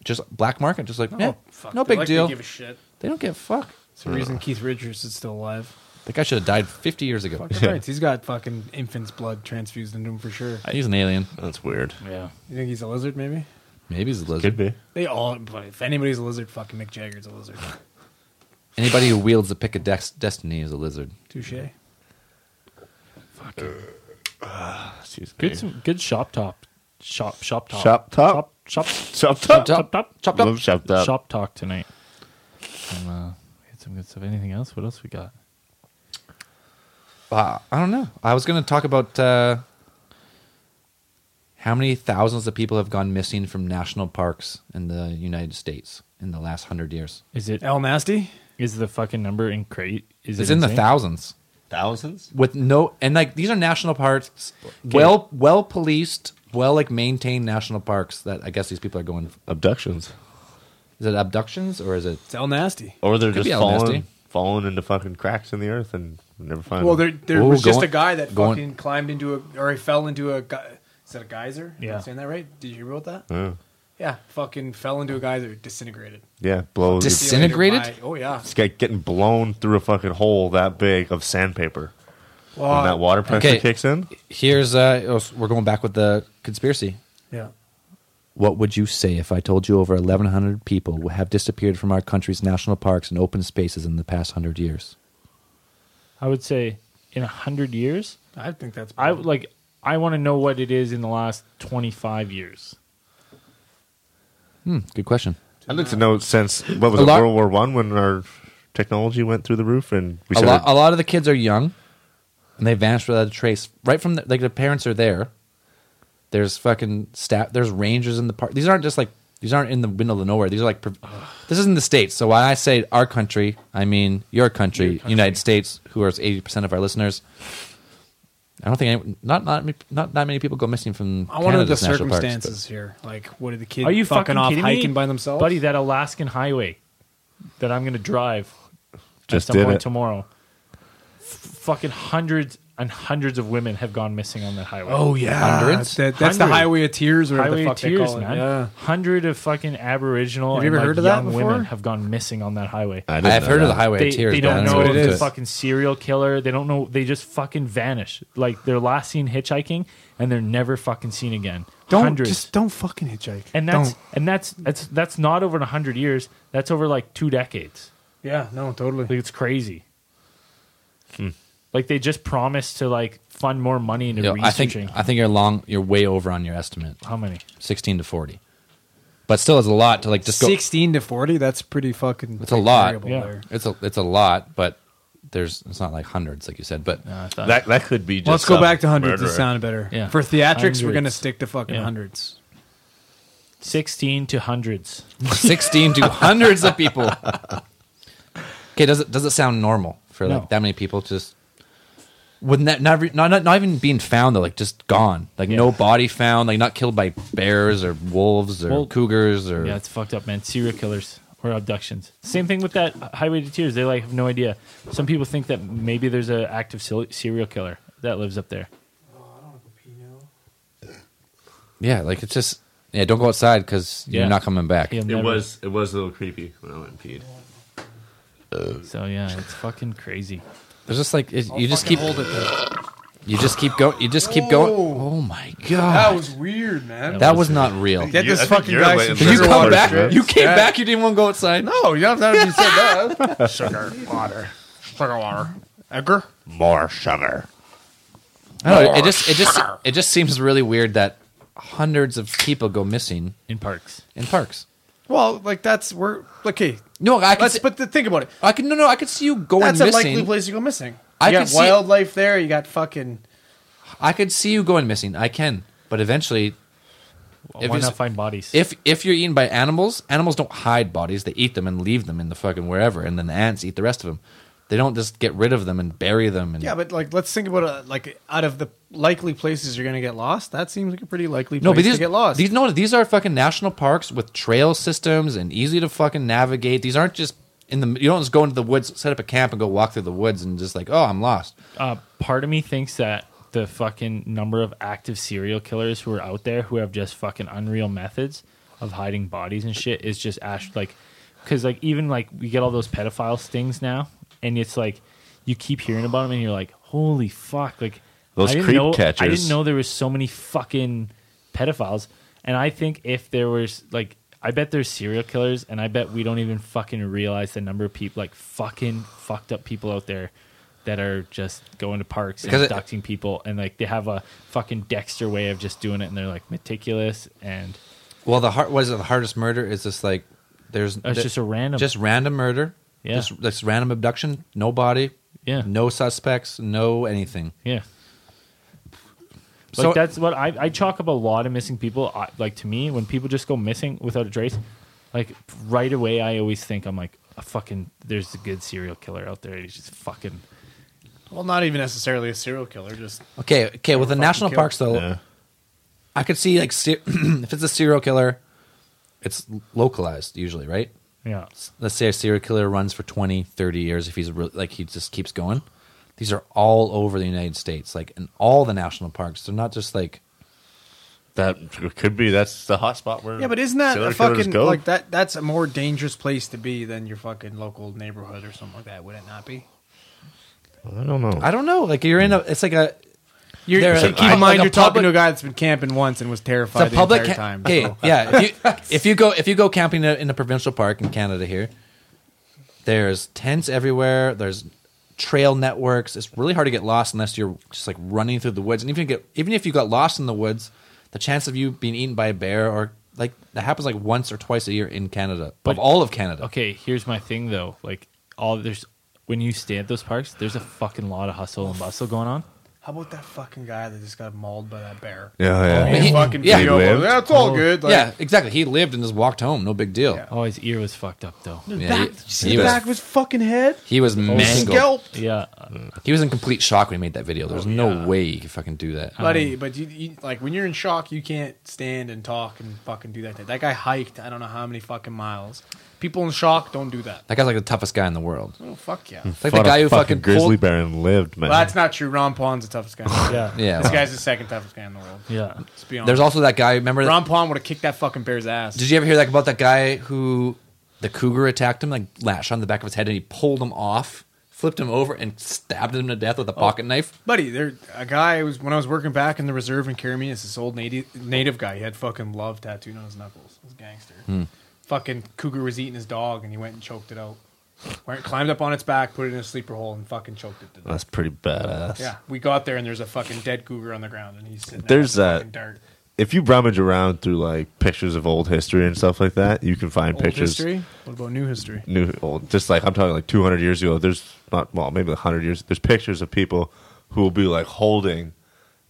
Just black market, just like yeah, Oh, fuck, no they're big like, deal. They give a shit. They don't give a fuck. It's the reason Keith Richards is still alive. The guy should have died fifty years ago. Fucking right. He's got fucking infant's blood transfused into him for sure. He's an alien. That's weird. Yeah. You think he's a lizard? Maybe Maybe he's a lizard. Could be. they all. But if anybody's a lizard, fucking Mick Jagger's a lizard. Anybody who wields the pick of dex- destiny is a lizard. Touche. Excuse me. Good some good shop top. Shop shop top. Shop top? Shop shop Chopped shop up. top. Shop top. Love chopped up. Shop talk tonight. And, uh, we had some good stuff. Anything else? What else we got? Uh, I don't know. I was going to talk about uh, how many thousands of people have gone missing from national parks in the United States in the last hundred years. Is it El Nasty. is the fucking number in crate? Is It's it in the insane? thousands. Thousands? With no and like these are national parks, well well policed, well like maintained national parks that I guess these people are going. Abductions. Is it abductions or is it? It's El Nasty. Or they're Could be just El Nasty. falling, falling into fucking cracks in the earth and never find Well, there them. there Ooh, was just going- a guy that going- fucking climbed into a or he fell into a. Gu- is that a geyser? Am I Yeah. saying that right? Did you hear about that? Yeah. Yeah, fucking fell into a geyser, disintegrated. Yeah, blows. Dis- Disintegrated? By- oh yeah. this guy getting blown through a fucking hole that big of sandpaper. Well, when that water pressure okay. kicks in, Here's uh, we're going back with the conspiracy. yeah. What would you say if I told you over 1,100 people have disappeared from our country's national parks and open spaces in the past hundred years? I would say in a hundred years. I think that's. I would like. I want to know what it is in the last twenty five years. Hmm, good question. I'd like to know since what was A it, lot- World War One when our technology went through the roof and we A lot, started- a lot of the kids are young, and they vanish without a trace. Right from the, like the parents are there. There's fucking staff. There's rangers in the park. These aren't just like these aren't in the middle of nowhere. These are like pro- this is in the states. So when I say our country, I mean your country, United States, who are eighty percent of our listeners. I don't think any, not not not not many people go missing from. I wanted the Canada's national parks, but- circumstances here. Like, what are the kids? Are you fucking, fucking, off kidding hiking me? by themselves? buddy? That Alaskan highway that I'm going to drive Just at some did point it. tomorrow. F- fucking hundreds and hundreds of women have gone missing on that highway. oh yeah, Hundreds? That- that's the Hundred. highway of tears, or whatever highway the of fuck they tears, call it. man. Yeah. Hundred of fucking Aboriginal Have you and, ever like, heard of that young before? women have gone missing on that highway. I didn't I've know heard of the that. Highway They, of Tears. they but I don't know what if it it's a is. fucking serial killer. They don't know. They just fucking vanish. Like they're last seen hitchhiking and they're never fucking seen again. Don't hundreds. just don't fucking hitchhike. and that's Don't. and that's that's that's not over hundred years. That's over like two decades. yeah, no, totally. Like it's crazy. Like they just promised to like fund more money into You know, I think researching. I think you're long. You're way over on your estimate. How many? Sixteen to forty, but still, it's a lot to like just go. Sixteen to forty, that's pretty fucking. It's a lot. variable Yeah. there. It's a it's a lot, but there's it's not like hundreds, like you said. But Uh, I thought- That that could be. Just Let's go uh, some back to hundreds. It murderer. sounded better. Yeah. For theatrics, we're gonna Hundreds. stick to fucking Yeah. hundreds. Sixteen to hundreds. sixteen to hundreds of people. Okay, does it does it sound normal for No. like that many people just? Wouldn't that not, re- not not not even being found though, like just gone, like no body found, like not killed by bears or wolves or Well- cougars or Yeah, it's fucked up, man. Serial killers or abductions. Same thing with that Highway to Tears. They like have no idea. Some people think that maybe there's an active sil- serial killer that lives up there. yeah, like it's just yeah, don't go outside because Yeah. you're not coming back. He'll It never- was it was a little creepy when I went and peed. so yeah. It's fucking crazy. There's just like it, you just keep hold it. There. You just keep going. You just keep going. Oh my god, That was weird, man. that was not real. Get You- this I think fucking you're guy late some in the you sugar first come water. back. trip. You came Yeah. back. You didn't want to go outside. No, you don't have to said that. sugar water. Sugar water. Edgar? More sugar. I don't know, it just it just it just seems really weird that hundreds of people go missing in parks. in parks. Well, like that's we're okay. No, I could. Let's See, but the, think about it. I could no no. I could see you going That's a likely missing. place to go missing. I you could got see- wildlife there. You got fucking. I could see you going missing. I can, but eventually, If Why it's- not find bodies? if if you're eaten by animals, animals don't hide bodies. They eat them and leave them in the fucking wherever, and then the ants eat the rest of them. They don't just get rid of them and bury them. And Yeah, but like, let's think about it. Like, out of the likely places you're gonna get lost, that seems like a pretty likely place no, but these to get lost. These no, these are fucking national parks with trail systems and easy to fucking navigate. These aren't just in the you don't just go into the woods, set up a camp, and go walk through the woods and just like oh I'm lost. uh, part of me thinks that the fucking number of active serial killers who are out there who have just fucking unreal methods of hiding bodies and shit is just ash like because like even like we get all those pedophile stings now and it's like you keep hearing about them and you're like holy fuck like Those I didn't creep know, I catchers. didn't know there was so many fucking pedophiles and I think if there was like I bet there's serial killers and I bet we don't even fucking realize the number of people like fucking fucked up people out there that are just going to parks and Because it- abducting people and like they have a fucking Dexter way of just doing it and they're like meticulous and Well, the heart was it the hardest murder is just like there's it's just a random just random murder. Yeah. Just this random abduction, no body, Yeah. no suspects, no anything. yeah. Like So that's what I, I chalk up a lot of missing people. I, like to me, when people just go missing without a trace, like right away, I always think I'm like a fucking. There's a good serial killer out there. He's just fucking. well, not even necessarily a serial killer. Just okay, okay, with the fucking national killed. parks though, Yeah. I could see like se- if it's a serial killer, it's localized usually, right? Yeah. Let's say a serial killer runs for 20, 30 years if he's really, like he just keeps going. These are all over the United States, like in all the national parks. They're not just like That could be. That's the hot spot where. yeah, but isn't that serial a killers fucking go. like that? That's a more dangerous place to be than your fucking local neighborhood or something like that. Would it not be? I don't know. I don't know, like you're in a it's like a you're, So keep in mind, you're talking to a guy that's been camping once and was terrified it's a the public entire ca- time. Okay, so. yeah. If you, if you go if you go camping in a, in a provincial park in Canada here, there's tents everywhere. There's trail networks. It's really hard to get lost unless you're just like running through the woods. And even if you get even if you got lost in the woods, the chance of you being eaten by a bear or like that happens like once or twice a year in Canada But- of all of Canada. Okay, here's my thing though. Like all there's when you stay at those parks, there's a fucking lot of hustle and bustle going on. How about that fucking guy that just got mauled by that bear? Yeah, yeah. And He- fucking yeah. video. He lived. That's all good. Like, yeah, exactly. He lived and just walked home. No big deal. Yeah. Oh, his ear was fucked up though. His Yeah, back, he- Ah, did you see he the was- back of his fucking head. He was mangled. Scalped. Yeah, He was in complete shock when he made that video. There Oh, was no way he could fucking do that. Buddy, but you, you like when you're in shock, you can't stand and talk and fucking do that. thing. That guy hiked I don't know how many fucking miles. People in shock don't do that. That guy's like the toughest guy in the world. Oh fuck yeah. It's like the guy who fucking, grizzly pulled- bear and lived, man. Well, that's not true. Ron Pawn's the toughest guy. In the world. yeah, Yeah. This guy's the second toughest guy in the world. yeah. Let's be honest. There's also that guy. Remember? Ron Pawn would have kicked that fucking bear's ass. did you ever hear that about that guy who the cougar attacked him, like lashed on the back of his head, and he pulled him off, flipped him over, and stabbed him to death with a Oh. pocket knife? Buddy, there a guy was when I was working back in the reserve in Caribbean. It's this old native native guy. He had fucking love tattooed on his knuckles. He was a gangster. Fucking cougar was eating his dog, and he went and choked it out. Went, climbed up on its back, put it in a sleeper hole, and fucking choked it to death. That's pretty badass. Yeah, we got there, and there's a fucking dead cougar on the ground, and he's sitting. There's there in the that- fucking dirt. If you rummage around through like pictures of old history and stuff like that, you can find old pictures. history. What about new history? New old, just like I'm talking like 200 years ago. There's not well, maybe 100 years. There's pictures of people who will be like holding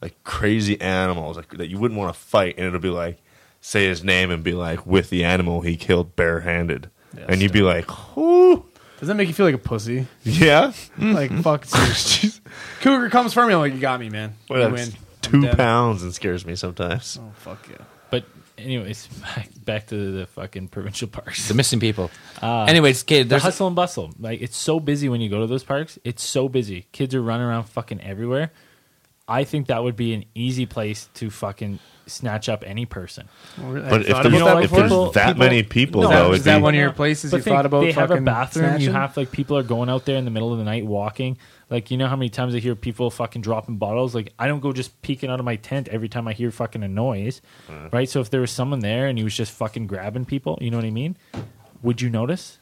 like crazy animals like that you wouldn't want to fight, and it'll be like say his name and be like with the animal he killed barehanded, and you'd be like, whoo, Does that make you feel like a pussy? yeah, like fuck, seriously. cougar comes for me. I'm like, you got me, man. You Well, win. it's two I'm dead. pounds and scares me sometimes. Oh fuck yeah. But anyways, back, back to the fucking provincial parks. The missing people. Anyways, kid, Ah. the there's hustle and bustle. Like it's so busy when you go to those parks. It's so busy. Kids are running around fucking everywhere. I think that would be an easy place to fucking snatch up any person. But if thought there's, about that if before? there's People- that people- many people, No, though, is it'd that be- one of your places you thought about They have a fucking bathroom. You snatching? have like people are going out there in the middle of the night walking. Like you know how many times I hear people fucking dropping bottles. Like I don't go just peeking out of my tent every time I hear fucking a noise, right? So if there was someone there and he was just fucking grabbing people, you know what I mean? Would you notice?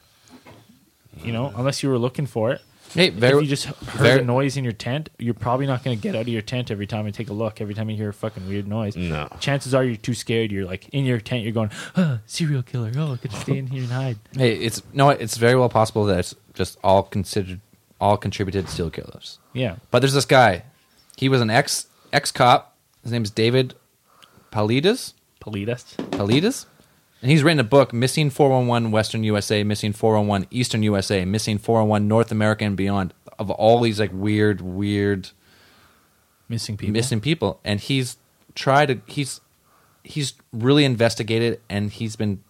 You know, unless you were looking for it. Hey, if very, you just heard very- a noise in your tent, you're probably not going to get out of your tent every time and take a look. Every time you hear a fucking weird noise, No. Chances are you're too scared. You're like in your tent. You're going, huh, serial killer. Oh, I could stay in here and hide. hey, it's no, it's very well possible that it's just all considered, all contributed steel killers. Yeah. But there's this guy. He was an ex ex cop. His name is David Palides. Politis. Palides. And he's written a book, Missing 411 Western USA, Missing 401 Eastern USA, Missing 401 North America and Beyond, of all these like weird, weird Missing people. missing people. And he's tried to he's he's really investigated and he's been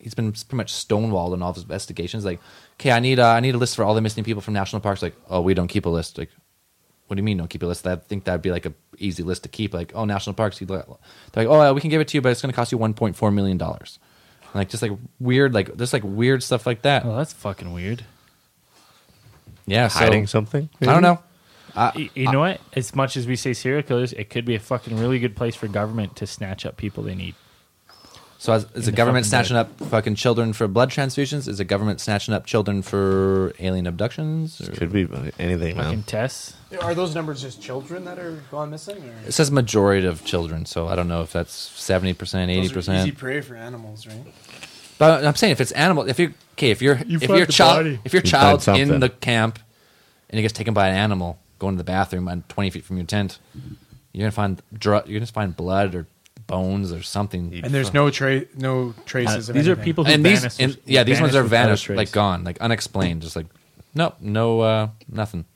he's been pretty much stonewalled in all of his investigations. Like, okay, I need a, I need a list for all the missing people from national parks. Like, oh, we don't keep a list. Like, what do you mean don't keep a list? I think that'd be like a easy list to keep. Like, oh, national parks. You'd like, they're like, oh, yeah, we can give it to you, but it's going to cost you one point four million dollars. Like, just like weird, like just like weird stuff like that. Oh, that's fucking weird. yeah, so, hiding something. I don't know. Y- you know what? As much as we say serial killers, it could be a fucking really good place for government to snatch up people they need. So is, is the the government fucking snatching up fucking children for blood transfusions? Is the government snatching up children for alien abductions? Or- Could be anything, Fucking man. Tess. Are those numbers just children that are gone missing? Or? It says majority of children, so I don't know if that's seventy percent, eighty easy percent. prey for animals, right? But I'm saying if it's animal, if you okay, if you're if find your the child body. if your You child's find in something. the camp and it gets taken by an animal going to the bathroom on twenty feet from your tent, you're gonna find dr- you're gonna find blood or bones or something. And there's no tra- no traces of These are anything. people who and these vanished. and, with- yeah, these ones are with other vanished, traits. like gone, like unexplained, just like nope, no uh, nothing.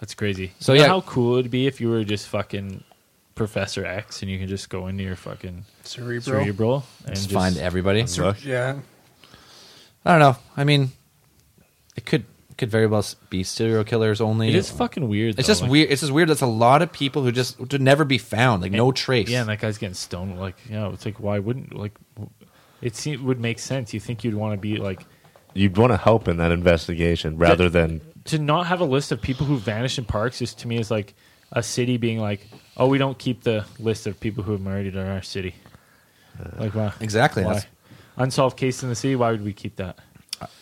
That's crazy. So, So yeah, yeah. how cool it'd be if you were just fucking Professor X and you can just go into your fucking Cerebral. cerebral and Just just find everybody. Look, Yeah. I don't know. I mean, it could could very well be serial killers only. It is fucking weird. It's though, just like- weird. It's just weird. That's a lot of people who just to never be found, like no And- trace. Yeah, and that guy's getting stoned. Like, you know, it's like why wouldn't like w- it seem, would make sense. You think you'd want to be like you'd want to help in that investigation rather than to not have a list of people who vanished in parks is to me is like a city being like, oh, we don't keep the list of people who have murdered in our city. Like, wow, Exactly, Why? that's- Unsolved case in the city. Why would we keep that?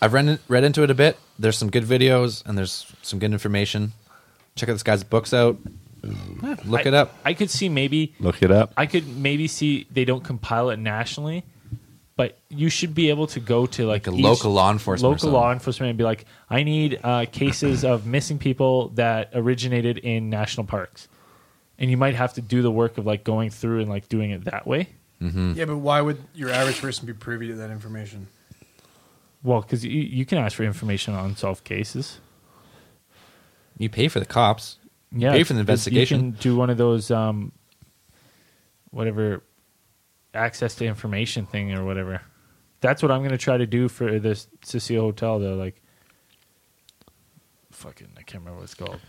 I've read in- read into it a bit. There's some good videos and there's some good information. Check out this guy's books out. Yeah, Look I- it up. I could see maybe look it up. I could maybe see they don't compile it nationally, but you should be able to go to like, Like a local law enforcement or local something. law enforcement, and be like, I need uh, cases of missing people that originated in national parks, and you might have to do the work of like going through and like doing it that way. Hmm. Yeah, but why would your average person be privy to that information? Well, because you, you can ask for information on unsolved cases. You pay for the cops. You Yeah, pay for the you- You investigation. can do one of those, um, whatever, access to information thing or whatever. That's what I'm going to try to do for this Cecile Hotel, though. Like, fucking, I can't remember what it's called.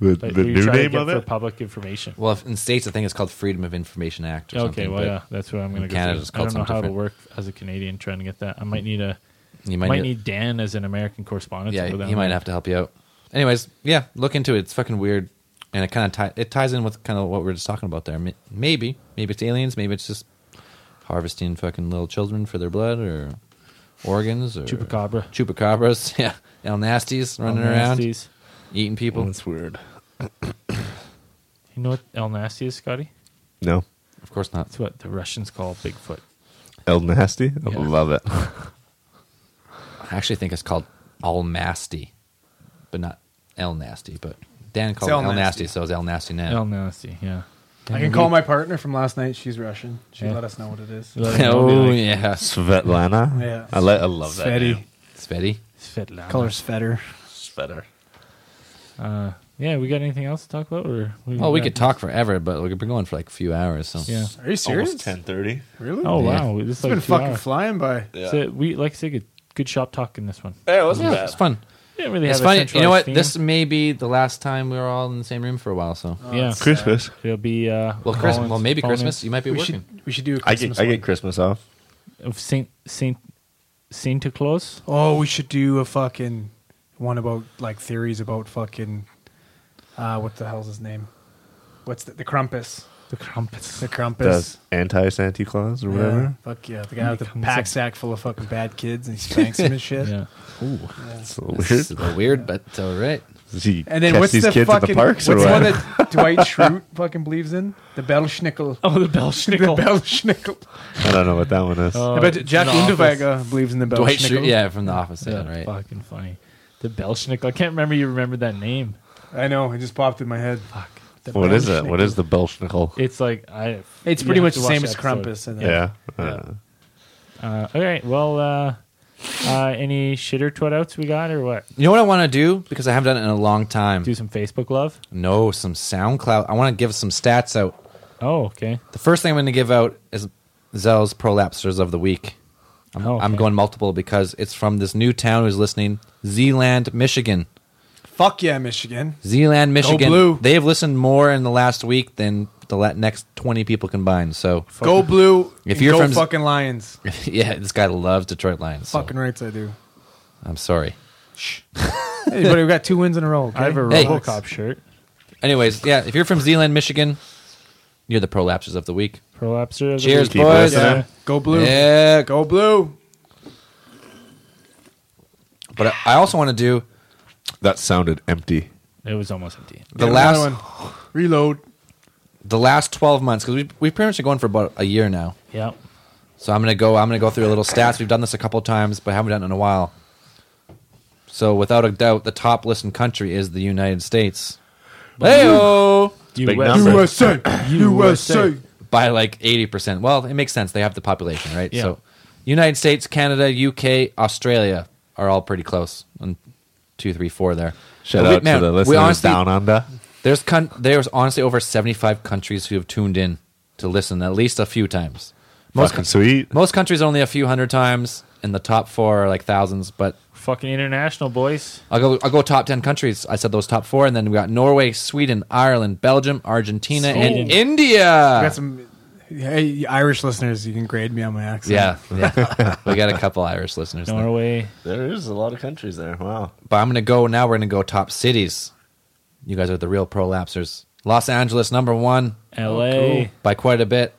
The, But the we new try to name get of for it. public information. Well, if, in states, I think it's called Freedom of Information Act. Or okay, something, well, but yeah, that's what I'm going to in go. Canada, through. it's I called don't know something how it'll different. work as a Canadian trying to get that. I might need a. You Might, might, need, need Dan as an American correspondent. yeah, to go down he might there. have to help you out. Anyways, yeah, look into it. It's fucking weird, and it kind of tie, it ties in with kind of what we were just talking about there. M- Maybe, maybe it's aliens. Maybe it's just harvesting fucking little children for their blood or organs or Chupacabra. chupacabras. Yeah, el nasties running El around Nasties. eating people. That's weird. You know what El Nasty is, Scotty? No, Of course not. That's what the Russians call Bigfoot. El Nasty. I Yeah. love it. I actually think it's called el nasty, but not el nasty. But Dan called it El el nasty, Nasty. so it's el nasty now. El Nasty, yeah. I can call my partner from last night. She's Russian. She Yeah. let us know what it is. Let him know, oh be like, yeah, Svetlana. Yeah. I, li- I love that. Sveti. name. Sveti. Svetlana. Color Svetter. Svetter. Uh, yeah, we got anything else to talk about? Or Well, Oh, we could talk forever, but we've been going for like a few hours. So Yeah. Are you serious? ten thirty. Really? Oh Yeah. wow, this is it's like been two fucking hours. flying by. Yeah. So we like I said, good, good shop talk in this one. Yeah, it wasn't Yeah, it's fun. didn't really It's have a funny. You centralized know what? theme. This may be the last time we were all in the same room for a while. So, yeah. Christmas. It'll be uh, well, Christmas. Oh, Collins- Well, maybe Collins Christmas. You might be we working. should we should do a I Christmas. get I one. get Christmas off. of Saint Saint Santa Claus. Oh, we should do a fucking one about like theories about fucking uh, what the hell's his name? What's the, the Crumpus? The crumpets. The Crumpus. The anti Santa Claus or Yeah, whatever. fuck yeah, the guy with the Comes pack up. sack full of fucking bad kids and he spanks them and shit. Yeah. Ooh. It's a little This weird. is a little weird, but all right. Does he And then catch what's these the kids fucking at the parks or what's the one what? that Dwight Schrute fucking believes in? The Belschnickel. Oh, the Belschnickel. The Belschnickel. I don't know what that one is. Oh, I bet Jack Unterweger believes in the Belschnickel. Dwight Schrute, yeah, from The Office. Yeah, Yeah, right. Fucking funny. The Belschnickel. I can't remember you remembered that name. I know. It just popped in my head. Fuck. The what is it? What Belschnickel. is the Belschnickel? It's like I. It's you pretty have much to the watch same the as episode. Krampus. And Yeah. Yeah. Uh, Uh, all right. Well, uh, uh, any shitter twit outs we got or what? You know what I want to do because I haven't done it in a long time. Do some Facebook love. No, some SoundCloud. I want to give some stats out. Oh, okay. The first thing I'm going to give out is Zell's prolapsers of the week. I'm, Oh, I'm okay. going multiple because it's from this new town who's listening, Zeeland, Michigan. Fuck yeah, Michigan. Zeeland, Michigan. blue. They have listened more in the last week than the la- next 20 people combined. So, Go blue. If and you're go from- fucking Lions. yeah, this guy loves Detroit Lions. so Fucking rights I do. I'm sorry. Hey, but we've got two wins in a row. okay? I have a Hey. RoboCop shirt. Anyways, yeah, if you're from Zeeland, Michigan, you're the prolapsers of the week. Prolapser. Of the Cheers, week. Keep boys. listening. Yeah. Go blue. Yeah, Go blue. But I- I also want to do That sounded empty. It was almost empty. the Get last uh, another one. reload. the last 12 months because we we've pretty much been going for about a year now. Yep. So I'm gonna go. I'm gonna go through a little stats. We've done this a couple times, but haven't done it in a while. So without a doubt, the top listened country is the United States. Hey You Big wet- number. USA. USA. by like eighty percent. Well, it makes sense. They have the population, right? Yeah. So United States, Canada, UK, Australia are all pretty close. And two, three, four there. Shout But we- out man, to the we listeners honestly- down under. There's con- there's honestly over 75 countries who have tuned in to listen at least a few times. Most Fucking sweet. most countries only a few hundred times, and the top four are like thousands. But Fucking international boys. I'll go I'll go top 10 countries. I said those top four, and then we got Norway, Sweden, Ireland, Belgium, Argentina, Sweden. and India. We got some. Hey, Irish listeners, you can grade me on my accent. yeah, yeah. we got a couple Irish listeners. there. Norway. There is a lot of countries there. Wow. But I'm gonna go now. We're gonna go top cities. You guys are the real prolapsers. Los Angeles, number one LA. by quite a bit.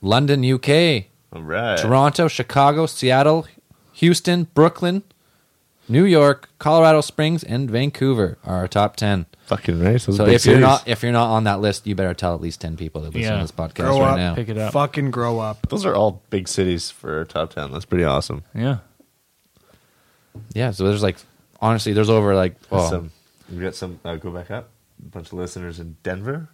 London, UK, All right. Toronto, Chicago, Seattle, Houston, Brooklyn, New York, Colorado Springs, and Vancouver are our top ten. Fucking nice. Those So big if you're cities. not if you're not on that list, you better tell at least ten people that listen Yeah. to this podcast Grow right up. now. Pick it up. Fucking grow up. those are all big cities for our top ten. That's pretty awesome. Yeah. Yeah, so there's like honestly, there's over like oh, Some, we got some. Uh, go back up. A bunch of listeners in Denver.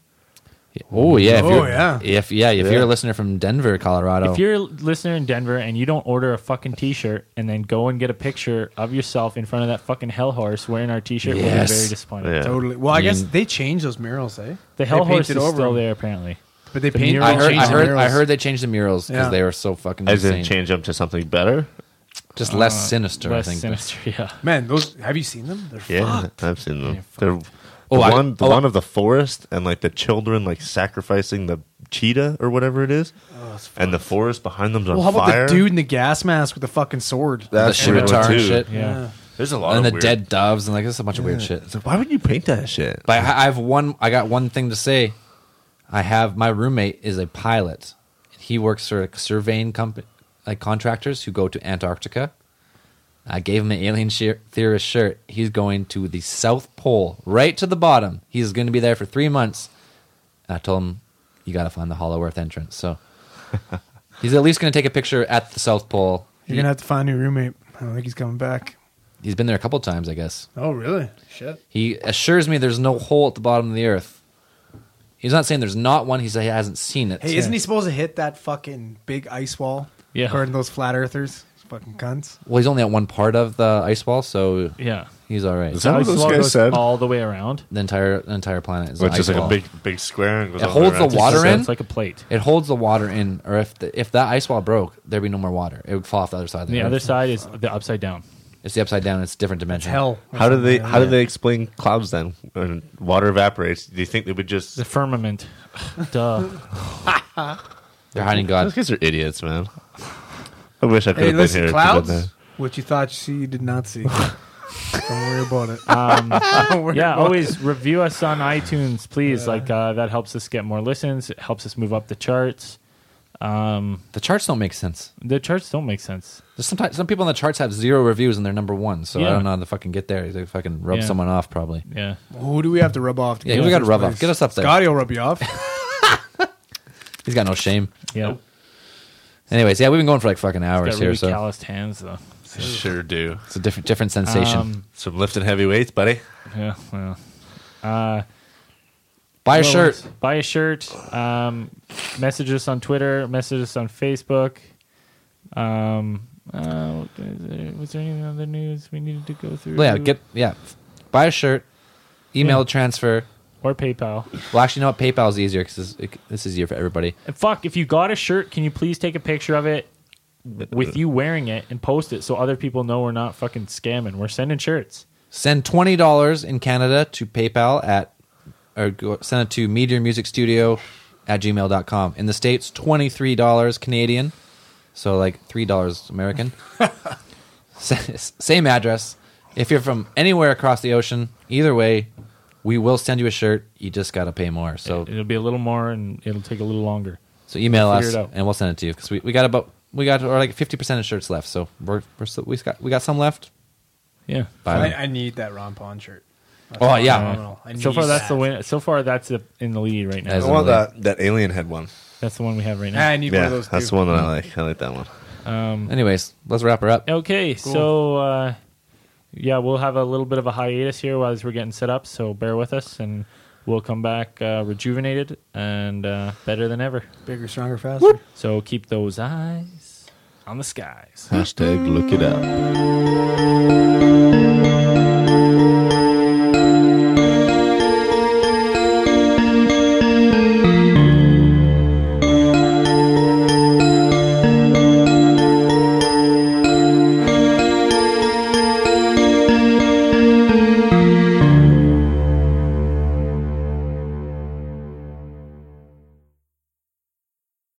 oh yeah, if Oh, you're, yeah. if yeah, if Yeah. you're a listener from Denver, Colorado, If you're a listener in Denver and you don't order a fucking t-shirt and then go and get a picture of yourself in front of that fucking hell horse wearing our t-shirt, we'll be Yes. very disappointed. Yeah. Totally. Well, I mean- guess they changed those murals, eh? The hell they horse is painted over still them. there apparently. But they The painted. mural I they heard, changed I the heard, I murals. heard they changed the murals because Yeah. they were so fucking As insane. in change them to something better. Just less Uh, sinister, Less I think. sinister, yeah. Man, those. Have you seen them? They're Yeah, fucked. I've seen them. Yeah, They're the Oh, I- one, the oh, I- one of the forest, and like the children like sacrificing the cheetah or whatever it is, Oh, and the forest behind them's on Well, how about fire. the dude in the gas mask with the fucking sword? the That's weird scimitar and too. shit, Yeah. There's a lot and of the weird- dead doves, and like there's a bunch of weird shit. So why would you paint that shit? But I, I have one. I got one thing to say. I have my roommate is a pilot. He works for a surveying company, like contractors who go to Antarctica. I gave him an alien shir- theorist shirt. He's going to the South Pole, right to the bottom. He's going to be there for three months. And I told him, "You got to find the Hollow Earth entrance." So he's at least going to take a picture at the South Pole. You're gonna have to find a new roommate. I don't think he's coming back. He's been there a couple times, I guess. Oh, really? Shit. He assures me there's no hole at the bottom of the earth. He's not saying there's not one. He said he hasn't seen it. Hey, isn't he supposed to hit that fucking big ice wall? Yeah. Hurting those flat earthers. Those Fucking cunts. Well, he's only at one part of the ice wall, so Yeah. he's all right. Is that what Ice those wall guys goes said? all the way around. The entire the entire planet is an Which ice is like wall. a big, big square. And goes It all way holds the around. It's water So in? It's like a plate. It holds the water in, or if the, if that ice wall broke, there'd be no more water. It would fall off the other side. Of the The earth. other side is the upside down. It's the upside down. It's a different dimension. hell. How do they how do they explain clouds then? When water evaporates. Do you think they would just The firmament. Duh. They're hiding Those God. guys are idiots, man. I wish I could Hey, have been listen, here. clouds. What you thought you see, you did not see. Don't worry about it. Don't worry yeah about it. always review us on itunes please like uh, that helps us get more listens it helps us move up the charts The charts don't make sense. the charts don't make sense There's sometimes some people on the charts have zero reviews and they're number one. So I Yeah. don't know how to fucking get there. They fucking rub Yeah. someone off probably. yeah Who do we have to rub off? To Yeah, get we in got to first rub off. place? Get us up there. Scotty will rub you off. He's got no shame. yeah Anyways, yeah, we've been going for like fucking hours got here, really so calloused hands though Sure do. it's a different different sensation. Um, Some lifting heavy weights, buddy. yeah well Buy a Well, shirt. buy a shirt um, message us on twitter message us on facebook um uh, is there- was there any other news we needed to go through Yeah, get yeah, buy a shirt. Email transfer. or paypal Well, actually, you know what? PayPal's easier because it, this is easier for everybody. And fuck, if you got a shirt, can you please take a picture of it with you wearing it and post it so other people know we're not fucking scamming. We're sending shirts. Send twenty dollars in Canada to PayPal at or go, send it to Meteor Music Studio at gmail.com. In the States, twenty three dollars Canadian. So like three dollars American. S- Same address. If you're from anywhere across the ocean, either way, we will send you a shirt. You just gotta pay more. So It'll be a little more and it'll take a little longer. So email Figure us it out. and we'll send it to you because we, we got about we got or like fifty percent of shirts left. So we're we're so, we got we got some left. Yeah. Buy I, them. I need that Ron Pond shirt. That's Oh, yeah. phenomenal. I So need far that's that. the win. So far that's the, in the lead right now. As- I want that, that alien head one. that's the one we have right now. I need one Yeah, of those. that's too. the one that I like. I like that one. Anyways, let's wrap her up. Okay, so uh, yeah, we'll have a little bit of a hiatus here while we're getting set up. So bear with us, and we'll come back uh, rejuvenated and uh, better than ever. Bigger, stronger, faster. So keep those eyes on the skies. Hashtag look it up.